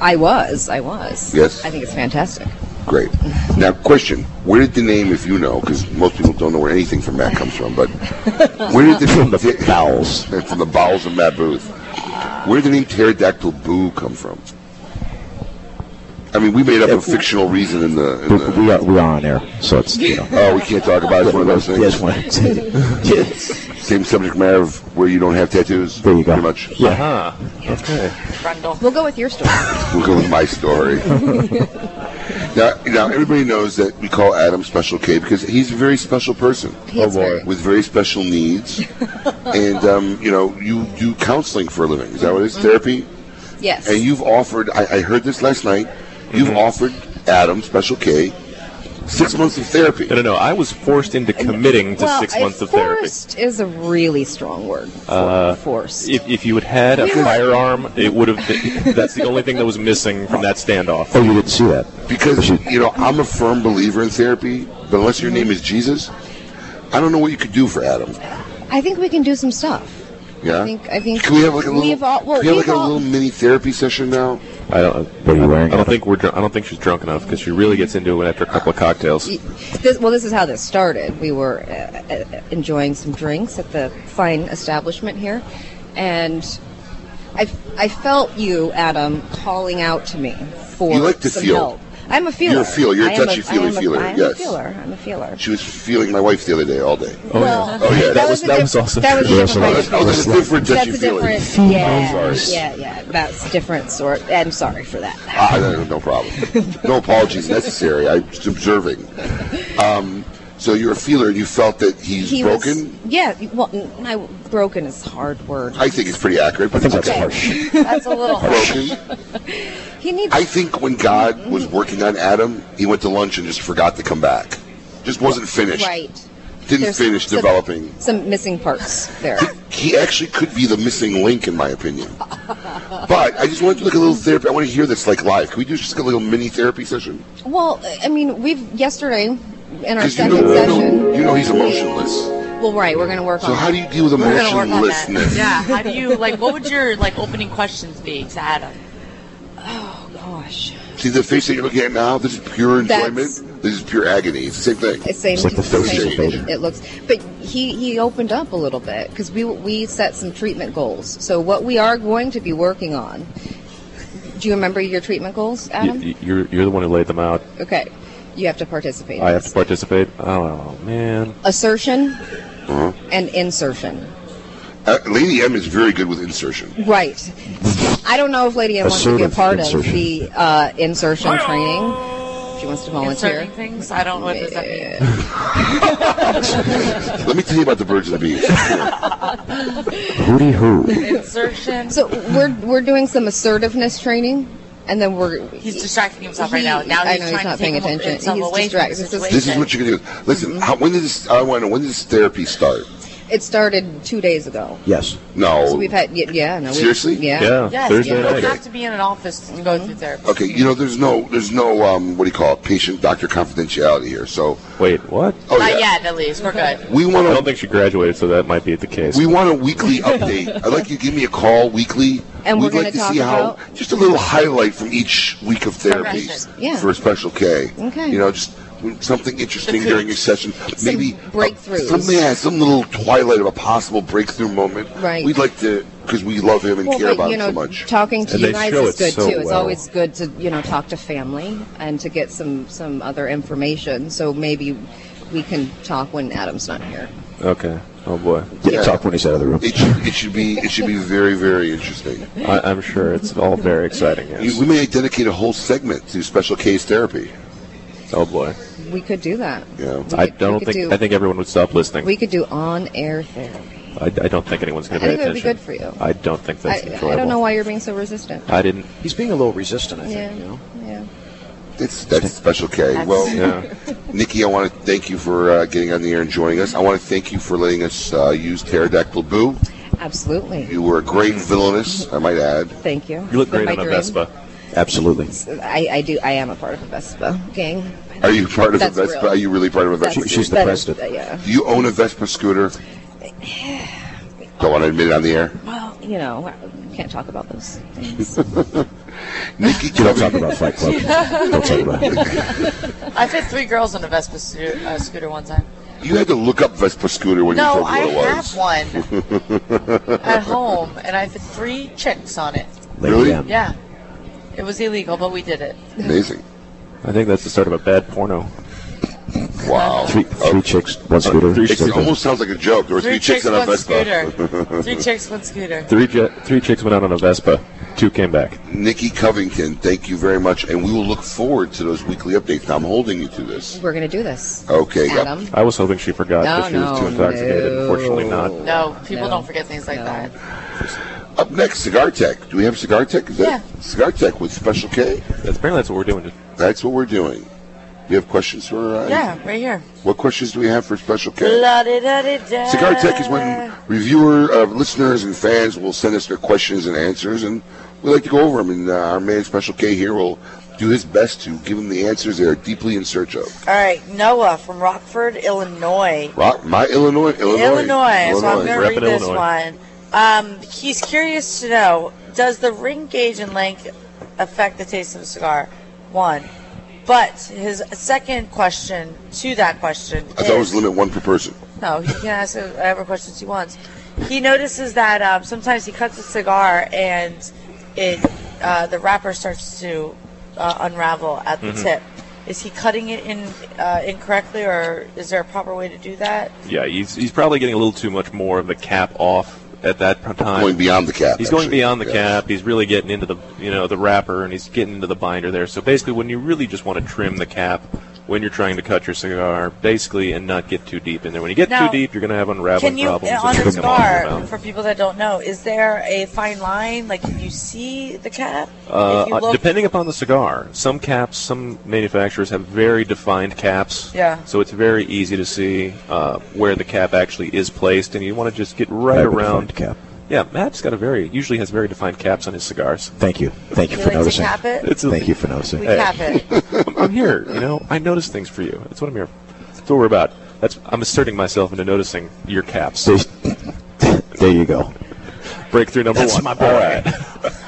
[SPEAKER 28] I was. I was.
[SPEAKER 4] Yes.
[SPEAKER 28] I think it's fantastic.
[SPEAKER 4] Great. Now, question: Where did the name, if you know, because most people don't know where anything from Matt comes from, but where did the from the bowels from the bowels of Matt Booth? Where did the name pterodactyl Boo come from? I mean, we made up a fictional reason in the. In
[SPEAKER 6] We,
[SPEAKER 4] the
[SPEAKER 6] we are, we are on air, so it's you know.
[SPEAKER 4] oh, we can't talk about it. It's one of those things.
[SPEAKER 6] Yes, one.
[SPEAKER 4] Same subject matter of where you don't have tattoos. There you go. Pretty much.
[SPEAKER 6] Yeah.
[SPEAKER 5] Uh-huh.
[SPEAKER 4] Okay.
[SPEAKER 28] We'll go with your story.
[SPEAKER 4] We'll go with my story. now, now everybody knows that we call Adam Special K because he's a very special person.
[SPEAKER 28] He is Oh, boy. very.
[SPEAKER 4] With very special needs, and um, you know, you do counseling for a living. Is that what it is?
[SPEAKER 28] Mhm.
[SPEAKER 4] Therapy.
[SPEAKER 28] yes. Mm-hmm.
[SPEAKER 4] And you've offered. I, I heard this last night. You've offered Adam Special K six months of therapy.
[SPEAKER 5] No, no, no. I was forced into committing to
[SPEAKER 28] well,
[SPEAKER 5] six
[SPEAKER 28] I-
[SPEAKER 5] months of therapy.
[SPEAKER 28] forced is a really strong word.
[SPEAKER 5] Uh,
[SPEAKER 28] forced.
[SPEAKER 5] If, if you had had a
[SPEAKER 28] We were-
[SPEAKER 5] firearm, it would have. Been, that's the only thing that was missing from that standoff.
[SPEAKER 6] Oh, you didn't see that.
[SPEAKER 4] Because you know, I'm a firm believer in therapy, but unless your name is Jesus, I don't know what you could do for Adam.
[SPEAKER 28] I think we can do some stuff.
[SPEAKER 4] Yeah.
[SPEAKER 28] I think I think
[SPEAKER 4] Can we have like a little?
[SPEAKER 28] we've all well
[SPEAKER 4] can we have
[SPEAKER 28] we've
[SPEAKER 4] like a
[SPEAKER 28] all-
[SPEAKER 4] little mini therapy session now?
[SPEAKER 5] I don't. What are you wearing? I don't think we're. Dr- I don't think she's drunk enough because she really gets into it after a couple of cocktails.
[SPEAKER 28] This, well, this is how this started. We were uh, uh, enjoying some drinks at the fine establishment here, and I, I felt you, Adam, calling out to me for
[SPEAKER 4] You like to
[SPEAKER 28] some
[SPEAKER 4] feel.
[SPEAKER 28] help. I'm a feeler.
[SPEAKER 4] You're a feeler. You're a
[SPEAKER 28] I am
[SPEAKER 4] touchy-feely
[SPEAKER 28] I am a-
[SPEAKER 4] feeler,
[SPEAKER 28] I am
[SPEAKER 4] yes.
[SPEAKER 28] a feeler. I'm a feeler.
[SPEAKER 4] She was feeling my wife the other day all day.
[SPEAKER 28] Oh, yeah. Well,
[SPEAKER 4] Oh yeah.
[SPEAKER 28] that That was was- a that diff- was also- that was a different kind of
[SPEAKER 4] Oh, that's a different
[SPEAKER 28] That's
[SPEAKER 4] touchy
[SPEAKER 28] a
[SPEAKER 4] feeling. Oh,
[SPEAKER 28] different. Yeah, yeah, yeah. That's a different sort. I'm sorry for that.
[SPEAKER 4] Ah, no, no problem. No apologies necessary. I'm just observing. Um, so you're a feeler, and you felt that he's
[SPEAKER 28] He was-
[SPEAKER 4] broken.
[SPEAKER 28] yeah. Well, n- I, broken is a hard word.
[SPEAKER 4] I think it's pretty accurate, but it's okay.
[SPEAKER 28] that's a little harsh.
[SPEAKER 4] Broken.
[SPEAKER 28] He needs.
[SPEAKER 4] I think when God was working on Adam, he went to lunch and just forgot to come back. Just wasn't finished.
[SPEAKER 28] Right.
[SPEAKER 4] Didn't
[SPEAKER 28] There's
[SPEAKER 4] finish
[SPEAKER 28] some-
[SPEAKER 4] developing.
[SPEAKER 28] Some missing parts there.
[SPEAKER 4] He actually could be the missing link, in my opinion. But I just want to look a little therapy. I want to hear this like live. Can we do just a little mini therapy session?
[SPEAKER 28] well, I mean, we've yesterday in our
[SPEAKER 4] you
[SPEAKER 28] second
[SPEAKER 4] know, you
[SPEAKER 28] session.
[SPEAKER 4] know, you know he's emotionless.
[SPEAKER 28] Well, right. We're going to work
[SPEAKER 4] So
[SPEAKER 28] on.
[SPEAKER 4] how
[SPEAKER 28] that.
[SPEAKER 4] do you deal with
[SPEAKER 28] We're gonna work on that.
[SPEAKER 4] emotionlessness?
[SPEAKER 7] Yeah. How do you like? What would your like opening questions be to Adam?
[SPEAKER 28] Oh gosh.
[SPEAKER 4] See the face that you're looking at now? This is pure
[SPEAKER 28] That's-
[SPEAKER 4] enjoyment. This is pure agony. It's the same thing.
[SPEAKER 28] It's same,
[SPEAKER 4] Those
[SPEAKER 28] same-
[SPEAKER 4] days.
[SPEAKER 28] It looks, but he he opened up a little bit because we we set some treatment goals. So what we are going to be working on. Do you remember your treatment goals, Adam?
[SPEAKER 5] Y- y- you're, you're the one who laid them out.
[SPEAKER 28] Okay, you have to participate. in
[SPEAKER 5] I have
[SPEAKER 28] this.
[SPEAKER 5] to participate. Oh man.
[SPEAKER 28] Assertion
[SPEAKER 4] Uh-huh.
[SPEAKER 28] and insertion.
[SPEAKER 4] Uh, Lady M is very good with insertion.
[SPEAKER 28] Right. I don't know if Lady M wants to be a
[SPEAKER 4] Assertive
[SPEAKER 28] part
[SPEAKER 4] insertion.
[SPEAKER 28] of the uh, insertion training. If She wants to volunteer.
[SPEAKER 7] Inserting things. I don't. What does that mean?
[SPEAKER 4] Let me tell you about the birds and the bees.
[SPEAKER 6] Hooty hoo.
[SPEAKER 7] Insertion.
[SPEAKER 28] So we're we're doing some assertiveness training, and then we're
[SPEAKER 7] He's distracting himself right now. Now
[SPEAKER 28] I
[SPEAKER 7] he's
[SPEAKER 28] know
[SPEAKER 7] trying
[SPEAKER 28] he's
[SPEAKER 7] to take
[SPEAKER 28] not paying
[SPEAKER 7] him a-
[SPEAKER 28] attention.
[SPEAKER 7] himself
[SPEAKER 28] He's
[SPEAKER 7] away from the
[SPEAKER 28] distracted. This is-
[SPEAKER 4] This is what you're gonna do. Listen, how, when did this? I want to know. When did this therapy start?
[SPEAKER 28] It started two days ago.
[SPEAKER 6] Yes.
[SPEAKER 4] No.
[SPEAKER 28] So we've had yeah, yeah no. we've-
[SPEAKER 4] Oh. Seriously?
[SPEAKER 28] Yeah.
[SPEAKER 4] Yeah,
[SPEAKER 7] Yes,
[SPEAKER 4] Thursday
[SPEAKER 7] you don't
[SPEAKER 4] night.
[SPEAKER 7] have to be in an office to go through therapy.
[SPEAKER 4] Okay, you know, there's no, there's no, um, what do you call it, patient doctor confidentiality here. So
[SPEAKER 5] wait, what?
[SPEAKER 4] Oh
[SPEAKER 7] Not
[SPEAKER 4] yeah,
[SPEAKER 7] yet, at least. We're good.
[SPEAKER 4] we want
[SPEAKER 5] I
[SPEAKER 4] to.
[SPEAKER 5] don't think she graduated, so that might be the case.
[SPEAKER 4] We want a weekly update. I'd like you to give me a call weekly.
[SPEAKER 28] And we're
[SPEAKER 4] We'd
[SPEAKER 28] gonna
[SPEAKER 4] like to
[SPEAKER 28] talk
[SPEAKER 4] see how
[SPEAKER 28] about-
[SPEAKER 4] just a little highlight from each week of therapy
[SPEAKER 28] Progression. Yeah.
[SPEAKER 4] for a special K.
[SPEAKER 28] Okay.
[SPEAKER 4] You know, just something interesting during your session. Maybe
[SPEAKER 28] breakthroughs.
[SPEAKER 4] some yeah, some little twilight of a possible breakthrough moment.
[SPEAKER 28] Right.
[SPEAKER 4] We'd like to because we love him and
[SPEAKER 28] Well,
[SPEAKER 4] care
[SPEAKER 28] but,
[SPEAKER 4] about
[SPEAKER 28] you know,
[SPEAKER 4] him so much.
[SPEAKER 28] talking to
[SPEAKER 4] And
[SPEAKER 28] you
[SPEAKER 4] they
[SPEAKER 28] guys
[SPEAKER 4] show
[SPEAKER 28] is
[SPEAKER 4] it
[SPEAKER 28] good
[SPEAKER 4] so
[SPEAKER 28] too. It's
[SPEAKER 4] well.
[SPEAKER 28] always good to you know talk to family and to get some some other information. So maybe we can talk when Adam's not here.
[SPEAKER 5] Okay. Oh boy.
[SPEAKER 4] Yeah.
[SPEAKER 6] Talk when he's out of the room.
[SPEAKER 4] It should, it should be it should be very very interesting.
[SPEAKER 5] I, I'm sure it's all very exciting.
[SPEAKER 4] You- We may dedicate a whole segment to special case therapy.
[SPEAKER 5] Oh boy.
[SPEAKER 28] We could do that.
[SPEAKER 4] Yeah.
[SPEAKER 5] I
[SPEAKER 28] we
[SPEAKER 5] don't
[SPEAKER 28] could
[SPEAKER 5] think
[SPEAKER 28] do-
[SPEAKER 5] I think everyone would stop listening.
[SPEAKER 28] We could do on air therapy.
[SPEAKER 5] I, I don't think anyone's
[SPEAKER 28] I
[SPEAKER 5] going to pay
[SPEAKER 28] think it would be
[SPEAKER 5] attention.
[SPEAKER 28] good for you.
[SPEAKER 5] I don't think that's
[SPEAKER 28] I,
[SPEAKER 5] enjoyable.
[SPEAKER 28] I don't know why you're being so resistant.
[SPEAKER 5] I didn't.
[SPEAKER 6] He's being a little resistant. I think.
[SPEAKER 28] yeah. Yeah.
[SPEAKER 4] It's that's special K.
[SPEAKER 28] That's-
[SPEAKER 4] well,
[SPEAKER 28] Yeah.
[SPEAKER 4] Nikki, I want to thank you for uh, getting on the air and joining us. I want to thank you for letting us uh, use pterodactyl boo.
[SPEAKER 28] Absolutely.
[SPEAKER 4] You were a great villainous, I might add.
[SPEAKER 28] Thank you.
[SPEAKER 4] You look
[SPEAKER 28] With
[SPEAKER 4] great
[SPEAKER 28] my
[SPEAKER 4] on a
[SPEAKER 28] dream.
[SPEAKER 4] Vespa.
[SPEAKER 6] Absolutely.
[SPEAKER 28] I, I do. I am a part of the Vespa gang.
[SPEAKER 4] Are you part of
[SPEAKER 28] That's
[SPEAKER 4] a Vespa?
[SPEAKER 28] real.
[SPEAKER 4] Are you really part of a
[SPEAKER 28] That's-
[SPEAKER 4] Vespa?
[SPEAKER 28] She's the that is- president. yeah.
[SPEAKER 4] Do you own a Vespa scooter? Don't want to admit it on the air.
[SPEAKER 28] Well, you know, we can't talk about those things.
[SPEAKER 4] Nikki, don't talk
[SPEAKER 6] about Fight Club.
[SPEAKER 4] Don't talk about
[SPEAKER 7] I fit three girls on a Vespa sco- uh, scooter one time.
[SPEAKER 4] You had to look up Vespa scooter when
[SPEAKER 7] no,
[SPEAKER 4] you
[SPEAKER 7] I
[SPEAKER 4] told me
[SPEAKER 7] have one
[SPEAKER 4] what it was.
[SPEAKER 7] at home, and I fit three chicks on it.
[SPEAKER 4] Really?
[SPEAKER 7] Yeah, it was illegal, but we did it.
[SPEAKER 4] Amazing.
[SPEAKER 5] I think that's the start of a bad porno.
[SPEAKER 4] Wow.
[SPEAKER 6] Three, three chicks, one scooter.
[SPEAKER 5] three
[SPEAKER 4] It
[SPEAKER 5] chicks.
[SPEAKER 4] almost sounds like a joke. There were three,
[SPEAKER 7] Three
[SPEAKER 4] chicks
[SPEAKER 7] chicks,
[SPEAKER 4] on a
[SPEAKER 7] one
[SPEAKER 4] Vespa.
[SPEAKER 7] scooter. Three chicks, one scooter.
[SPEAKER 5] Three je- three chicks went out on a Vespa. Two came back.
[SPEAKER 4] Nikki Covington, thank you very much, and we will look forward to those weekly updates. Now, I'm holding you to this.
[SPEAKER 28] We're gonna do this.
[SPEAKER 4] Okay. yep.
[SPEAKER 28] Adam.
[SPEAKER 5] I was hoping she forgot,
[SPEAKER 28] No,
[SPEAKER 5] but she was too
[SPEAKER 28] no,
[SPEAKER 5] intoxicated. Unfortunately, not.
[SPEAKER 7] No, people don't forget things like that.
[SPEAKER 4] Up next, Cigar Tech. Do we have Cigar Tech? Is that Cigar Tech with Special K?
[SPEAKER 5] apparently, that's what we're doing.
[SPEAKER 4] That's what we're doing. We have questions for. Uh,
[SPEAKER 7] Yeah, right here.
[SPEAKER 4] What questions do we have for Special K?
[SPEAKER 7] La-di-da-di-da.
[SPEAKER 4] Cigar Tech is when reviewer, uh, listeners, and fans will send us their questions and answers, and we like to go over them. And uh, our man Special K here will do his best to give them the answers they are deeply in search of.
[SPEAKER 1] All right, Noah from Rockford, Illinois.
[SPEAKER 4] Rock, my Illinois, Illinois,
[SPEAKER 1] Illinois, so I'm
[SPEAKER 4] Illinois.
[SPEAKER 1] going to read this one. Um, he's curious to know: Does the ring gauge and length affect the taste of a cigar? One. But his second question to that question
[SPEAKER 4] I thought it
[SPEAKER 1] is:
[SPEAKER 4] was limit one per person.
[SPEAKER 1] No, he can ask whatever questions he wants. He notices that um, sometimes he cuts a cigar and it uh, the wrapper starts to uh, unravel at the
[SPEAKER 4] Mm-hmm.
[SPEAKER 5] Mhm.
[SPEAKER 1] tip. Is he cutting it in uh, incorrectly, or is there a proper way to do that?
[SPEAKER 5] Yeah, he's, he's probably getting a little too much more of the cap off at that p- time.
[SPEAKER 4] Going beyond the cap,
[SPEAKER 5] He's going
[SPEAKER 4] actually.
[SPEAKER 5] beyond the
[SPEAKER 4] Yeah.
[SPEAKER 5] cap. He's really getting into the you know the wrapper and he's getting into the binder there. So basically, when you really just want to trim the cap when you're trying to cut your cigar, basically, and not get too deep in there. When you get
[SPEAKER 1] Now,
[SPEAKER 5] too deep, you're going to have unraveling
[SPEAKER 1] Can you uh,
[SPEAKER 5] problems.
[SPEAKER 1] on
[SPEAKER 5] and
[SPEAKER 1] a
[SPEAKER 5] come off your
[SPEAKER 1] cigar?
[SPEAKER 5] mouth.
[SPEAKER 1] For people that don't know, is there a fine line? Like, can you see the cap?
[SPEAKER 5] Uh,
[SPEAKER 1] If you
[SPEAKER 5] uh,
[SPEAKER 1] look-
[SPEAKER 5] depending upon the cigar, some caps, some manufacturers have very defined caps.
[SPEAKER 1] Yeah.
[SPEAKER 5] So it's very easy to see uh, where the cap actually is placed, and you want to just get right
[SPEAKER 6] Very
[SPEAKER 5] around.
[SPEAKER 6] defined cap.
[SPEAKER 5] Yeah, Matt's got a very usually has very defined caps on his cigars.
[SPEAKER 6] Thank you. Thank you
[SPEAKER 1] You
[SPEAKER 6] for
[SPEAKER 1] like to
[SPEAKER 6] noticing.
[SPEAKER 1] cap it? It's
[SPEAKER 5] a-
[SPEAKER 6] Thank you for noticing.
[SPEAKER 1] We cap it.
[SPEAKER 5] I'm, I'm here. You know, I notice things for you. That's what I'm here. for. That's what we're about. That's I'm asserting myself into noticing your caps.
[SPEAKER 6] there you go.
[SPEAKER 5] Breakthrough number
[SPEAKER 6] That's
[SPEAKER 5] one.
[SPEAKER 6] my boy.
[SPEAKER 5] All right.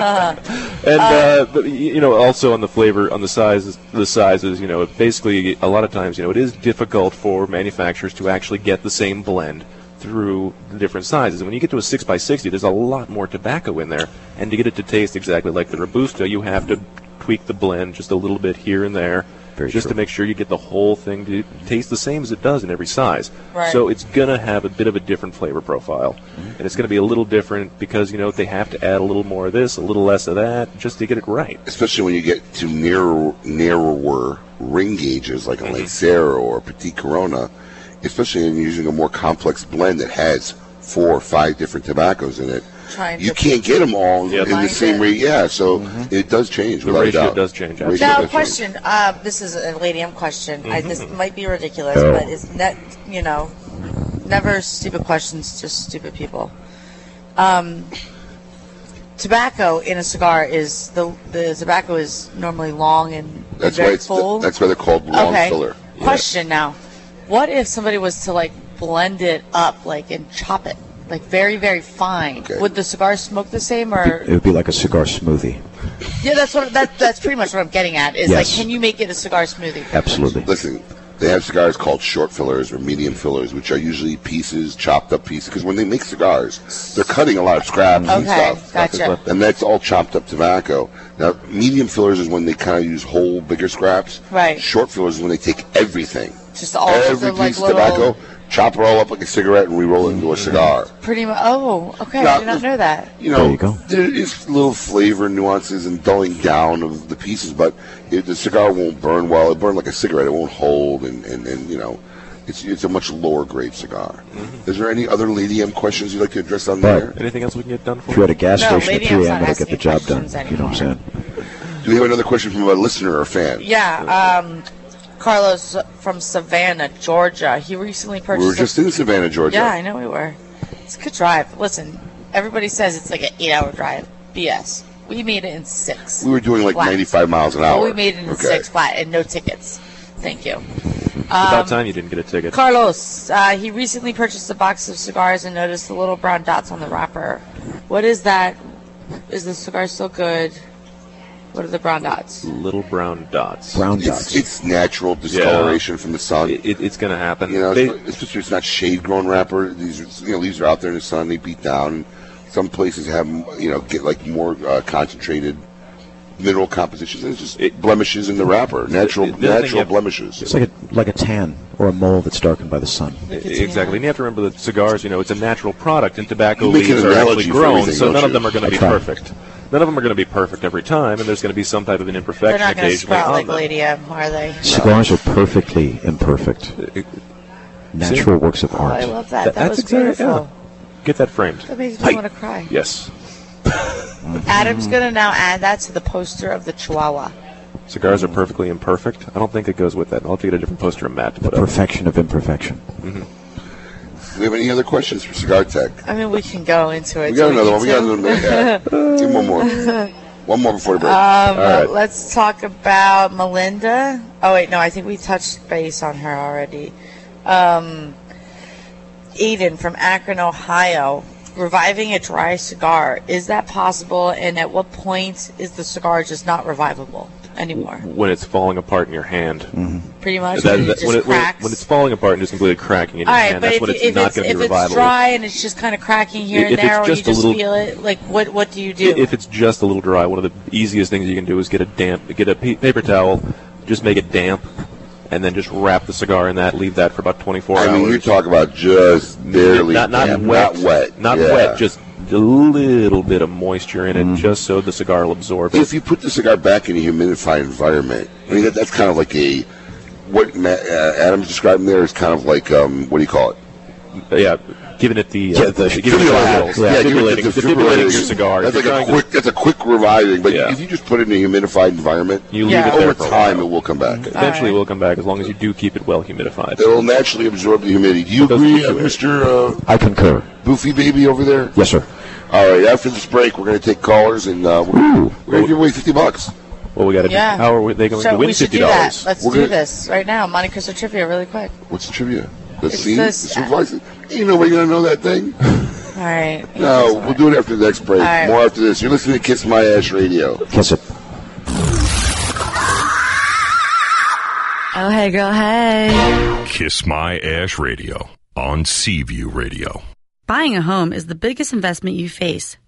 [SPEAKER 5] and uh, the- you know, also on the flavor, on the sizes, the sizes. You know, basically, a lot of times, you know, it is difficult for manufacturers to actually get the same blend through the different sizes. And when you get to a six x sixty, there's a lot more tobacco in there, and to get it to taste exactly like the robusta, you have to tweak the blend just a little bit here and there. just to make sure you get the whole thing to taste the same as it does in every size.
[SPEAKER 29] Right.
[SPEAKER 5] So it's going to have a bit of a different flavor profile.
[SPEAKER 6] Mm-hmm.
[SPEAKER 5] And it's going to be a little different because, you know, they have to add a little more of this, a little less of that, just to get it right.
[SPEAKER 4] especially when you get to nearer, narrower ring gauges like a
[SPEAKER 1] Mm-hmm.
[SPEAKER 4] Lancero or a Petit Corona, especially in using a more complex blend that has four or five different tobaccos in it.
[SPEAKER 1] Trying
[SPEAKER 4] You
[SPEAKER 1] to-
[SPEAKER 4] can't get them all
[SPEAKER 1] Yep.
[SPEAKER 4] in the
[SPEAKER 1] Find
[SPEAKER 4] same
[SPEAKER 1] it.
[SPEAKER 4] rate. Yeah, so it does change.
[SPEAKER 5] The
[SPEAKER 4] without a
[SPEAKER 5] ratio
[SPEAKER 4] doubt.
[SPEAKER 5] does change,
[SPEAKER 4] The ratio
[SPEAKER 1] Now,
[SPEAKER 4] does change.
[SPEAKER 1] question. Uh, this is a Lady M question. I, this
[SPEAKER 5] Mm-hmm.
[SPEAKER 1] might be ridiculous,
[SPEAKER 4] Oh.
[SPEAKER 1] but it's net. You know, never stupid questions, just stupid people. Um, tobacco in a cigar is the the tobacco is normally long and
[SPEAKER 4] That's why
[SPEAKER 1] very
[SPEAKER 4] it's
[SPEAKER 1] full.
[SPEAKER 4] that's why they're called long
[SPEAKER 1] okay.
[SPEAKER 4] filler. Yeah.
[SPEAKER 1] Question now: What if somebody was to like blend it up, like and chop it, like very very fine? Would the cigar smoke the same or?
[SPEAKER 6] It would be like a cigar smoothie.
[SPEAKER 1] Yeah, that's what that, that's pretty much what I'm getting at. Is like,
[SPEAKER 4] Yes.
[SPEAKER 1] can you make it a cigar smoothie?
[SPEAKER 6] Absolutely.
[SPEAKER 4] Listen, they have cigars called short fillers or medium fillers, which are usually pieces, chopped up pieces. Because when they make cigars, they're cutting a lot of scraps and
[SPEAKER 1] Okay,
[SPEAKER 4] stuff.
[SPEAKER 1] gotcha.
[SPEAKER 4] And that's all chopped up tobacco. Now, medium fillers is when they kind of use whole, bigger scraps.
[SPEAKER 1] Right.
[SPEAKER 4] Short fillers is when they take everything,
[SPEAKER 1] Just all of
[SPEAKER 4] every
[SPEAKER 1] the like
[SPEAKER 4] piece
[SPEAKER 1] little.
[SPEAKER 4] of tobacco, chop it all up like a cigarette, and re-roll it into a cigar.
[SPEAKER 1] Pretty much. Oh, okay. I
[SPEAKER 4] Now,
[SPEAKER 1] did not know that.
[SPEAKER 4] you know, there is little flavor nuances and dulling down of the pieces, but it, the cigar won't burn well. It burn like a cigarette. It won't hold, and, and, and you know, it's it's a much lower grade cigar. Is there any other Lady M questions you'd like to address on
[SPEAKER 6] Right.
[SPEAKER 4] there?
[SPEAKER 5] Anything else we can get done for?
[SPEAKER 6] If you had a gas
[SPEAKER 4] No,
[SPEAKER 6] station
[SPEAKER 4] maybe
[SPEAKER 6] at
[SPEAKER 4] I'm
[SPEAKER 6] 3
[SPEAKER 4] not
[SPEAKER 6] a.m., it'll get
[SPEAKER 4] asking
[SPEAKER 6] the job done.
[SPEAKER 1] questions
[SPEAKER 6] You know what I'm saying?
[SPEAKER 4] Do we have another question from a listener or a fan?
[SPEAKER 1] Yeah. Um, Carlos from Savannah, Georgia. He recently
[SPEAKER 4] we
[SPEAKER 1] purchased.
[SPEAKER 4] were
[SPEAKER 1] a-
[SPEAKER 4] just in Savannah, Georgia.
[SPEAKER 1] Yeah, I know we were. It's a good drive. Listen, everybody says it's like an eight-hour drive. BS. We made it in six.
[SPEAKER 4] We were doing like
[SPEAKER 1] Flat.
[SPEAKER 4] 95 miles an hour.
[SPEAKER 1] Well, we made it in six flat and no tickets. Thank you.
[SPEAKER 5] It's about
[SPEAKER 1] Um,
[SPEAKER 5] time you didn't get a ticket.
[SPEAKER 1] Carlos, uh, he recently purchased a box of cigars and noticed the little brown dots on the wrapper. What is that? Is the cigar still good? What are the brown dots?
[SPEAKER 5] little brown dots.
[SPEAKER 6] Brown
[SPEAKER 4] It's, it's natural discoloration from the sun.
[SPEAKER 5] It, it's going to happen.
[SPEAKER 4] You know, it's- especially if it's not shade grown wrapper. These you know leaves are out there in the sun. They beat down. Some places have you know get like more uh, concentrated mineral compositions. There's just blemishes in the wrapper. Natural
[SPEAKER 5] the other thing you
[SPEAKER 4] natural
[SPEAKER 5] have-
[SPEAKER 4] blemishes.
[SPEAKER 6] It's like a, like a tan or a mole that's darkened by the sun.
[SPEAKER 5] E-, Exactly, and you have to remember that cigars, you know, it's a natural product, and tobacco
[SPEAKER 6] You make an
[SPEAKER 5] leaves are
[SPEAKER 6] analogy
[SPEAKER 5] actually
[SPEAKER 6] for
[SPEAKER 5] grown,
[SPEAKER 6] everything,
[SPEAKER 5] so
[SPEAKER 6] don't
[SPEAKER 5] none of
[SPEAKER 6] you?
[SPEAKER 5] them are going
[SPEAKER 6] I
[SPEAKER 5] to be
[SPEAKER 6] try.
[SPEAKER 5] perfect. None of them are going to be perfect every time, and there's going to be some type of an
[SPEAKER 1] They're
[SPEAKER 5] imperfection
[SPEAKER 1] not going to
[SPEAKER 5] occasionally
[SPEAKER 1] sprout
[SPEAKER 5] on
[SPEAKER 1] like
[SPEAKER 4] Oh,
[SPEAKER 5] them.
[SPEAKER 1] Lady M, are they?
[SPEAKER 6] Cigars are perfectly imperfect. Natural works of
[SPEAKER 1] Oh,
[SPEAKER 6] art.
[SPEAKER 1] I love that. That, was beautiful.
[SPEAKER 5] Get that framed.
[SPEAKER 1] That makes me want to cry.
[SPEAKER 5] Yes.
[SPEAKER 1] Adam's going to now add that to the poster of the Chihuahua.
[SPEAKER 5] Mm-hmm. Cigars are perfectly imperfect. I don't think it goes with that. I'll have to get a different poster of Matt to put up. Mm-hmm.
[SPEAKER 6] Perfection of imperfection.
[SPEAKER 4] Do we have any other questions for Cigar Tech?
[SPEAKER 1] I mean, we can go into it.
[SPEAKER 4] We got
[SPEAKER 1] Do
[SPEAKER 4] another
[SPEAKER 1] need
[SPEAKER 4] one. We got
[SPEAKER 1] to?
[SPEAKER 4] another one. Yeah. Give me one more. One more before the break.
[SPEAKER 1] Um, Let's talk about Melinda. Oh wait, no, I think we touched base on her already. Um, Aiden from Akron, Ohio, reviving a dry cigar. Is that possible? And at what point is the cigar just not revivable anymore?
[SPEAKER 5] When it's falling apart in your hand.
[SPEAKER 6] Mm-hmm.
[SPEAKER 1] Pretty much.
[SPEAKER 5] That-
[SPEAKER 1] it
[SPEAKER 5] that-
[SPEAKER 1] just
[SPEAKER 5] when, it- when, it-
[SPEAKER 1] cracks.
[SPEAKER 5] when it's falling apart and just completely cracking in
[SPEAKER 1] All
[SPEAKER 5] your
[SPEAKER 1] right,
[SPEAKER 5] hand,
[SPEAKER 1] but
[SPEAKER 5] that's
[SPEAKER 1] if,
[SPEAKER 5] when
[SPEAKER 1] you-
[SPEAKER 5] it's
[SPEAKER 1] if
[SPEAKER 5] not
[SPEAKER 1] it's,
[SPEAKER 5] going to
[SPEAKER 1] if
[SPEAKER 5] be
[SPEAKER 1] it's
[SPEAKER 5] revivable.
[SPEAKER 1] dry and it's just kind of cracking here
[SPEAKER 5] If
[SPEAKER 1] and
[SPEAKER 5] it's
[SPEAKER 1] there, or you
[SPEAKER 5] just a
[SPEAKER 1] just
[SPEAKER 5] little-
[SPEAKER 1] feel it, like what what do you do?
[SPEAKER 5] If it's just a little dry, one of the easiest things you can do is get a damp, get a pe- paper towel, just make it damp, and then just wrap the cigar in that. Leave that for about 24
[SPEAKER 4] I
[SPEAKER 5] hours.
[SPEAKER 4] mean, you're talking about just barely
[SPEAKER 5] not not
[SPEAKER 4] damp,
[SPEAKER 5] wet,
[SPEAKER 4] not wet,
[SPEAKER 5] not
[SPEAKER 4] yeah. Mm-hmm.
[SPEAKER 5] wet, just a little bit of moisture in it, just so the cigar will absorb it.
[SPEAKER 4] If you put the cigar back in a humidified environment, I mean that, that's kind of like a what Ma- uh, Adam's describing there is kind of like um, what do you call it?
[SPEAKER 5] Yeah, giving it the uh,
[SPEAKER 4] yeah, the
[SPEAKER 5] giving it the
[SPEAKER 4] defibrillator.
[SPEAKER 5] wheels. Yeah,
[SPEAKER 4] give it
[SPEAKER 5] defibrillating-
[SPEAKER 4] the
[SPEAKER 5] defibrillating your
[SPEAKER 4] defibrillator.
[SPEAKER 5] cigar.
[SPEAKER 4] That's like
[SPEAKER 5] If you're
[SPEAKER 4] a
[SPEAKER 5] trying to-
[SPEAKER 4] quick. That's a quick reviving. But if you just put it in a humidified environment,
[SPEAKER 5] You leave Yeah. it there
[SPEAKER 4] over
[SPEAKER 5] for a
[SPEAKER 4] time, it will come back.
[SPEAKER 5] Eventually, will come back as long as you do keep it well humidified.
[SPEAKER 4] It'll naturally absorb the humidity. Do you agree, uh, Mr. Uh,
[SPEAKER 6] I concur.
[SPEAKER 4] Boofy Baby over there?
[SPEAKER 6] Yes, sir.
[SPEAKER 4] All right. After this break, we're going to take callers and uh, we're, we're going to give away fifty bucks.
[SPEAKER 5] Well, we got
[SPEAKER 1] Yeah.
[SPEAKER 5] How are they going
[SPEAKER 1] so
[SPEAKER 5] to win
[SPEAKER 1] we should
[SPEAKER 5] fifty
[SPEAKER 1] do that.
[SPEAKER 5] dollars?
[SPEAKER 1] Let's do this right now. Monte Cristo trivia, really quick.
[SPEAKER 4] What's the trivia? The
[SPEAKER 1] It's
[SPEAKER 4] scene?
[SPEAKER 1] so
[SPEAKER 4] the
[SPEAKER 1] sad.
[SPEAKER 4] supervisor? Ain't nobody going to know that thing.
[SPEAKER 1] All right.
[SPEAKER 4] No, we'll do it after the next break.
[SPEAKER 1] All right.
[SPEAKER 4] More after this. You're listening to Kiss My Ash Radio.
[SPEAKER 6] Kiss it.
[SPEAKER 22] Oh, hey, girl, hey.
[SPEAKER 2] Kiss My Ash Radio on Seaview Radio.
[SPEAKER 29] Buying a home is the biggest investment you face.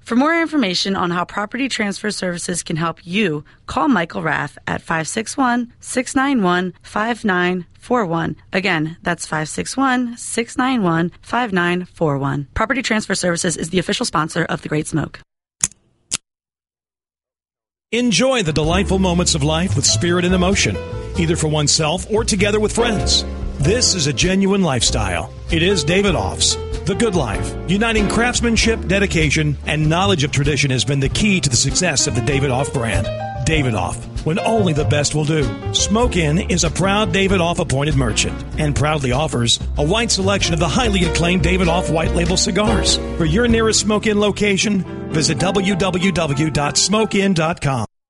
[SPEAKER 29] For more information on how property transfer services can help you, call Michael Raff at 561 691 5941. Again, that's 561 691 5941. Property Transfer Services is the official sponsor of The Great Smoke.
[SPEAKER 30] Enjoy the delightful moments of life with spirit and emotion, either for oneself or together with friends. This is a genuine lifestyle. It is Davidoff's. The Good Life. Uniting craftsmanship, dedication, and knowledge of tradition has been the key to the success of the Davidoff brand. Davidoff, when only the best will do. Smoke Inn is a proud Davidoff appointed merchant and proudly offers a wide selection of the highly acclaimed Davidoff white label cigars. For your nearest Smoke Inn location, visit www.smokein.com.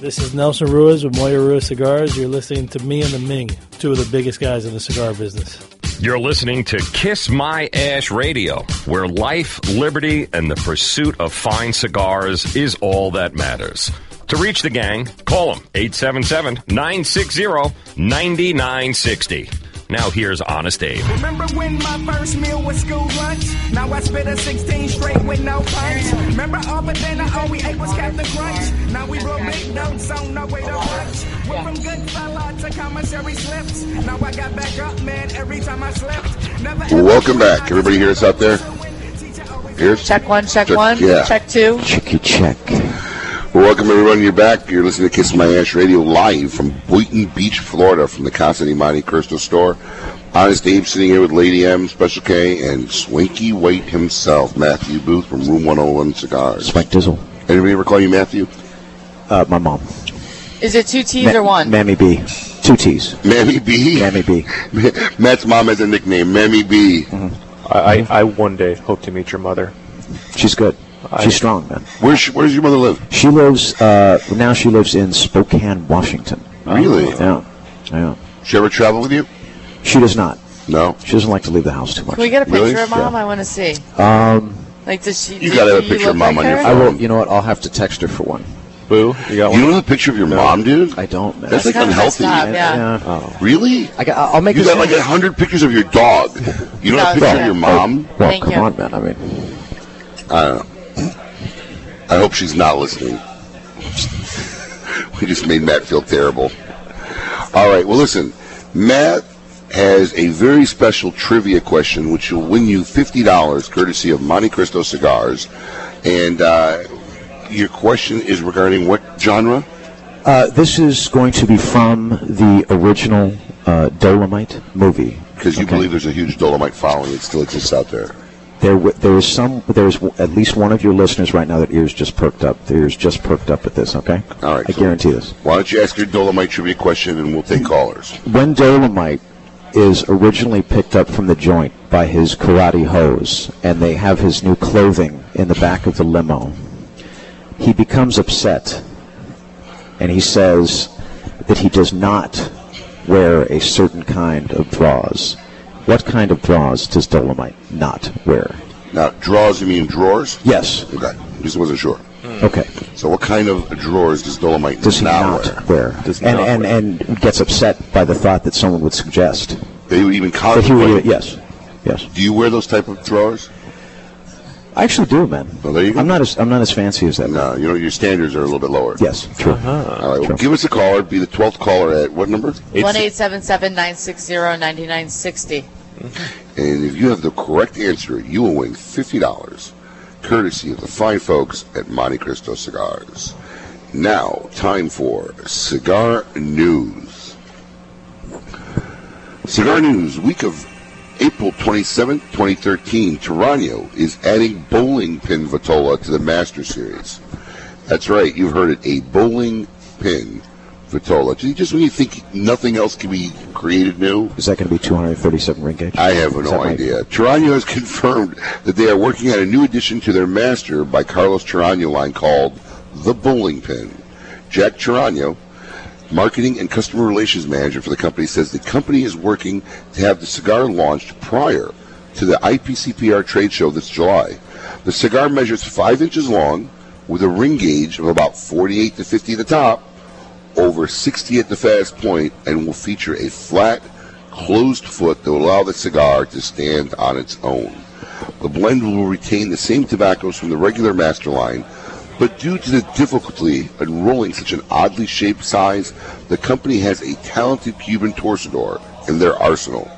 [SPEAKER 31] This is Nelson Ruiz with Moya Ruiz Cigars. You're listening to me and the Ming, two of the biggest guys in the cigar business.
[SPEAKER 2] You're listening to Kiss My Ash Radio, where life, liberty, and the pursuit of fine cigars is all that matters. To reach the gang, call them 877 960 9960. Now here's Honest Abe.
[SPEAKER 32] Remember when my first meal was school lunch? Now I spit a 16 straight with no punch. Remember all but then I all we ate was Captain Crunch. Now we roll big notes on no way to lunch. Went from good fella to commissary slips. Now I got back up, man, every time I slept. Never ever
[SPEAKER 4] Welcome back. Everybody hear us out there? Here's
[SPEAKER 1] Check one, check, one,
[SPEAKER 4] Yeah.
[SPEAKER 1] check two.
[SPEAKER 4] Checky check. Well, welcome everyone. You're back. You're listening to Kiss My Ash Radio live from Boynton Beach, Florida, from the Casa di Monte Cristo store. Honest Abe sitting here with Lady M, Special K, and Swanky White himself, Matthew Booth from Room 101 Cigars.
[SPEAKER 6] Swank Dizzle.
[SPEAKER 4] Anybody ever call you Matthew?
[SPEAKER 6] Uh, my mom.
[SPEAKER 1] Is it two T's or
[SPEAKER 6] Ma-
[SPEAKER 1] one?
[SPEAKER 6] Mammy B. Two T's.
[SPEAKER 4] Mammy B.
[SPEAKER 6] Mammy B.
[SPEAKER 4] Matt's mom has a nickname, Mammy B.
[SPEAKER 33] Mm-hmm. I, I, I one day hope to meet your mother.
[SPEAKER 6] She's good.
[SPEAKER 33] I-
[SPEAKER 6] She's strong, man.
[SPEAKER 4] Where's she, where does your mother live?
[SPEAKER 6] She lives uh, now. She lives in Spokane, Washington.
[SPEAKER 4] Really?
[SPEAKER 6] Yeah. Yeah.
[SPEAKER 4] She ever travel with you?
[SPEAKER 6] She does not.
[SPEAKER 4] No.
[SPEAKER 6] She doesn't like to leave the house too much.
[SPEAKER 1] Can we get a picture of mom? I want to see.
[SPEAKER 6] Um,
[SPEAKER 1] Like, does she?
[SPEAKER 6] You
[SPEAKER 1] does
[SPEAKER 6] gotta have a
[SPEAKER 1] she
[SPEAKER 6] picture of
[SPEAKER 1] look
[SPEAKER 6] mom
[SPEAKER 1] like
[SPEAKER 6] on your
[SPEAKER 1] her?
[SPEAKER 6] I will. You know what? I'll have to text her for one. Boo, you got
[SPEAKER 4] one. You don't have a picture of your mom, dude?
[SPEAKER 6] I don't, man.
[SPEAKER 4] That's, like
[SPEAKER 1] kinda messed
[SPEAKER 4] unhealthy. Oh.
[SPEAKER 1] up, yeah.
[SPEAKER 4] Really?
[SPEAKER 6] I got, I'll make
[SPEAKER 4] you
[SPEAKER 6] this
[SPEAKER 4] got like a hundred pictures of your dog. You don't have a picture
[SPEAKER 6] No,
[SPEAKER 4] of
[SPEAKER 6] no. Oh,
[SPEAKER 4] your mom?
[SPEAKER 6] Well, Thank come you. on, man. I mean,
[SPEAKER 4] I don't know. I hope she's not listening. we just made Matt feel terrible. All right. Well, listen, Matt has a very special trivia question, which will win you fifty dollars, courtesy of Monte Cristo Cigars, And uh, your question is regarding what genre?
[SPEAKER 6] Uh, this is going to be from the original uh, Dolomite movie.
[SPEAKER 4] Because you believe there's a huge Dolomite following that still exists out there.
[SPEAKER 6] There, w- there is some. There is w- at least one of your listeners right now that ears just perked up. Their ears just perked up at this. Okay.
[SPEAKER 4] All right.
[SPEAKER 6] I
[SPEAKER 4] so
[SPEAKER 6] guarantee this.
[SPEAKER 4] Why don't you ask your Dolomite trivia question and we'll take callers?
[SPEAKER 6] When Dolomite is originally picked up from the joint by his karate hose, and they have his new clothing in the back of the limo, he becomes upset, and he says that he does not wear a certain kind of draws. What kind of draws does Dolomite not wear?
[SPEAKER 4] Now, draws, you mean drawers?
[SPEAKER 6] Yes.
[SPEAKER 4] Okay. Just wasn't sure.
[SPEAKER 6] Okay.
[SPEAKER 4] So, what kind of drawers does Dolomite
[SPEAKER 6] Does he
[SPEAKER 4] not,
[SPEAKER 6] not
[SPEAKER 4] wear?
[SPEAKER 6] wear? and,
[SPEAKER 4] not
[SPEAKER 6] and, and gets upset by the thought that someone would suggest.
[SPEAKER 4] They even
[SPEAKER 6] That he
[SPEAKER 4] contemplate.
[SPEAKER 6] would- yes. Yes.
[SPEAKER 4] Do you wear those type of drawers?
[SPEAKER 6] I actually do, man. I'm not as I'm not as fancy as that.
[SPEAKER 4] No, you know your standards are a little bit lower.
[SPEAKER 6] Yes, true.
[SPEAKER 4] All right, well, give us a caller. Be the twelfth caller at what number?
[SPEAKER 7] One eight seven seven nine six zero ninety nine sixty.
[SPEAKER 4] And if you have the correct answer, you will win fifty dollars, courtesy of the fine folks at Monte Cristo Cigars. Now, time for cigar news. Cigar news week of April 27th, 2013. Toronto is adding bowling pin vitola to the Master Series. That's right, you've heard it. A bowling pin vitola. Just when you think nothing else can be created new,
[SPEAKER 6] Is that going to be 237 ring gauge?
[SPEAKER 4] I have
[SPEAKER 6] Is
[SPEAKER 4] no
[SPEAKER 6] that right?
[SPEAKER 4] idea. Tarano has confirmed that they are working on a new addition to their master by Carlos Tarano line called The Bowling Pin. Jack Tarano, marketing and customer relations manager for the company, says the company is working to have the cigar launched prior to the IPCPR trade show this July. The cigar measures five inches long with a ring gauge of about 48 to 50 at the top over 60 at the fast point and will feature a flat, closed foot that will allow the cigar to stand on its own. The blend will retain the same tobaccos from the regular master line, but due to the difficulty in rolling such an oddly shaped size, the company has a talented Cuban torcedor in their arsenal.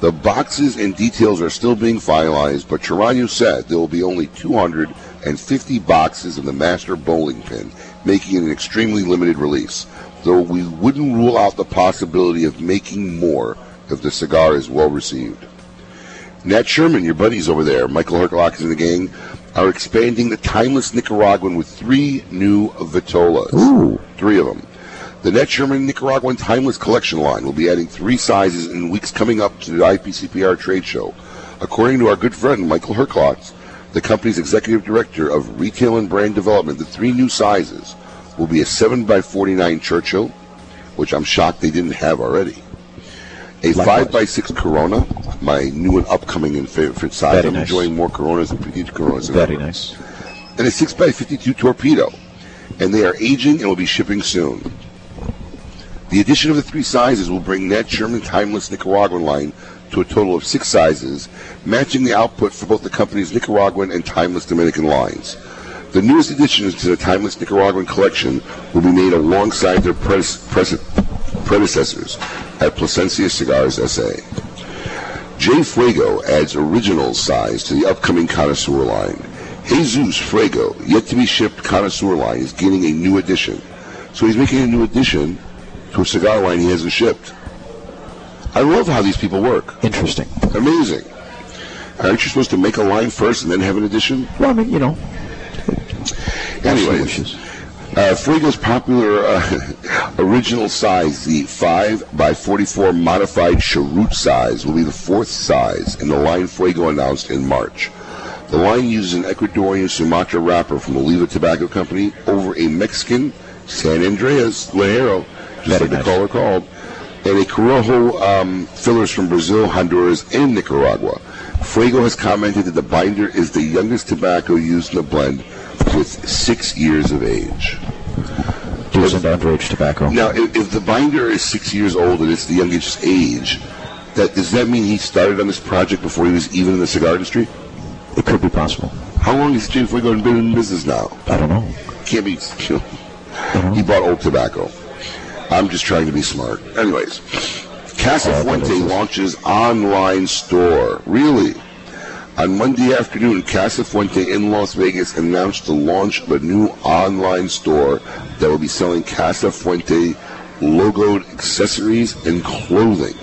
[SPEAKER 4] The boxes and details are still being finalized, but Chirano said there will be only 250 boxes of the Master Bowling Pin, making it an extremely limited release. Though we wouldn't rule out the possibility of making more if the cigar is well received. Nat Sherman, your buddies over there, Michael Herlock and the gang, are expanding the timeless Nicaraguan with three new Vitolas. Three of them. The Nat Sherman Nicaraguan Timeless Collection line will be adding three sizes in weeks coming up to the IPCPR trade show. According to our good friend Michael Herklotz, the company's executive director of retail and brand development, the three new sizes will be a 7x49 Churchill, which I'm shocked they didn't have already, a 5x6 Corona, my new and upcoming and favorite size.
[SPEAKER 6] Very
[SPEAKER 4] I'm
[SPEAKER 6] nice.
[SPEAKER 4] enjoying more Coronas and Petit Coronas. than
[SPEAKER 6] Very
[SPEAKER 4] ever
[SPEAKER 6] nice.
[SPEAKER 4] and a 6x52 torpedo, and they are aging and will be shipping soon. The addition of the three sizes will bring that German Timeless Nicaraguan line to a total of six sizes, matching the output for both the company's Nicaraguan and Timeless Dominican lines. The newest additions to the Timeless Nicaraguan collection will be made alongside their prede- prece- predecessors at Placencia Cigars SA. Jay Fuego adds original size to the upcoming connoisseur line. Jesus Fuego, yet to be shipped connoisseur line, is getting a new addition. So he's making a new addition to a cigar line he hasn't shipped. I love how these people work.
[SPEAKER 6] Interesting.
[SPEAKER 4] Amazing. Aren't you supposed to make a line first and then have an addition?
[SPEAKER 6] Well, I mean, you know.
[SPEAKER 4] Anyways, uh, Fuego's popular uh, original size, the 5 by 44 modified cheroot size, will be the fourth size in the line Fuego announced in March. The line uses an Ecuadorian Sumatra wrapper from Oliva Tobacco Company over a Mexican San Andreas Lajero, just like the caller called, and a Corojo um, fillers from Brazil, Honduras, and Nicaragua. Fuego has commented that the binder is the youngest tobacco used in the blend with six years of age.
[SPEAKER 6] Booze and underage tobacco.
[SPEAKER 4] Now, if, if the binder is six years old and it's the youngest age, that does that mean he started on this project before he was even in the cigar industry?
[SPEAKER 6] It could be possible.
[SPEAKER 4] How long has James Fuego been in business now?
[SPEAKER 6] I don't know.
[SPEAKER 4] Can't be. He bought old tobacco. I'm just trying to be smart. Anyways, Casa Fuente launches online store. Really? On Monday afternoon, Casa Fuente in Las Vegas announced the launch of a new online store that will be selling Casa Fuente logoed accessories and clothing.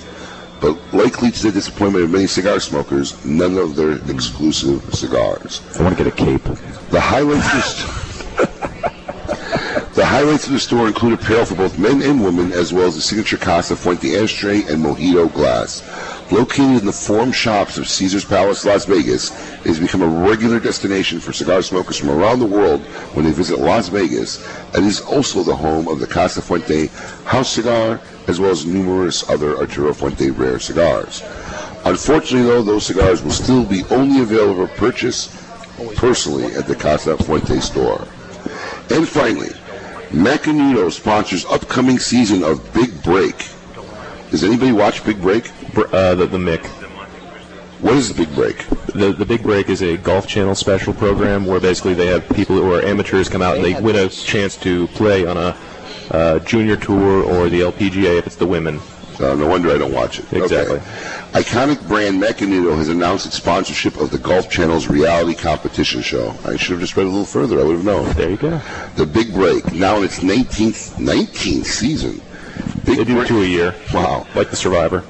[SPEAKER 4] But likely to the disappointment of many cigar smokers, none of their exclusive cigars.
[SPEAKER 6] I want to get a cape.
[SPEAKER 4] The highlights of the, st- the highlights of the store include apparel for both men and women, as well as the signature Casa Fuente ashtray and mojito glass. Located in the Forum Shops of Caesar's Palace, Las Vegas, it has become a regular destination for cigar smokers from around the world when they visit Las Vegas, and is also the home of the Casa Fuente House Cigar, as well as numerous other Arturo Fuente rare cigars. Unfortunately, though, those cigars will still be only available for purchase personally at the Casa Fuente store. And finally, Macanito sponsors upcoming season of Big Break. Does anybody watch Big Break?
[SPEAKER 5] Uh, the, the Mick.
[SPEAKER 4] What is the Big Break?
[SPEAKER 5] The, the Big Break is a Golf Channel special program where basically they have people who are amateurs come out and they win a chance to play on a uh, junior tour or the LPGA if it's the women.
[SPEAKER 4] Uh, no wonder I don't watch it.
[SPEAKER 5] Exactly.
[SPEAKER 4] Iconic brand Mecanito has announced its sponsorship of the Golf Channel's reality competition show. I should have just read a little further. I would have known.
[SPEAKER 5] There you go.
[SPEAKER 4] The Big Break, now in its 19th, 19th season. Big
[SPEAKER 5] They do two a year.
[SPEAKER 4] Wow.
[SPEAKER 5] Like the Survivor.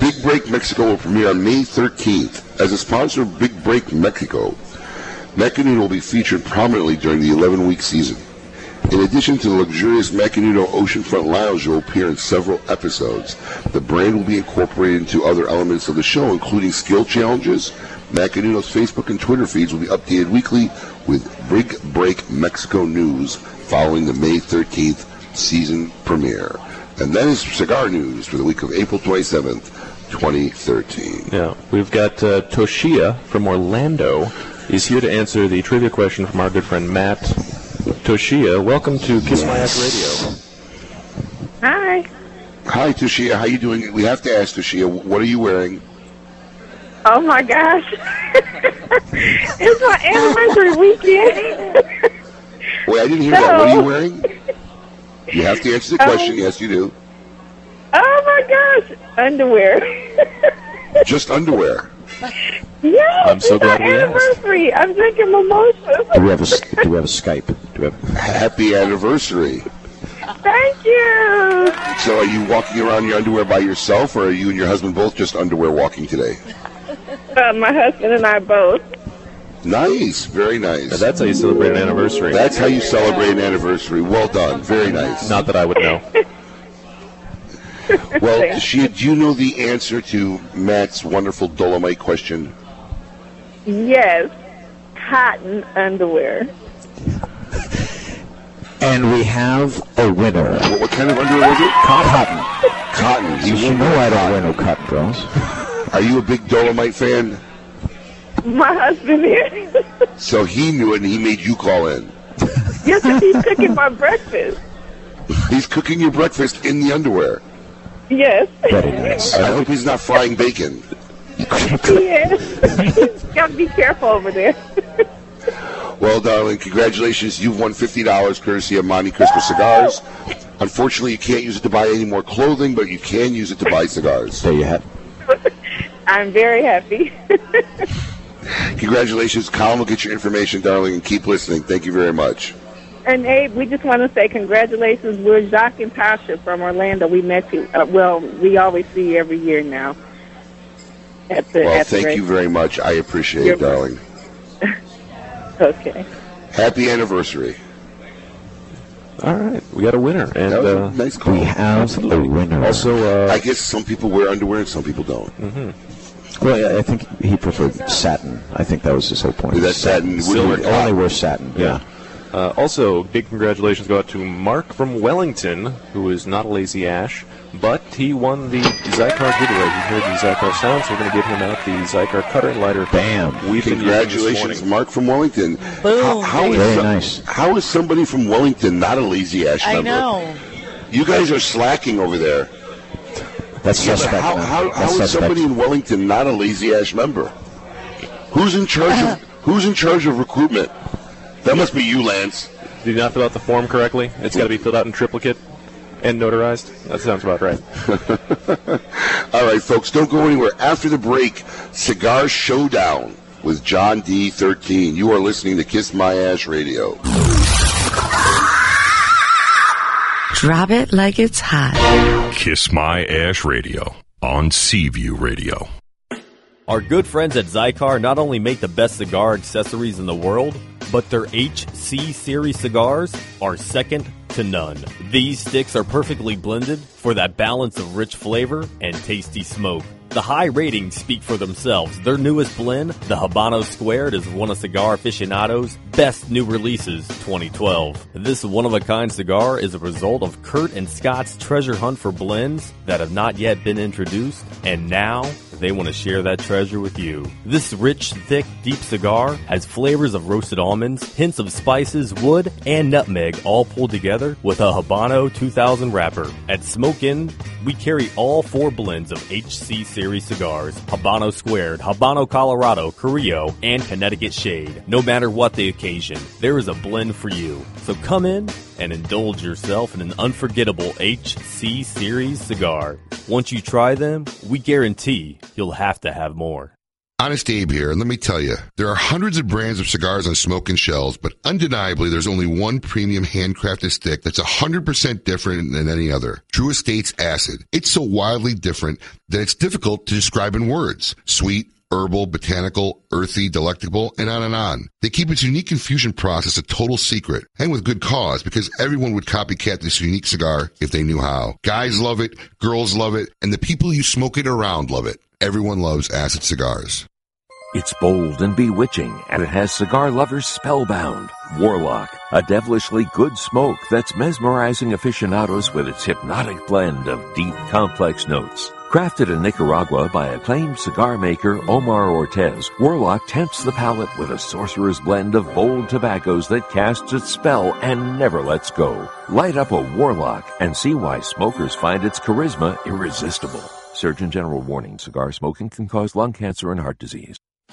[SPEAKER 4] Big Break Mexico will premiere on May 13th. As a sponsor of Big Break Mexico, Mecanudo will be featured prominently during the 11-week season. In addition to the luxurious Macanudo Oceanfront Lounge that will appear in several episodes, the brand will be incorporated into other elements of the show, including skill challenges. Macanudo's Facebook and Twitter feeds will be updated weekly with Big Break Mexico news following the May 13th season premiere. And that is cigar news for the week of April 27th, 2013.
[SPEAKER 5] Yeah, we've got uh, Toshia from Orlando is here to answer the trivia question from our good friend Matt. Toshia, welcome to Kiss My Ass Radio.
[SPEAKER 3] Hi.
[SPEAKER 4] Hi, Toshia. How you doing? We have to ask Toshia, what are you wearing?
[SPEAKER 3] Oh my gosh. it's my anniversary weekend.
[SPEAKER 4] Wait, I didn't hear that. What are you
[SPEAKER 3] No.
[SPEAKER 4] wearing? You have to answer the
[SPEAKER 3] Um,
[SPEAKER 4] question. yes, you do.
[SPEAKER 3] oh my gosh. Underwear.
[SPEAKER 4] Just underwear.
[SPEAKER 3] Yeah,
[SPEAKER 4] I'm so
[SPEAKER 3] it's
[SPEAKER 4] glad
[SPEAKER 3] our
[SPEAKER 4] we asked.
[SPEAKER 3] anniversary. I'm drinking mimosas.
[SPEAKER 6] Do we have a s- do we have a Skype? Do we have
[SPEAKER 4] Happy anniversary.
[SPEAKER 3] Thank you.
[SPEAKER 4] So, are you walking around in your underwear by yourself, or are you and your husband both just underwear walking today?
[SPEAKER 3] Uh, my husband and I both.
[SPEAKER 4] Nice, very nice.
[SPEAKER 5] That's how you celebrate an anniversary.
[SPEAKER 4] That's how you celebrate an anniversary. Well done, very nice.
[SPEAKER 5] Not that I would know.
[SPEAKER 4] Well, Toshia, do you know the answer to Matt's wonderful Dolomite question?
[SPEAKER 3] Yes. Cotton underwear.
[SPEAKER 6] And we have a winner. What,
[SPEAKER 4] kind of underwear is it?
[SPEAKER 6] Cotton.
[SPEAKER 4] Cotton.
[SPEAKER 6] You should know I don't wear no cotton girls.
[SPEAKER 4] Are you a big Dolomite fan?
[SPEAKER 3] My husband is.
[SPEAKER 4] So he knew it, and he made you call in.
[SPEAKER 3] yes, 'cause he's cooking my breakfast.
[SPEAKER 4] He's cooking your breakfast in the underwear.
[SPEAKER 3] Yes.
[SPEAKER 4] I hope he's not frying bacon.
[SPEAKER 3] yes. Gotta be careful over there.
[SPEAKER 4] Well, darling, congratulations. You've won $50 courtesy of Monte Cristo Cigars. Unfortunately, you can't use it to buy any more clothing, but you can use it to buy cigars.
[SPEAKER 6] There you have
[SPEAKER 3] I'm very happy.
[SPEAKER 4] Congratulations. Colin will get your information, darling, and keep listening. Thank you very much.
[SPEAKER 3] And Abe, we just want to say congratulations. We're Jacques and Tasha from Orlando. We met you. Uh, well, we always see you every year now. At the,
[SPEAKER 4] Well,
[SPEAKER 3] at the
[SPEAKER 4] thank you very much. I appreciate
[SPEAKER 3] You're
[SPEAKER 4] it, darling.
[SPEAKER 3] Okay.
[SPEAKER 4] Happy anniversary.
[SPEAKER 5] All right, we got a winner, and
[SPEAKER 4] That was a
[SPEAKER 5] uh,
[SPEAKER 4] nice call. We
[SPEAKER 6] have a winner.
[SPEAKER 5] Also, uh,
[SPEAKER 4] I guess some people wear underwear and some people don't. Mm-hmm.
[SPEAKER 6] Well, I- I think he preferred satin. I think that was his whole point.
[SPEAKER 4] That satin wouldn't
[SPEAKER 6] Silver.
[SPEAKER 4] work out.
[SPEAKER 6] Only wear satin.
[SPEAKER 5] Yeah. Uh, also, big congratulations go out to Mark from Wellington, who is not a lazy ash, but he won the Zycar giveaway. He heard the Zycar sound, so we're going to give him out the Zycar cutter and lighter.
[SPEAKER 6] Bam!
[SPEAKER 5] We've been using this
[SPEAKER 4] Congratulations,
[SPEAKER 5] morning.
[SPEAKER 4] Mark from Wellington. How- how is
[SPEAKER 6] Very
[SPEAKER 4] so-
[SPEAKER 6] nice.
[SPEAKER 4] How is somebody from Wellington not a lazy ash
[SPEAKER 1] I
[SPEAKER 4] member?
[SPEAKER 1] know.
[SPEAKER 4] You guys are slacking over there.
[SPEAKER 6] That's
[SPEAKER 4] yeah,
[SPEAKER 6] suspect,
[SPEAKER 4] But how,
[SPEAKER 6] man.
[SPEAKER 4] how,
[SPEAKER 6] That's
[SPEAKER 4] how is
[SPEAKER 6] suspect.
[SPEAKER 4] somebody in Wellington not a lazy ash member? Who's in charge of Who's in charge of recruitment? That must be you, Lance.
[SPEAKER 5] Did you not fill out the form correctly? It's got to be filled out in triplicate and notarized. That sounds about right.
[SPEAKER 4] All right, folks, don't go anywhere. After the break, Cigar Showdown with John D13. You are listening to Kiss My Ash Radio.
[SPEAKER 34] Drop it like it's hot.
[SPEAKER 2] Kiss My Ash Radio on Seaview Radio.
[SPEAKER 12] Our good friends at Zycar not only make the best cigar accessories in the world, but their HC series cigars are second to none. These sticks are perfectly blended for that balance of rich flavor and tasty smoke. The high ratings speak for themselves. Their newest blend, the Habano Squared, is one of Cigar Aficionado's best new releases 2012. This one of a kind cigar is a result of Kurt and Scott's treasure hunt for blends that have not yet been introduced, and now they want to share that treasure with you. This rich, thick, deep cigar has flavors of roasted almonds, hints of spices, wood, and nutmeg all pulled together with a Habano 2000 wrapper. At Smoke Inn, we carry all four blends of HC series cigars Habano Squared, Habano Colorado, Carrillo, and Connecticut Shade. No matter what the occasion, there is a blend for you. So come in and indulge yourself in an unforgettable HC series cigar. Once you try them, we guarantee you'll have to have more.
[SPEAKER 4] Honest Abe here, and let me tell you, there are hundreds of brands of cigars on smoke and shells, but undeniably there's only one premium handcrafted stick that's 100% different than any other. True Estates Acid. It's so wildly different that it's difficult to describe in words. Sweet, herbal, botanical, earthy, delectable, and on and on. They keep its unique infusion process a total secret, and with good cause, because everyone would copycat this unique cigar if they knew how. Guys love it, girls love it, and the people you smoke it around love it. Everyone loves acid cigars.
[SPEAKER 11] It's bold and bewitching, and it has cigar lovers spellbound. Warlock, a devilishly good smoke that's mesmerizing aficionados with its hypnotic blend of deep, complex notes. Crafted in Nicaragua by acclaimed cigar maker Omar Ortez, Warlock tempts the palate with a sorcerer's blend of bold tobaccos that casts its spell and never lets go. Light up a Warlock and see why smokers find its charisma irresistible. Surgeon General warning cigar smoking can cause lung cancer and heart disease.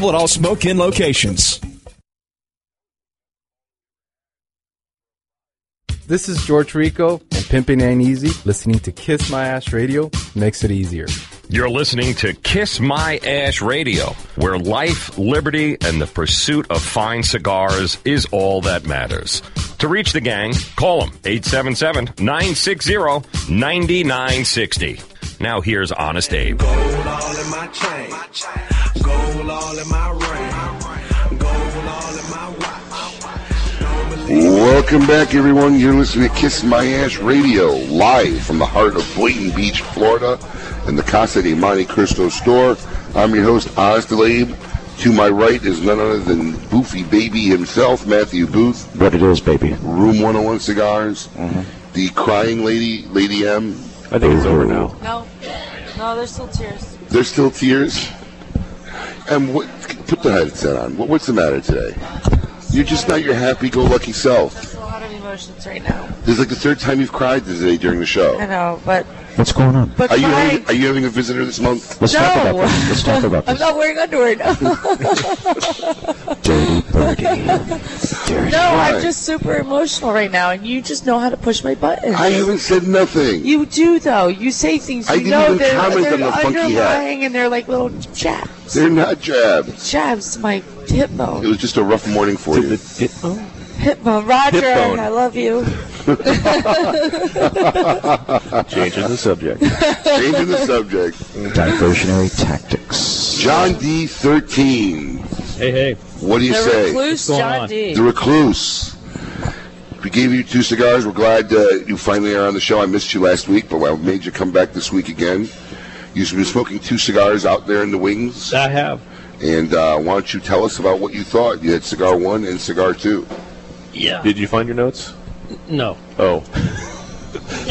[SPEAKER 13] at all smoke in locations.
[SPEAKER 24] This is George Rico and Pimpin' Ain't Easy. Listening to Kiss My Ash Radio makes it easier.
[SPEAKER 2] You're listening to Kiss My Ash Radio, where life, liberty, and the pursuit of fine cigars is all that matters. To reach the gang, call them 877 960 9960. Now here's Honest Abe.
[SPEAKER 14] Gold all in my chain. Gold all in my ring. Gold all in my
[SPEAKER 4] Welcome back, everyone. You're listening to Kiss My Ash Radio, live from the heart of Boynton Beach, Florida, in the Casa de Monte Cristo store. I'm your host, Oz Delabe. To my right is none other than Boofy Baby himself, Matthew Booth.
[SPEAKER 6] What it is, baby.
[SPEAKER 4] Room 101 Cigars. The crying lady, Lady M.
[SPEAKER 1] Mm-hmm. I think it's over now.
[SPEAKER 7] No, no, there's still tears.
[SPEAKER 4] There's still tears. And what, put the headset on. What, what's the matter today? You're just not your happy-go-lucky self.
[SPEAKER 7] There's a lot of emotions right now.
[SPEAKER 4] This is like the third time you've cried today during the show.
[SPEAKER 7] I know, but
[SPEAKER 6] What's going on?
[SPEAKER 7] But
[SPEAKER 4] are you
[SPEAKER 7] why-
[SPEAKER 4] having, are you having a visitor this month?
[SPEAKER 6] Let's
[SPEAKER 7] no.
[SPEAKER 6] talk about this. Let's talk about
[SPEAKER 7] I'm
[SPEAKER 6] this.
[SPEAKER 7] not wearing underwear. No. No, I'm just super emotional right now, and you just know how to push my buttons.
[SPEAKER 4] I haven't said nothing.
[SPEAKER 7] You do though. You say things you
[SPEAKER 4] I didn't
[SPEAKER 7] know
[SPEAKER 4] even
[SPEAKER 7] they're,
[SPEAKER 4] comment
[SPEAKER 7] they're
[SPEAKER 4] on the funky hat.
[SPEAKER 7] underlying, and they're like little jab,
[SPEAKER 4] They're not jabs.
[SPEAKER 7] jabs. My hip bone,
[SPEAKER 4] It was just a rough morning for you.
[SPEAKER 7] Oh. hip bone. Roger,
[SPEAKER 4] Hip bone.
[SPEAKER 7] I love you.
[SPEAKER 1] Changing the subject.
[SPEAKER 4] Changing the subject.
[SPEAKER 6] Diversionary tactics.
[SPEAKER 4] John D. 13.
[SPEAKER 1] Hey, hey.
[SPEAKER 4] What do you
[SPEAKER 1] The
[SPEAKER 4] say?
[SPEAKER 1] recluse What's going John on? D.
[SPEAKER 4] The recluse. We gave you two cigars. We're glad uh, you finally are on the show. I missed you last week, but I made you come back this week again. You've been smoking two cigars out there in the wings. I have. And uh, why don't you tell us about what you thought? You had cigar one and cigar two.
[SPEAKER 33] Yeah.
[SPEAKER 5] Did you find your notes?
[SPEAKER 33] No.
[SPEAKER 5] Oh.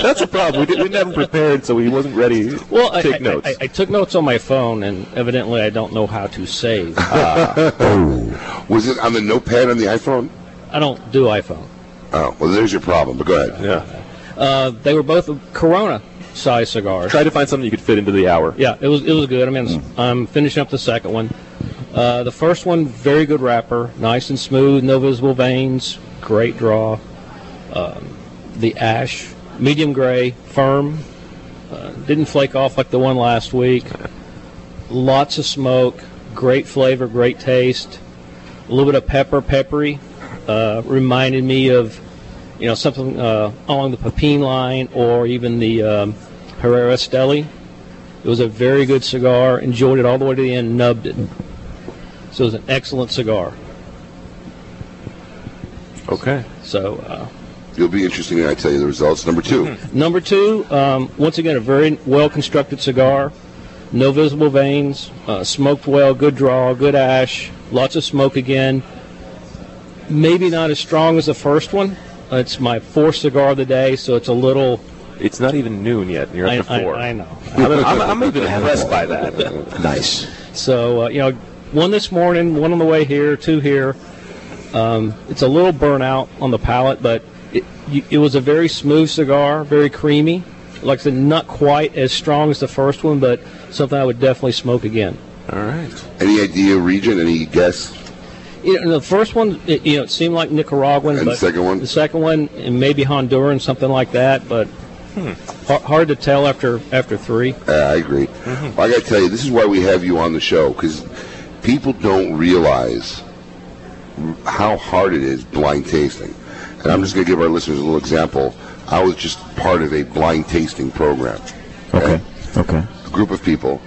[SPEAKER 5] That's a problem. We, did, we never prepared, so he wasn't ready to
[SPEAKER 33] Well, I,
[SPEAKER 5] take
[SPEAKER 33] I-
[SPEAKER 5] notes.
[SPEAKER 33] I, I took notes on my phone, and evidently I don't know how to save. Uh,
[SPEAKER 4] Was it on the notepad on the iPhone?
[SPEAKER 33] I don't do iPhone.
[SPEAKER 4] Oh, well, there's your problem, but go ahead.
[SPEAKER 5] Yeah.
[SPEAKER 33] Uh, they were both Corona size cigars.
[SPEAKER 5] Try to find something you could fit into the hour.
[SPEAKER 33] Yeah, it was it was good. I mean, it's- I'm finishing up the second one. Uh, the first one, very good wrapper, nice and smooth, no visible veins, great draw. Um, the ash, medium gray, firm, uh, didn't flake off like the one last week. Lots of smoke, great flavor, great taste. A little bit of pepper, peppery. Uh, reminded me of, you know, something uh, along the Pepin line or even the um, Herrera Esteli. It was a very good cigar. Enjoyed it all the way to the end. Nubbed it. So it was an excellent cigar.
[SPEAKER 5] Okay.
[SPEAKER 33] So uh,
[SPEAKER 4] You'll be interesting when I tell you the results. Number two.
[SPEAKER 33] number two, um, once again, a very well constructed cigar. No visible veins. Uh, smoked well. Good draw. Good ash. Lots of smoke again. Maybe not as strong as the first one. Uh, It's my fourth cigar of the day, so it's a little.
[SPEAKER 5] It's not even noon yet. You're
[SPEAKER 33] I,
[SPEAKER 5] up to four.
[SPEAKER 33] I, I know.
[SPEAKER 5] I'm, I'm, I'm even impressed by that.
[SPEAKER 33] Nice. So uh, you know, one this morning, one on the way here, two here. Um, it's a little burnout on the palate, but it, you, it was a very smooth cigar, very creamy. Like I said, not quite as strong as the first one, but something I would definitely smoke again.
[SPEAKER 5] All right.
[SPEAKER 4] Any idea, region? Any guess?
[SPEAKER 33] You know, the first one, it, you know, it seemed like Nicaraguan.
[SPEAKER 4] And the
[SPEAKER 33] but
[SPEAKER 4] second one?
[SPEAKER 33] The second one, and maybe Honduran, something like that. But
[SPEAKER 4] Hmm.
[SPEAKER 33] har hard to tell after after three.
[SPEAKER 4] Uh, I agree. Well, I got to tell you, this is why we have you on the show because people don't realize how hard it is blind tasting. And I'm just going to give our listeners a little example. I was just part of a blind tasting program. Okay.
[SPEAKER 6] Okay.
[SPEAKER 4] A group of people,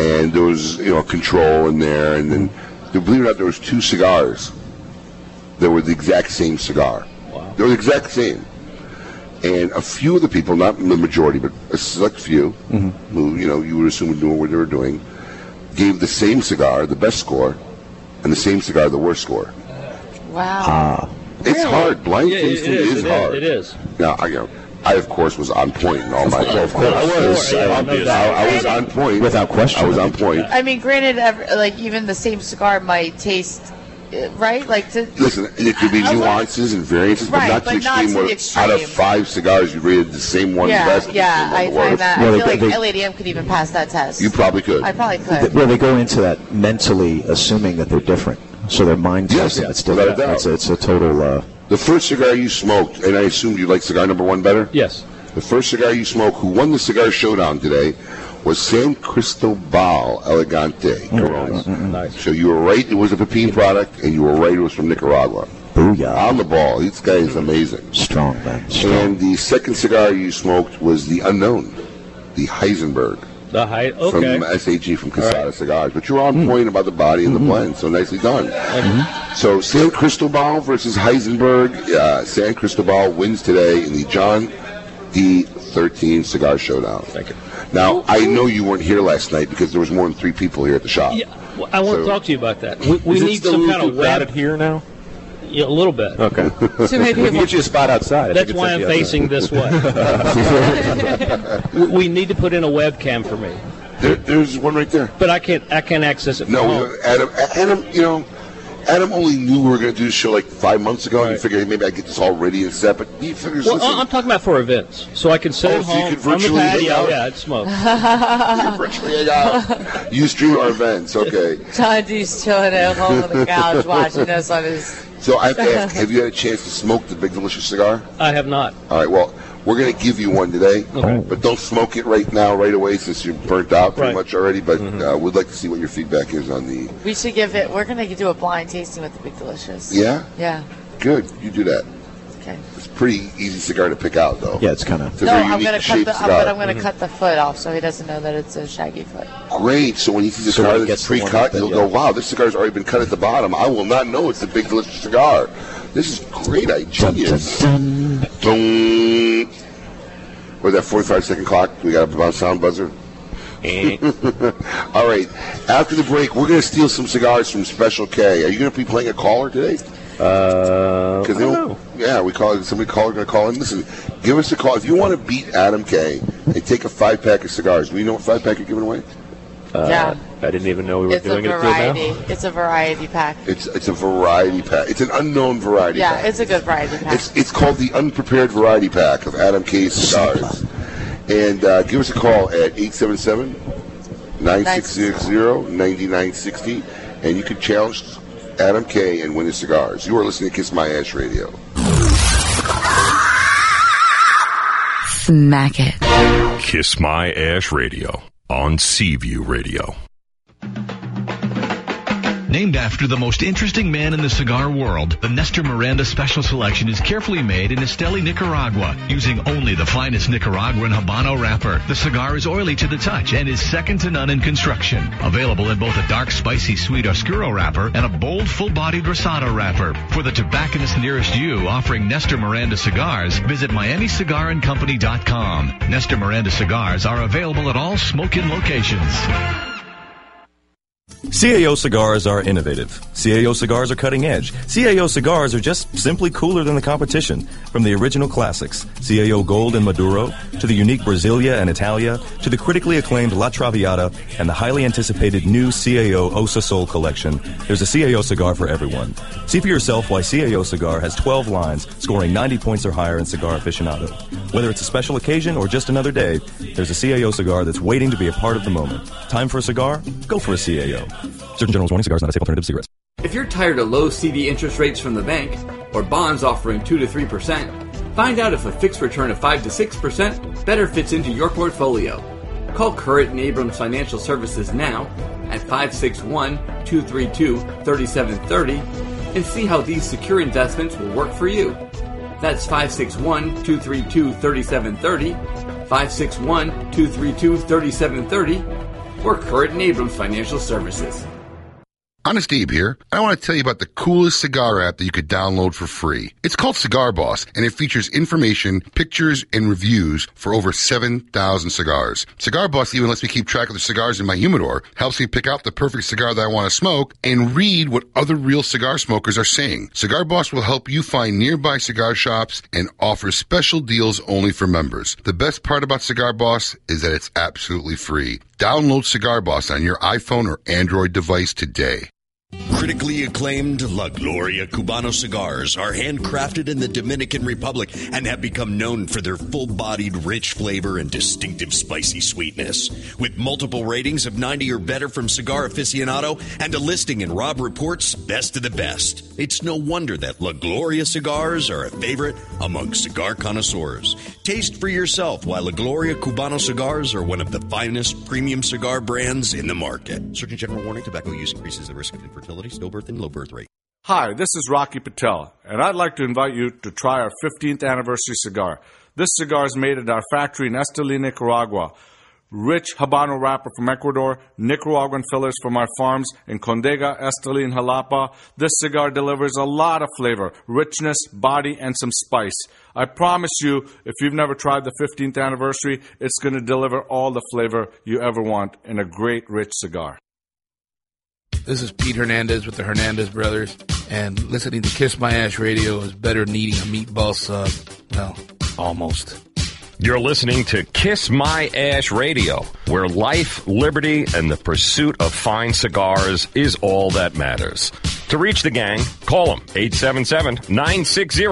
[SPEAKER 4] and there was you know control in there, and then believe it or not, there was two cigars that were the exact same cigar. Wow. They were the exact same. And a few of the people, not the majority, but a select few, who you know you would assume knew what they were doing, gave the same cigar the best score, and the same cigar the worst score.
[SPEAKER 1] Wow.
[SPEAKER 4] Ah. It's
[SPEAKER 1] Really?
[SPEAKER 4] hard. Blind
[SPEAKER 1] Yeah, it- it
[SPEAKER 4] tasting
[SPEAKER 1] is,
[SPEAKER 4] is,
[SPEAKER 1] it is,
[SPEAKER 4] hard.
[SPEAKER 1] it is.
[SPEAKER 4] Now, I, you know, I of course was on point in all my.
[SPEAKER 1] Of course,
[SPEAKER 4] I was.
[SPEAKER 1] sure, yeah, no
[SPEAKER 4] obvious.
[SPEAKER 1] doubt.
[SPEAKER 4] I, I was on point without question. I was on point.
[SPEAKER 1] I mean, granted, ev like even the same cigar might taste uh, right. Like to
[SPEAKER 4] Listen, it could be
[SPEAKER 1] I- I want-
[SPEAKER 4] nuances and variances, but
[SPEAKER 1] Right,
[SPEAKER 4] not to
[SPEAKER 1] but
[SPEAKER 4] the
[SPEAKER 1] not
[SPEAKER 4] extreme.
[SPEAKER 1] to the
[SPEAKER 4] where
[SPEAKER 1] extreme.
[SPEAKER 4] Out of five cigars, you rated the same one
[SPEAKER 1] yeah,
[SPEAKER 4] best.
[SPEAKER 1] yeah. I
[SPEAKER 4] worst.
[SPEAKER 1] find that.
[SPEAKER 6] Well,
[SPEAKER 1] I
[SPEAKER 6] they-
[SPEAKER 1] feel like
[SPEAKER 6] they-
[SPEAKER 1] L.A.D.M. could even pass that test.
[SPEAKER 6] You
[SPEAKER 4] probably could.
[SPEAKER 1] I probably
[SPEAKER 6] Th-
[SPEAKER 1] could.
[SPEAKER 6] Well, they go into that mentally assuming that they're different, so their mind
[SPEAKER 4] Yes,
[SPEAKER 6] tells them
[SPEAKER 4] yes,
[SPEAKER 6] it's different.
[SPEAKER 4] without a doubt.
[SPEAKER 6] It's, it's a total. Uh,
[SPEAKER 4] The first cigar you smoked, and I assumed you liked cigar number one better?
[SPEAKER 33] Yes.
[SPEAKER 4] The first cigar you smoked, who won the cigar showdown today, was San Cristobal Elegante
[SPEAKER 6] Mm.
[SPEAKER 4] Corona.
[SPEAKER 33] Nice.
[SPEAKER 4] So you were right, it was a Pepin product, and you were right, it was from Nicaragua.
[SPEAKER 6] Booyah.
[SPEAKER 4] On the ball. This guy is amazing.
[SPEAKER 6] Strong, man.
[SPEAKER 4] And the second cigar you smoked was the unknown, the Heisenberg.
[SPEAKER 33] The high. Okay. Hmm.
[SPEAKER 4] From SAG from Casada Cigars, but you're on point about the body and the blend, so nicely done. Mm-hmm. So San Cristobal versus Heisenberg. Uh, San Cristobal wins today in the John D13 Cigar Showdown. Thank
[SPEAKER 33] you.
[SPEAKER 4] Now I know you weren't here last night because there was more than three people here at the shop.
[SPEAKER 33] Yeah, well, I want
[SPEAKER 4] So-
[SPEAKER 33] to talk to you about that. We, we
[SPEAKER 4] Is it
[SPEAKER 33] need
[SPEAKER 4] still
[SPEAKER 33] some
[SPEAKER 4] a
[SPEAKER 33] kind
[SPEAKER 4] little
[SPEAKER 33] of
[SPEAKER 4] too crowded
[SPEAKER 33] web
[SPEAKER 5] here now.
[SPEAKER 33] Yeah, a little bit.
[SPEAKER 5] Okay.
[SPEAKER 33] So maybe
[SPEAKER 5] we can
[SPEAKER 33] if-
[SPEAKER 5] get you a spot outside. I
[SPEAKER 33] That's
[SPEAKER 5] think it's
[SPEAKER 33] why
[SPEAKER 5] at
[SPEAKER 33] I'm
[SPEAKER 5] the outside.
[SPEAKER 33] facing this way. we, we need to put in a webcam for me.
[SPEAKER 4] There, there's one right there.
[SPEAKER 33] But I can't. I can't access it. From
[SPEAKER 4] No,
[SPEAKER 33] home.
[SPEAKER 4] Adam. Adam, you know, Adam only knew we were going to do this show like five months ago, and he figured hey, maybe I get this all ready and set. But he figures,
[SPEAKER 33] Well, uh,
[SPEAKER 4] listen,
[SPEAKER 33] I- I'm talking about for events, so I can sit
[SPEAKER 4] Oh,
[SPEAKER 33] at
[SPEAKER 4] so you
[SPEAKER 33] home
[SPEAKER 4] could
[SPEAKER 33] on the
[SPEAKER 4] virtually hang
[SPEAKER 33] patio.
[SPEAKER 4] out.
[SPEAKER 33] Yeah, I'd smoke.
[SPEAKER 4] you stream our events, okay?
[SPEAKER 1] John D's chilling at home on the couch watching us on his.
[SPEAKER 4] So I have to ask, have you had a chance to smoke the big delicious cigar?
[SPEAKER 33] I have not.
[SPEAKER 4] All right, well, we're going to give you one today,
[SPEAKER 33] Okay.
[SPEAKER 4] but don't smoke it right now, right away, since you're burnt out pretty much already. But
[SPEAKER 33] Mm-hmm.
[SPEAKER 4] uh, we'd like to see what your feedback is on the.
[SPEAKER 1] We should give it. We're gonna do a blind tasting with the Big Delicious.
[SPEAKER 4] Yeah?
[SPEAKER 1] Yeah.
[SPEAKER 4] Good, you do that.
[SPEAKER 7] Okay.
[SPEAKER 4] It's a pretty easy cigar to pick out, though.
[SPEAKER 11] Yeah, it's kind of.
[SPEAKER 4] a
[SPEAKER 7] No,
[SPEAKER 4] very
[SPEAKER 7] I'm gonna
[SPEAKER 4] unique
[SPEAKER 7] cut
[SPEAKER 4] shaped
[SPEAKER 7] the. I'm,
[SPEAKER 4] cigar. Mm-hmm.
[SPEAKER 7] but I'm gonna cut the foot off so he doesn't know that it's a shaggy foot.
[SPEAKER 4] Great. So when you see the
[SPEAKER 11] So when
[SPEAKER 4] cigar
[SPEAKER 11] it
[SPEAKER 4] that's
[SPEAKER 11] gets to one
[SPEAKER 4] pre-cut,
[SPEAKER 11] that-
[SPEAKER 4] you'll
[SPEAKER 11] yeah.
[SPEAKER 4] go, "Wow, this cigar's already been cut at the bottom. I will not know it's a big delicious cigar. This is great idea. Genius." Dun. Or that 45 second clock. We got a bounce sound buzzer. Eh. All right. After the break, we're going to steal some cigars from Special K. Are you going to be playing a caller today?
[SPEAKER 35] Uh,
[SPEAKER 4] Because they don't. Yeah, we call somebody caller going to call in. Listen, give us a call if you want to beat Adam K. And take a five pack of cigars. Do you know what five pack you're giving away?
[SPEAKER 7] Uh, Yeah.
[SPEAKER 4] I didn't even know we
[SPEAKER 7] It's a variety. It's a variety pack.
[SPEAKER 4] It's it's a variety pack. It's an unknown variety
[SPEAKER 7] yeah,
[SPEAKER 4] pack.
[SPEAKER 7] it's a good variety pack.
[SPEAKER 4] It's it's called the unprepared variety pack of Adam K's cigars. And uh, give us a call at 877-960-9960 and you can challenge Adam K and win his cigars. You are listening to Kiss My Ash Radio.
[SPEAKER 25] Smack it.
[SPEAKER 2] Kiss My Ash Radio on Seaview Radio.
[SPEAKER 22] Named after the most interesting man in the cigar world, the Nestor Miranda Special Selection is carefully made in Esteli, Nicaragua, using only the finest Nicaraguan Habano wrapper. The cigar is oily to the touch and is second to none in construction. Available in both a dark, spicy, sweet Oscuro wrapper and a bold, full-bodied Rosado wrapper. For the tobacconist nearest you offering Nestor Miranda cigars, visit MiamiCigarAndCompany.com. Nestor Miranda cigars are available at all smoking locations.
[SPEAKER 26] CAO cigars are innovative. CAO cigars are cutting edge. CAO cigars are just simply cooler than the competition. From the original classics, CAO Gold and Maduro, to the unique Brasilia and Italia, to the critically acclaimed La Traviata, and the highly anticipated new CAO Osa Sol collection, there's a CAO cigar for everyone. See for yourself why CAO cigar has 12 lines, scoring 90 points or higher in Cigar Aficionado. Whether it's a special occasion or just another day, there's a CAO cigar that's waiting to be a part of the moment. Time for a cigar? Go for a CAO. Surgeon General's warning cigar is not a safe alternative to cigarettes.
[SPEAKER 36] If you're tired of low CD interest rates from the bank or bonds offering 2 to 3%, find out if a fixed return of 5 to 6% better fits into your portfolio. Call Current and Abrams Financial Services now at 561 232 3730 and see how these secure investments will work for you. That's 561 232 3730, 561 232 3730, or Current and Abrams Financial Services.
[SPEAKER 4] Honest Abe here. I want to tell you about the coolest cigar app that you could download for free. It's called Cigar Boss, and it features information, pictures, and reviews for over 7,000 cigars. Cigar Boss even lets me keep track of the cigars in my humidor, helps me pick out the perfect cigar that I want to smoke, and read what other real cigar smokers are saying. Cigar Boss will help you find nearby cigar shops and offer special deals only for members. The best part about Cigar Boss is that it's absolutely free. Download Cigar Boss on your iPhone or Android device today.
[SPEAKER 37] Critically acclaimed La Gloria Cubano cigars are handcrafted in the Dominican Republic and have become known for their full bodied, rich flavor and distinctive spicy sweetness. With multiple ratings of 90 or better from Cigar Aficionado and a listing in Rob Report's Best of the Best, it's no wonder that La Gloria cigars are a favorite among cigar connoisseurs. Taste for yourself why La Gloria Cubano cigars are one of the finest premium cigar brands in the market. Surgeon General warning tobacco use increases the risk of infertility, stillbirth, and low birth rate.
[SPEAKER 38] Hi, this is Rocky Patel, and I'd like to invite you to try our 15th anniversary cigar. This cigar is made at our factory in Esteli, Nicaragua. Rich Habano wrapper from Ecuador, Nicaraguan fillers from our farms in Condega, Esteli, and Jalapa. This cigar delivers a lot of flavor, richness, body, and some spice. I promise you, if you've never tried the 15th anniversary, it's going to deliver all the flavor you ever want in a great, rich cigar.
[SPEAKER 39] This is Pete Hernandez with the Hernandez Brothers, and listening to Kiss My Ash Radio is better than eating a meatball sub. Well, almost.
[SPEAKER 2] You're listening to Kiss My Ash Radio, where life, liberty, and the pursuit of fine cigars is all that matters. To reach the gang, call them 877 960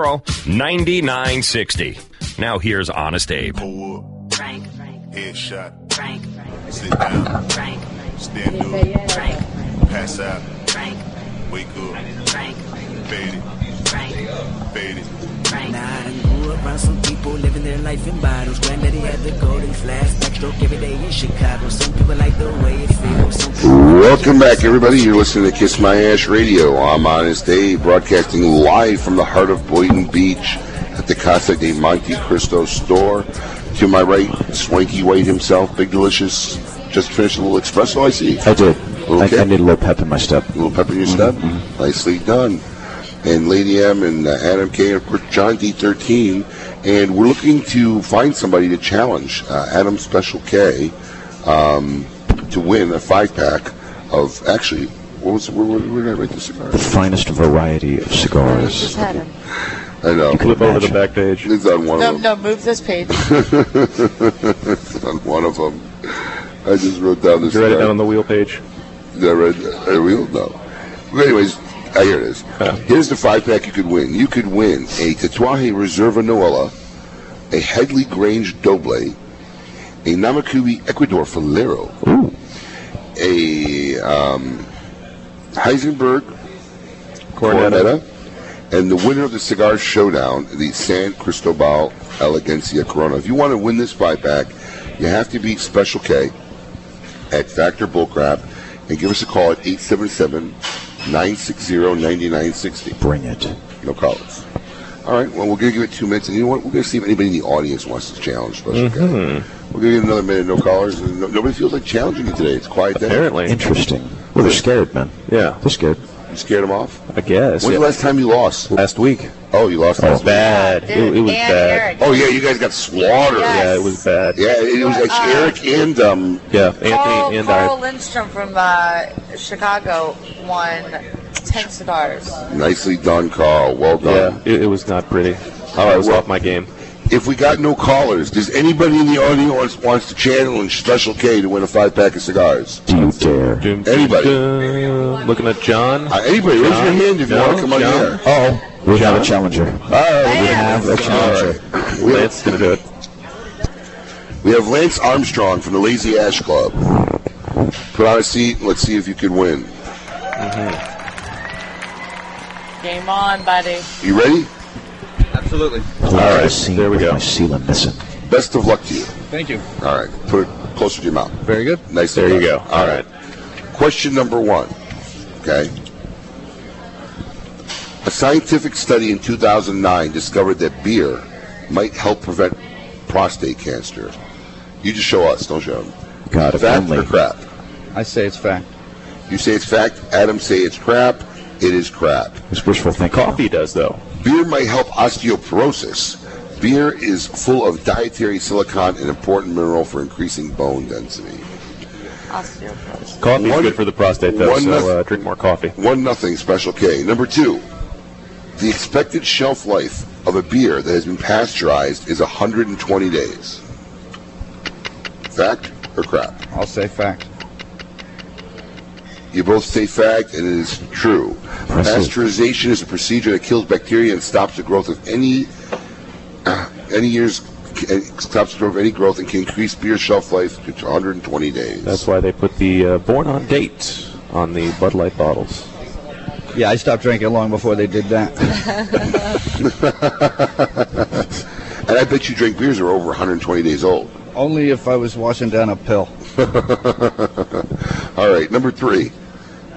[SPEAKER 2] 9960. Now here's Honest Abe.
[SPEAKER 9] Frank. Headshot. Frank. Sit down. Frank. Stand up. Frank. Pass out. Frank. Wake up. Frank. Fade it. Frank. Fade it.
[SPEAKER 14] Nah, I done grew up around some people living their life in bottles. Granddaddy had the golden flask, backstroke every day in Chicago. Some people like the way it feels. Some
[SPEAKER 4] Welcome back, everybody. You're listening to Kiss My Ash Radio. I'm Honest Dave, broadcasting live from the heart of Boynton Beach the Casa de Monte Cristo store. To my right, Swanky White himself, Big Delicious. Just finished a little espresso, I see.
[SPEAKER 6] I did.
[SPEAKER 4] Okay.
[SPEAKER 6] I, I need a little pep in my step. Mm-hmm,
[SPEAKER 4] A little pep in your step. Nicely done. And Lady M and uh, Adam K, and of course, John D13. And we're looking to find somebody to challenge uh, Adam Special K um, to win a five pack of, actually, what was where, where, where did I write the cigar?
[SPEAKER 6] The finest variety of cigars.
[SPEAKER 4] I know.
[SPEAKER 6] Flip over the
[SPEAKER 4] back page. It's on one
[SPEAKER 1] No,
[SPEAKER 4] of them.
[SPEAKER 1] no, move this page.
[SPEAKER 4] it's on one of them. I just wrote down this.
[SPEAKER 5] You write it down on
[SPEAKER 4] the wheel page. Did I write a wheel? No. But anyways, uh, here it is. Here's the five pack you could win. You could win a Tatuaje Reserva Noella, a Headley Grange Doble, a Namakubi Ecuador Filero, a um, Heisenberg Cornetta. and the winner of the Cigar Showdown, the San Cristobal Elegancia Corona. If you want to win this five pack, you have to beat Special K at Factor Bullcrap and give us a call at 877 960 9960.
[SPEAKER 6] Bring it.
[SPEAKER 4] No callers. All right, well, we're going to give it two minutes, and you know what? We're going to see if anybody in the audience wants to challenge Special K. We'll give you another minute, no callers. and No, nobody feels like challenging you today. It's a quiet day.
[SPEAKER 6] Interesting. Well, they're scared, man.
[SPEAKER 4] Yeah.
[SPEAKER 6] They're scared.
[SPEAKER 4] You scared them off?
[SPEAKER 6] I guess.
[SPEAKER 4] When's the last time you lost?
[SPEAKER 6] Last week.
[SPEAKER 4] Oh, you lost last
[SPEAKER 5] bad.
[SPEAKER 4] week.
[SPEAKER 5] It- it was
[SPEAKER 4] And
[SPEAKER 5] bad.
[SPEAKER 4] Eric. Oh, yeah, you guys got slaughtered.
[SPEAKER 5] Yeah, it was bad.
[SPEAKER 4] Yeah, it, it was like Eric and um.
[SPEAKER 5] Yeah, Anthony
[SPEAKER 1] Carl,
[SPEAKER 5] and
[SPEAKER 1] Carl
[SPEAKER 5] I.
[SPEAKER 1] Oh, Lindstrom from uh, Chicago won 10 cigars.
[SPEAKER 4] Nicely done, Carl. Well done.
[SPEAKER 5] Yeah, it, it was not pretty. Oh,
[SPEAKER 4] All
[SPEAKER 5] I
[SPEAKER 4] right,
[SPEAKER 5] was
[SPEAKER 4] well-
[SPEAKER 5] off my game.
[SPEAKER 4] If we got no callers, does anybody in the audience wants to challenge Special K to win a five pack of cigars?
[SPEAKER 6] Do you dare?
[SPEAKER 4] Anybody?
[SPEAKER 5] looking at John.
[SPEAKER 4] Uh, anybody, raise your
[SPEAKER 5] John?
[SPEAKER 4] hand if you
[SPEAKER 5] No?
[SPEAKER 4] want to come on the
[SPEAKER 5] John?
[SPEAKER 4] air.
[SPEAKER 6] Oh, we have a challenger.
[SPEAKER 4] we have a challenger. Lance
[SPEAKER 5] gonna do it.
[SPEAKER 4] We have Lance Armstrong from the Lazy Ash Club. Put on a seat. and Let's see if you can win. Mm-hmm.
[SPEAKER 1] Game on, buddy.
[SPEAKER 4] You ready?
[SPEAKER 3] Absolutely.
[SPEAKER 4] All right. There we go.
[SPEAKER 6] Seal and miss it.
[SPEAKER 4] Best of luck to you.
[SPEAKER 3] Thank you.
[SPEAKER 4] All right. Put it closer to your mouth.
[SPEAKER 3] Very good.
[SPEAKER 4] Nice.
[SPEAKER 5] There you
[SPEAKER 4] go. All right. Question number one. Okay. A scientific study in 2009 discovered that beer might help prevent prostate cancer. You just show us, don't show them.
[SPEAKER 6] God, if
[SPEAKER 4] fact
[SPEAKER 6] only.
[SPEAKER 4] or crap?
[SPEAKER 3] I say it's fact.
[SPEAKER 4] You say it's fact. Adam say it's crap. It is crap.
[SPEAKER 6] It's wishful thinking.
[SPEAKER 5] Coffee does, though.
[SPEAKER 4] Beer might help osteoporosis. Beer is full of dietary silicon, an important mineral for increasing bone density.
[SPEAKER 1] Osteoporosis.
[SPEAKER 5] Coffee's
[SPEAKER 4] One-
[SPEAKER 5] good for the prostate, though,
[SPEAKER 4] one
[SPEAKER 5] so
[SPEAKER 4] noth-
[SPEAKER 5] uh, drink more coffee.
[SPEAKER 4] One nothing special K. Number two, the expected shelf life of a beer that has been pasteurized is 120 days. Fact or crap?
[SPEAKER 3] I'll say fact.
[SPEAKER 4] You both say fact, and it is true. Pasteurization is a procedure that kills bacteria and stops the growth of any any years and stops the growth of any growth and can increase beer shelf life to 120 days.
[SPEAKER 5] That's why they put the uh, born on date on the Bud Light bottles.
[SPEAKER 3] Yeah, I stopped drinking long before they did that.
[SPEAKER 4] and I bet you drink beers that are over 120 days old.
[SPEAKER 3] Only if I was washing down a pill.
[SPEAKER 4] All right, number three.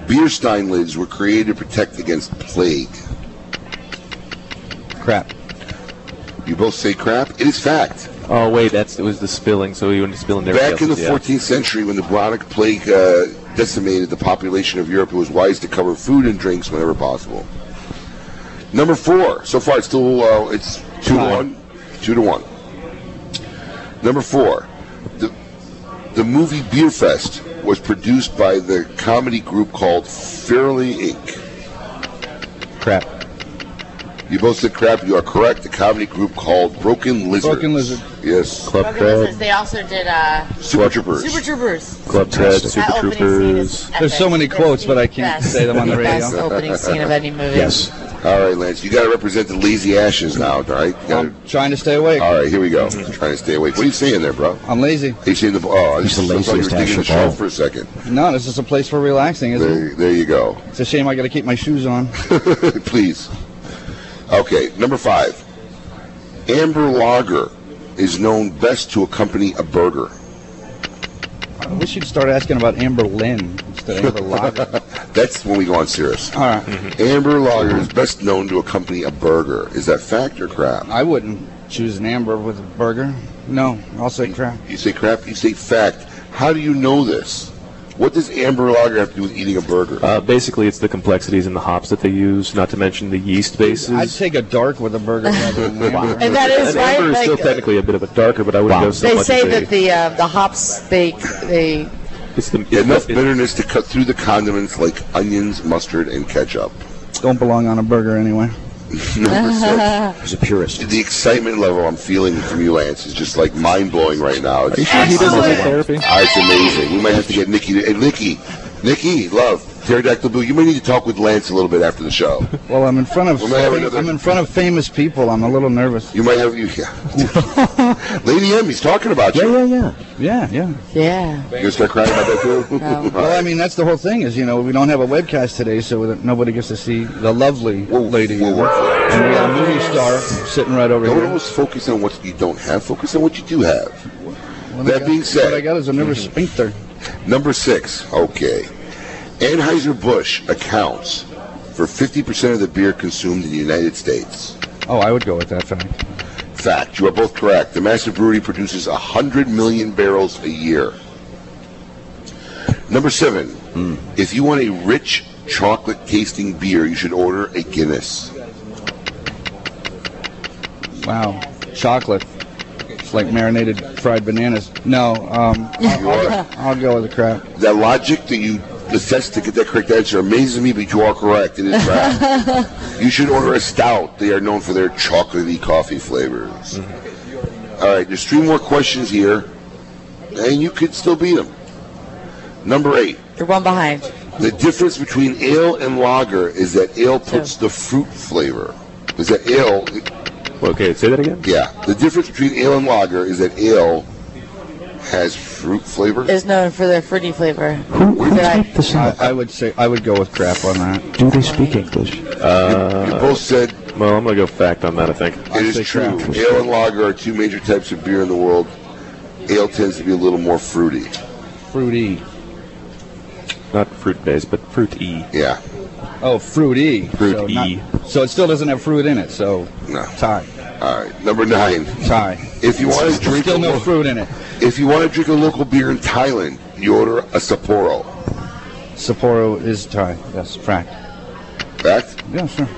[SPEAKER 4] Beer stein lids were created to protect against plague.
[SPEAKER 3] Crap.
[SPEAKER 4] You both say crap. It is fact.
[SPEAKER 5] Oh wait, that's it was the spilling, so you wouldn't spill in there.
[SPEAKER 4] Back in the 14th century, when the bubonic plague uh, decimated the population of Europe, it was wise to cover food and drinks whenever possible. Number four. So far, it's still uh, it's two to one, two to one. Number four. The the movie Beer Fest was produced by the comedy group called Fairly Inc.
[SPEAKER 3] Crap.
[SPEAKER 4] You both said crap. You are correct. The comedy group called Broken Lizard.
[SPEAKER 3] Broken Lizard.
[SPEAKER 4] Yes. Club
[SPEAKER 1] Broken Lizards, They also did uh,
[SPEAKER 4] Super Troopers.
[SPEAKER 1] Super Troopers.
[SPEAKER 4] Club
[SPEAKER 1] Fantastic. Ted, Super That opening scene is Troopers.
[SPEAKER 3] There's so many
[SPEAKER 1] epic.
[SPEAKER 3] quotes, but I
[SPEAKER 1] The
[SPEAKER 3] can't
[SPEAKER 1] best-
[SPEAKER 3] say them on the
[SPEAKER 1] the
[SPEAKER 3] radio.
[SPEAKER 1] best opening scene of any movie.
[SPEAKER 4] Yes. All right, Lance. You got to represent the lazy ashes now. All right. You gotta-
[SPEAKER 3] Trying to stay awake.
[SPEAKER 4] all right. Here we go. Trying to stay awake. What are you saying there, bro?
[SPEAKER 3] I'm lazy.
[SPEAKER 4] Are you saying the? Oh, I
[SPEAKER 3] He's
[SPEAKER 4] just
[SPEAKER 3] the
[SPEAKER 4] I thought you were
[SPEAKER 3] laziest ash
[SPEAKER 4] digging the
[SPEAKER 3] of all.
[SPEAKER 4] shelf for a second.
[SPEAKER 3] No, this is a place for relaxing, isn't
[SPEAKER 4] There, there you go.
[SPEAKER 3] it? It's a shame I got to keep my shoes on.
[SPEAKER 4] Please. Okay. Number five. Amber Lager is known best to accompany a burger.
[SPEAKER 3] I wish you'd start asking about Amber Lynn instead of Amber Lager. Oh,
[SPEAKER 4] That's when we go on serious. All
[SPEAKER 3] right.
[SPEAKER 4] Mm-hmm. Amber Lager is best known to accompany a burger. Is that fact or crap?
[SPEAKER 3] I wouldn't choose an amber with a burger. No, I'll say crap.
[SPEAKER 4] You say crap, you say fact. How do you know this? What does amber lager have to do with eating a burger?
[SPEAKER 5] Uh, basically, it's the complexities in the hops that they use, not to mention the yeast bases.
[SPEAKER 3] I'd take a dark with a burger rather than an amber.
[SPEAKER 1] And that is
[SPEAKER 5] An
[SPEAKER 1] right,
[SPEAKER 5] amber is still
[SPEAKER 1] like, uh,
[SPEAKER 5] technically a bit of a darker, but I would go so
[SPEAKER 1] they
[SPEAKER 5] much
[SPEAKER 1] say
[SPEAKER 5] as a-
[SPEAKER 1] that the uh, the hops they they
[SPEAKER 5] it's the
[SPEAKER 4] Enough bitterness to cut through the condiments like onions, mustard, and ketchup.
[SPEAKER 3] Don't belong on a burger anyway.
[SPEAKER 4] Number six. He's a purist. The excitement level I'm feeling from you, Lance, is just like mind blowing right now. It's
[SPEAKER 5] Are you sure he doesn't
[SPEAKER 4] Excellent.
[SPEAKER 5] do therapy?
[SPEAKER 4] Ah, it's amazing. We might have to get Nikki. To, hey, Nikki, Nikki, love, pterodactyl blue. You may need to talk with Lance a little bit after the show.
[SPEAKER 3] Well, I'm in front of
[SPEAKER 4] We may have another-
[SPEAKER 3] I'm in front of famous people. I'm a little nervous.
[SPEAKER 4] You might have you. Yeah. Lady M, he's talking about you.
[SPEAKER 3] Yeah, yeah, yeah, yeah, yeah.
[SPEAKER 1] Yeah.
[SPEAKER 4] You gonna start crying about that too?
[SPEAKER 3] Well, I mean, that's the whole thing is, you know, we don't have a webcast today, so that nobody gets to see the lovely lady. and we got a movie star sitting right over
[SPEAKER 4] Don't
[SPEAKER 3] here.
[SPEAKER 4] always focus on what you don't have. Focus on what you do have.
[SPEAKER 3] What I
[SPEAKER 4] that
[SPEAKER 3] got-
[SPEAKER 4] being said, Mm-hmm.
[SPEAKER 3] what I got is a nervous sphincter.
[SPEAKER 4] Number six. Okay. Anheuser-Busch accounts for 50% of the beer consumed in the United States.
[SPEAKER 3] Oh, I would go with that fact.
[SPEAKER 4] Fact. You are both correct. The massive brewery produces 100 million barrels a year. Number seven. If you want a rich chocolate tasting beer, you should order a Guinness.
[SPEAKER 3] Wow, chocolate. It's like marinated fried bananas. No, um, I'll, I'll, I'll go with the crap.
[SPEAKER 4] That logic that you assessed to get that correct answer amazes me, but you are correct. It is fact. You should order a stout. They are known for their chocolatey coffee flavors.
[SPEAKER 5] Mm-hmm.
[SPEAKER 4] All right, there's three more questions here, and you could still beat them. Number eight.
[SPEAKER 1] You're one behind.
[SPEAKER 4] The difference between ale and lager is that ale puts the fruit flavor. Is that ale?
[SPEAKER 5] Okay, say that again.
[SPEAKER 4] Yeah. The difference between ale and lager is that ale has fruit flavor.
[SPEAKER 1] is known for their fruity flavor.
[SPEAKER 3] I, I would say I would go with crap on that.
[SPEAKER 6] Do they speak English?
[SPEAKER 5] Uh,
[SPEAKER 4] you both said.
[SPEAKER 5] Well, I'm going to go fact on that, I think.
[SPEAKER 4] It is true. Ale and lager are two major types of beer in the world. Ale tends to be a little more fruity.
[SPEAKER 3] Fruity.
[SPEAKER 5] Not fruit based, but fruit E.
[SPEAKER 4] Yeah.
[SPEAKER 3] Oh, fruity.
[SPEAKER 5] Fruit
[SPEAKER 3] so
[SPEAKER 5] E.
[SPEAKER 3] so it still doesn't have fruit in it. So
[SPEAKER 4] no.
[SPEAKER 3] tie.
[SPEAKER 4] All right. Number nine.
[SPEAKER 3] Tie.
[SPEAKER 4] If you want to drink
[SPEAKER 3] still
[SPEAKER 4] a
[SPEAKER 3] no
[SPEAKER 4] lo-
[SPEAKER 3] fruit in it.
[SPEAKER 4] If you want to drink a local beer in Thailand, you order a Sapporo.
[SPEAKER 3] Sapporo is tie. Yes, fact.
[SPEAKER 4] Fact?
[SPEAKER 3] Yeah, sure.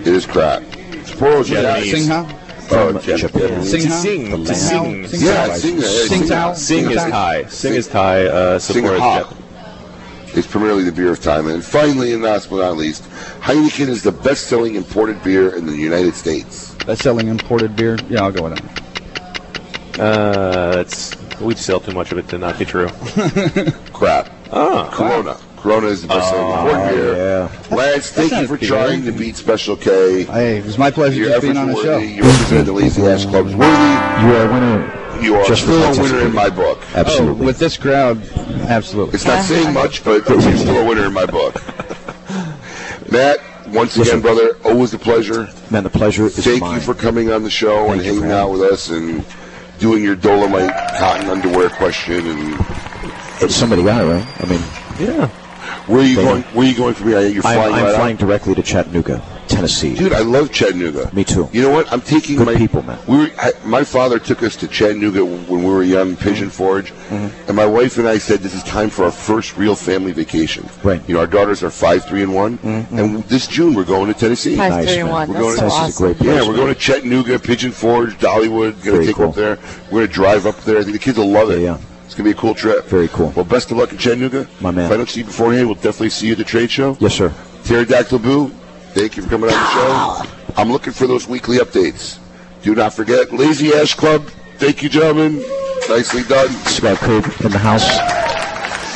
[SPEAKER 4] It is crap. Sapporo is
[SPEAKER 3] Yeah,
[SPEAKER 4] Japanese.
[SPEAKER 3] Singha?
[SPEAKER 4] Oh,
[SPEAKER 3] From
[SPEAKER 4] Japanese.
[SPEAKER 3] Singha? The land.
[SPEAKER 4] Yeah,
[SPEAKER 3] Sing-
[SPEAKER 4] Singha. yeah,
[SPEAKER 3] Sing-
[SPEAKER 4] Singha.
[SPEAKER 5] Sing is
[SPEAKER 4] Singha.
[SPEAKER 5] Thai. Sing is Thai. Uh,
[SPEAKER 4] Sing
[SPEAKER 5] Sapporo is
[SPEAKER 4] Ha.
[SPEAKER 5] Japanese.
[SPEAKER 4] It's primarily the beer of Thailand. Finally, and last but not least, Heineken is the best-selling imported beer in the United States.
[SPEAKER 3] That's selling imported beer. Yeah, I'll go with that.
[SPEAKER 5] Uh, it's, we sell too much of it to not be true.
[SPEAKER 4] Crap.
[SPEAKER 5] Ah.
[SPEAKER 4] Corona. Corona is the best-selling
[SPEAKER 5] Oh,
[SPEAKER 4] imported beer. Lance, thank you
[SPEAKER 3] not
[SPEAKER 4] for
[SPEAKER 3] fair.
[SPEAKER 4] trying to beat Special K.
[SPEAKER 3] Hey, it was my pleasure
[SPEAKER 4] Your
[SPEAKER 3] just being
[SPEAKER 4] efforts
[SPEAKER 3] on the
[SPEAKER 4] were
[SPEAKER 3] show.
[SPEAKER 4] worthy. You represent the Lazy Ass Club's worthy.
[SPEAKER 6] You are a winner.
[SPEAKER 4] You are
[SPEAKER 6] Just for
[SPEAKER 4] still a winner in
[SPEAKER 6] participating.
[SPEAKER 4] my book.
[SPEAKER 3] Oh, with this crowd, absolutely.
[SPEAKER 4] It's not saying much, but you're still a winner in my book. Matt, once again, brother, always a pleasure.
[SPEAKER 6] Man, the pleasure is
[SPEAKER 4] Thank
[SPEAKER 6] mine.
[SPEAKER 4] you for coming on the show and hanging out with us and doing your Dolomite cotton underwear question. And
[SPEAKER 6] Somebody got it right. I mean,
[SPEAKER 5] yeah.
[SPEAKER 4] where are you
[SPEAKER 6] Thank
[SPEAKER 4] going? Where are you going from here? You're
[SPEAKER 6] I'm,
[SPEAKER 4] flying
[SPEAKER 6] I'm
[SPEAKER 4] right
[SPEAKER 6] flying directly to Chattanooga, Tennessee.
[SPEAKER 4] out, dude. I love Chattanooga.
[SPEAKER 6] Me too.
[SPEAKER 4] You know what? I'm taking
[SPEAKER 6] Good
[SPEAKER 4] my
[SPEAKER 6] people, man.
[SPEAKER 4] We were, I, my father took us to Chattanooga when we were young,
[SPEAKER 6] Mm-hmm.
[SPEAKER 4] Pigeon Forge, and my wife and I said this is time for our first real family vacation.
[SPEAKER 6] Right. Mm-hmm.
[SPEAKER 4] You know, our daughters are five, three, and one, and this June we're going to Tennessee.
[SPEAKER 1] Five, Nice, three, and man. one.
[SPEAKER 4] We're
[SPEAKER 1] That's
[SPEAKER 4] going
[SPEAKER 1] so
[SPEAKER 4] to,
[SPEAKER 1] Tennessee's a awesome. great
[SPEAKER 4] Yeah,
[SPEAKER 6] place,
[SPEAKER 4] we're going to Chattanooga, Pigeon Forge, Dollywood. Going to
[SPEAKER 6] Very
[SPEAKER 4] take
[SPEAKER 6] cool.
[SPEAKER 4] them up there. We're going to drive up there. I think the kids will love it.
[SPEAKER 6] Yeah, yeah.
[SPEAKER 4] It's going to be a cool trip.
[SPEAKER 6] Very cool.
[SPEAKER 4] Well, best of luck in Chattanooga.
[SPEAKER 6] My man.
[SPEAKER 4] If I don't see you beforehand, we'll definitely see you at the trade show.
[SPEAKER 6] Yes, sir.
[SPEAKER 4] Pterodactyl Boo, thank you for coming on the show. I'm looking for those weekly updates. Do not forget Lazy Ass Club. Thank you, gentlemen. Nicely done.
[SPEAKER 6] Cigar Craig in the house.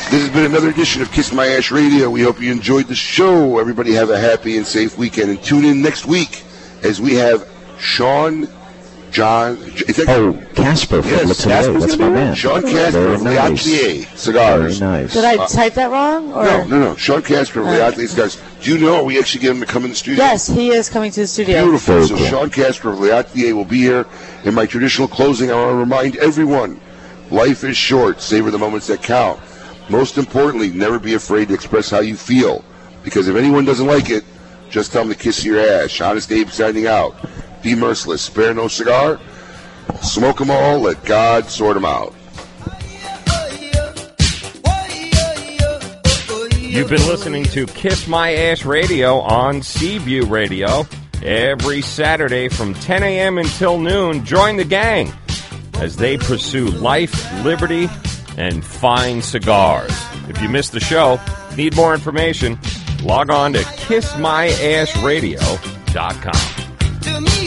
[SPEAKER 4] This has been another edition of Kiss My Ash Radio. We hope you enjoyed the show. Everybody have a happy and safe weekend, and tune in next week as we have Sean John. Is that
[SPEAKER 6] Oh, Casper from
[SPEAKER 4] Yes,
[SPEAKER 6] Let's
[SPEAKER 4] Casper's
[SPEAKER 6] That's my
[SPEAKER 4] gonna be
[SPEAKER 6] man.
[SPEAKER 4] on. Sean
[SPEAKER 6] Very
[SPEAKER 4] Casper from
[SPEAKER 6] nice.
[SPEAKER 4] Leotier Cigars. Uh,
[SPEAKER 6] Very nice.
[SPEAKER 1] Did I type that wrong? Or
[SPEAKER 4] No, no, no. Sean Casper from Leotier Cigars. Do you know we actually get him to come in the studio?
[SPEAKER 1] yes, he is coming to the studio.
[SPEAKER 4] Beautiful. so Sean Castro of Leotier will be here. In my traditional closing, I want to remind everyone, life is short. Savor the moments that count. Most importantly, never be afraid to express how you feel. Because if anyone doesn't like it, just tell them to kiss your ass. Honest Abe signing out. Be merciless. Spare no cigar. Smoke them all. Let God sort them out.
[SPEAKER 2] You've been listening to Kiss My Ass Radio on Seaview Radio every Saturday from 10 a.m. until noon. Join the gang as they pursue life, liberty, and fine cigars. If you missed the show, need more information, log on to kissmyassradio.com.
[SPEAKER 10] To me,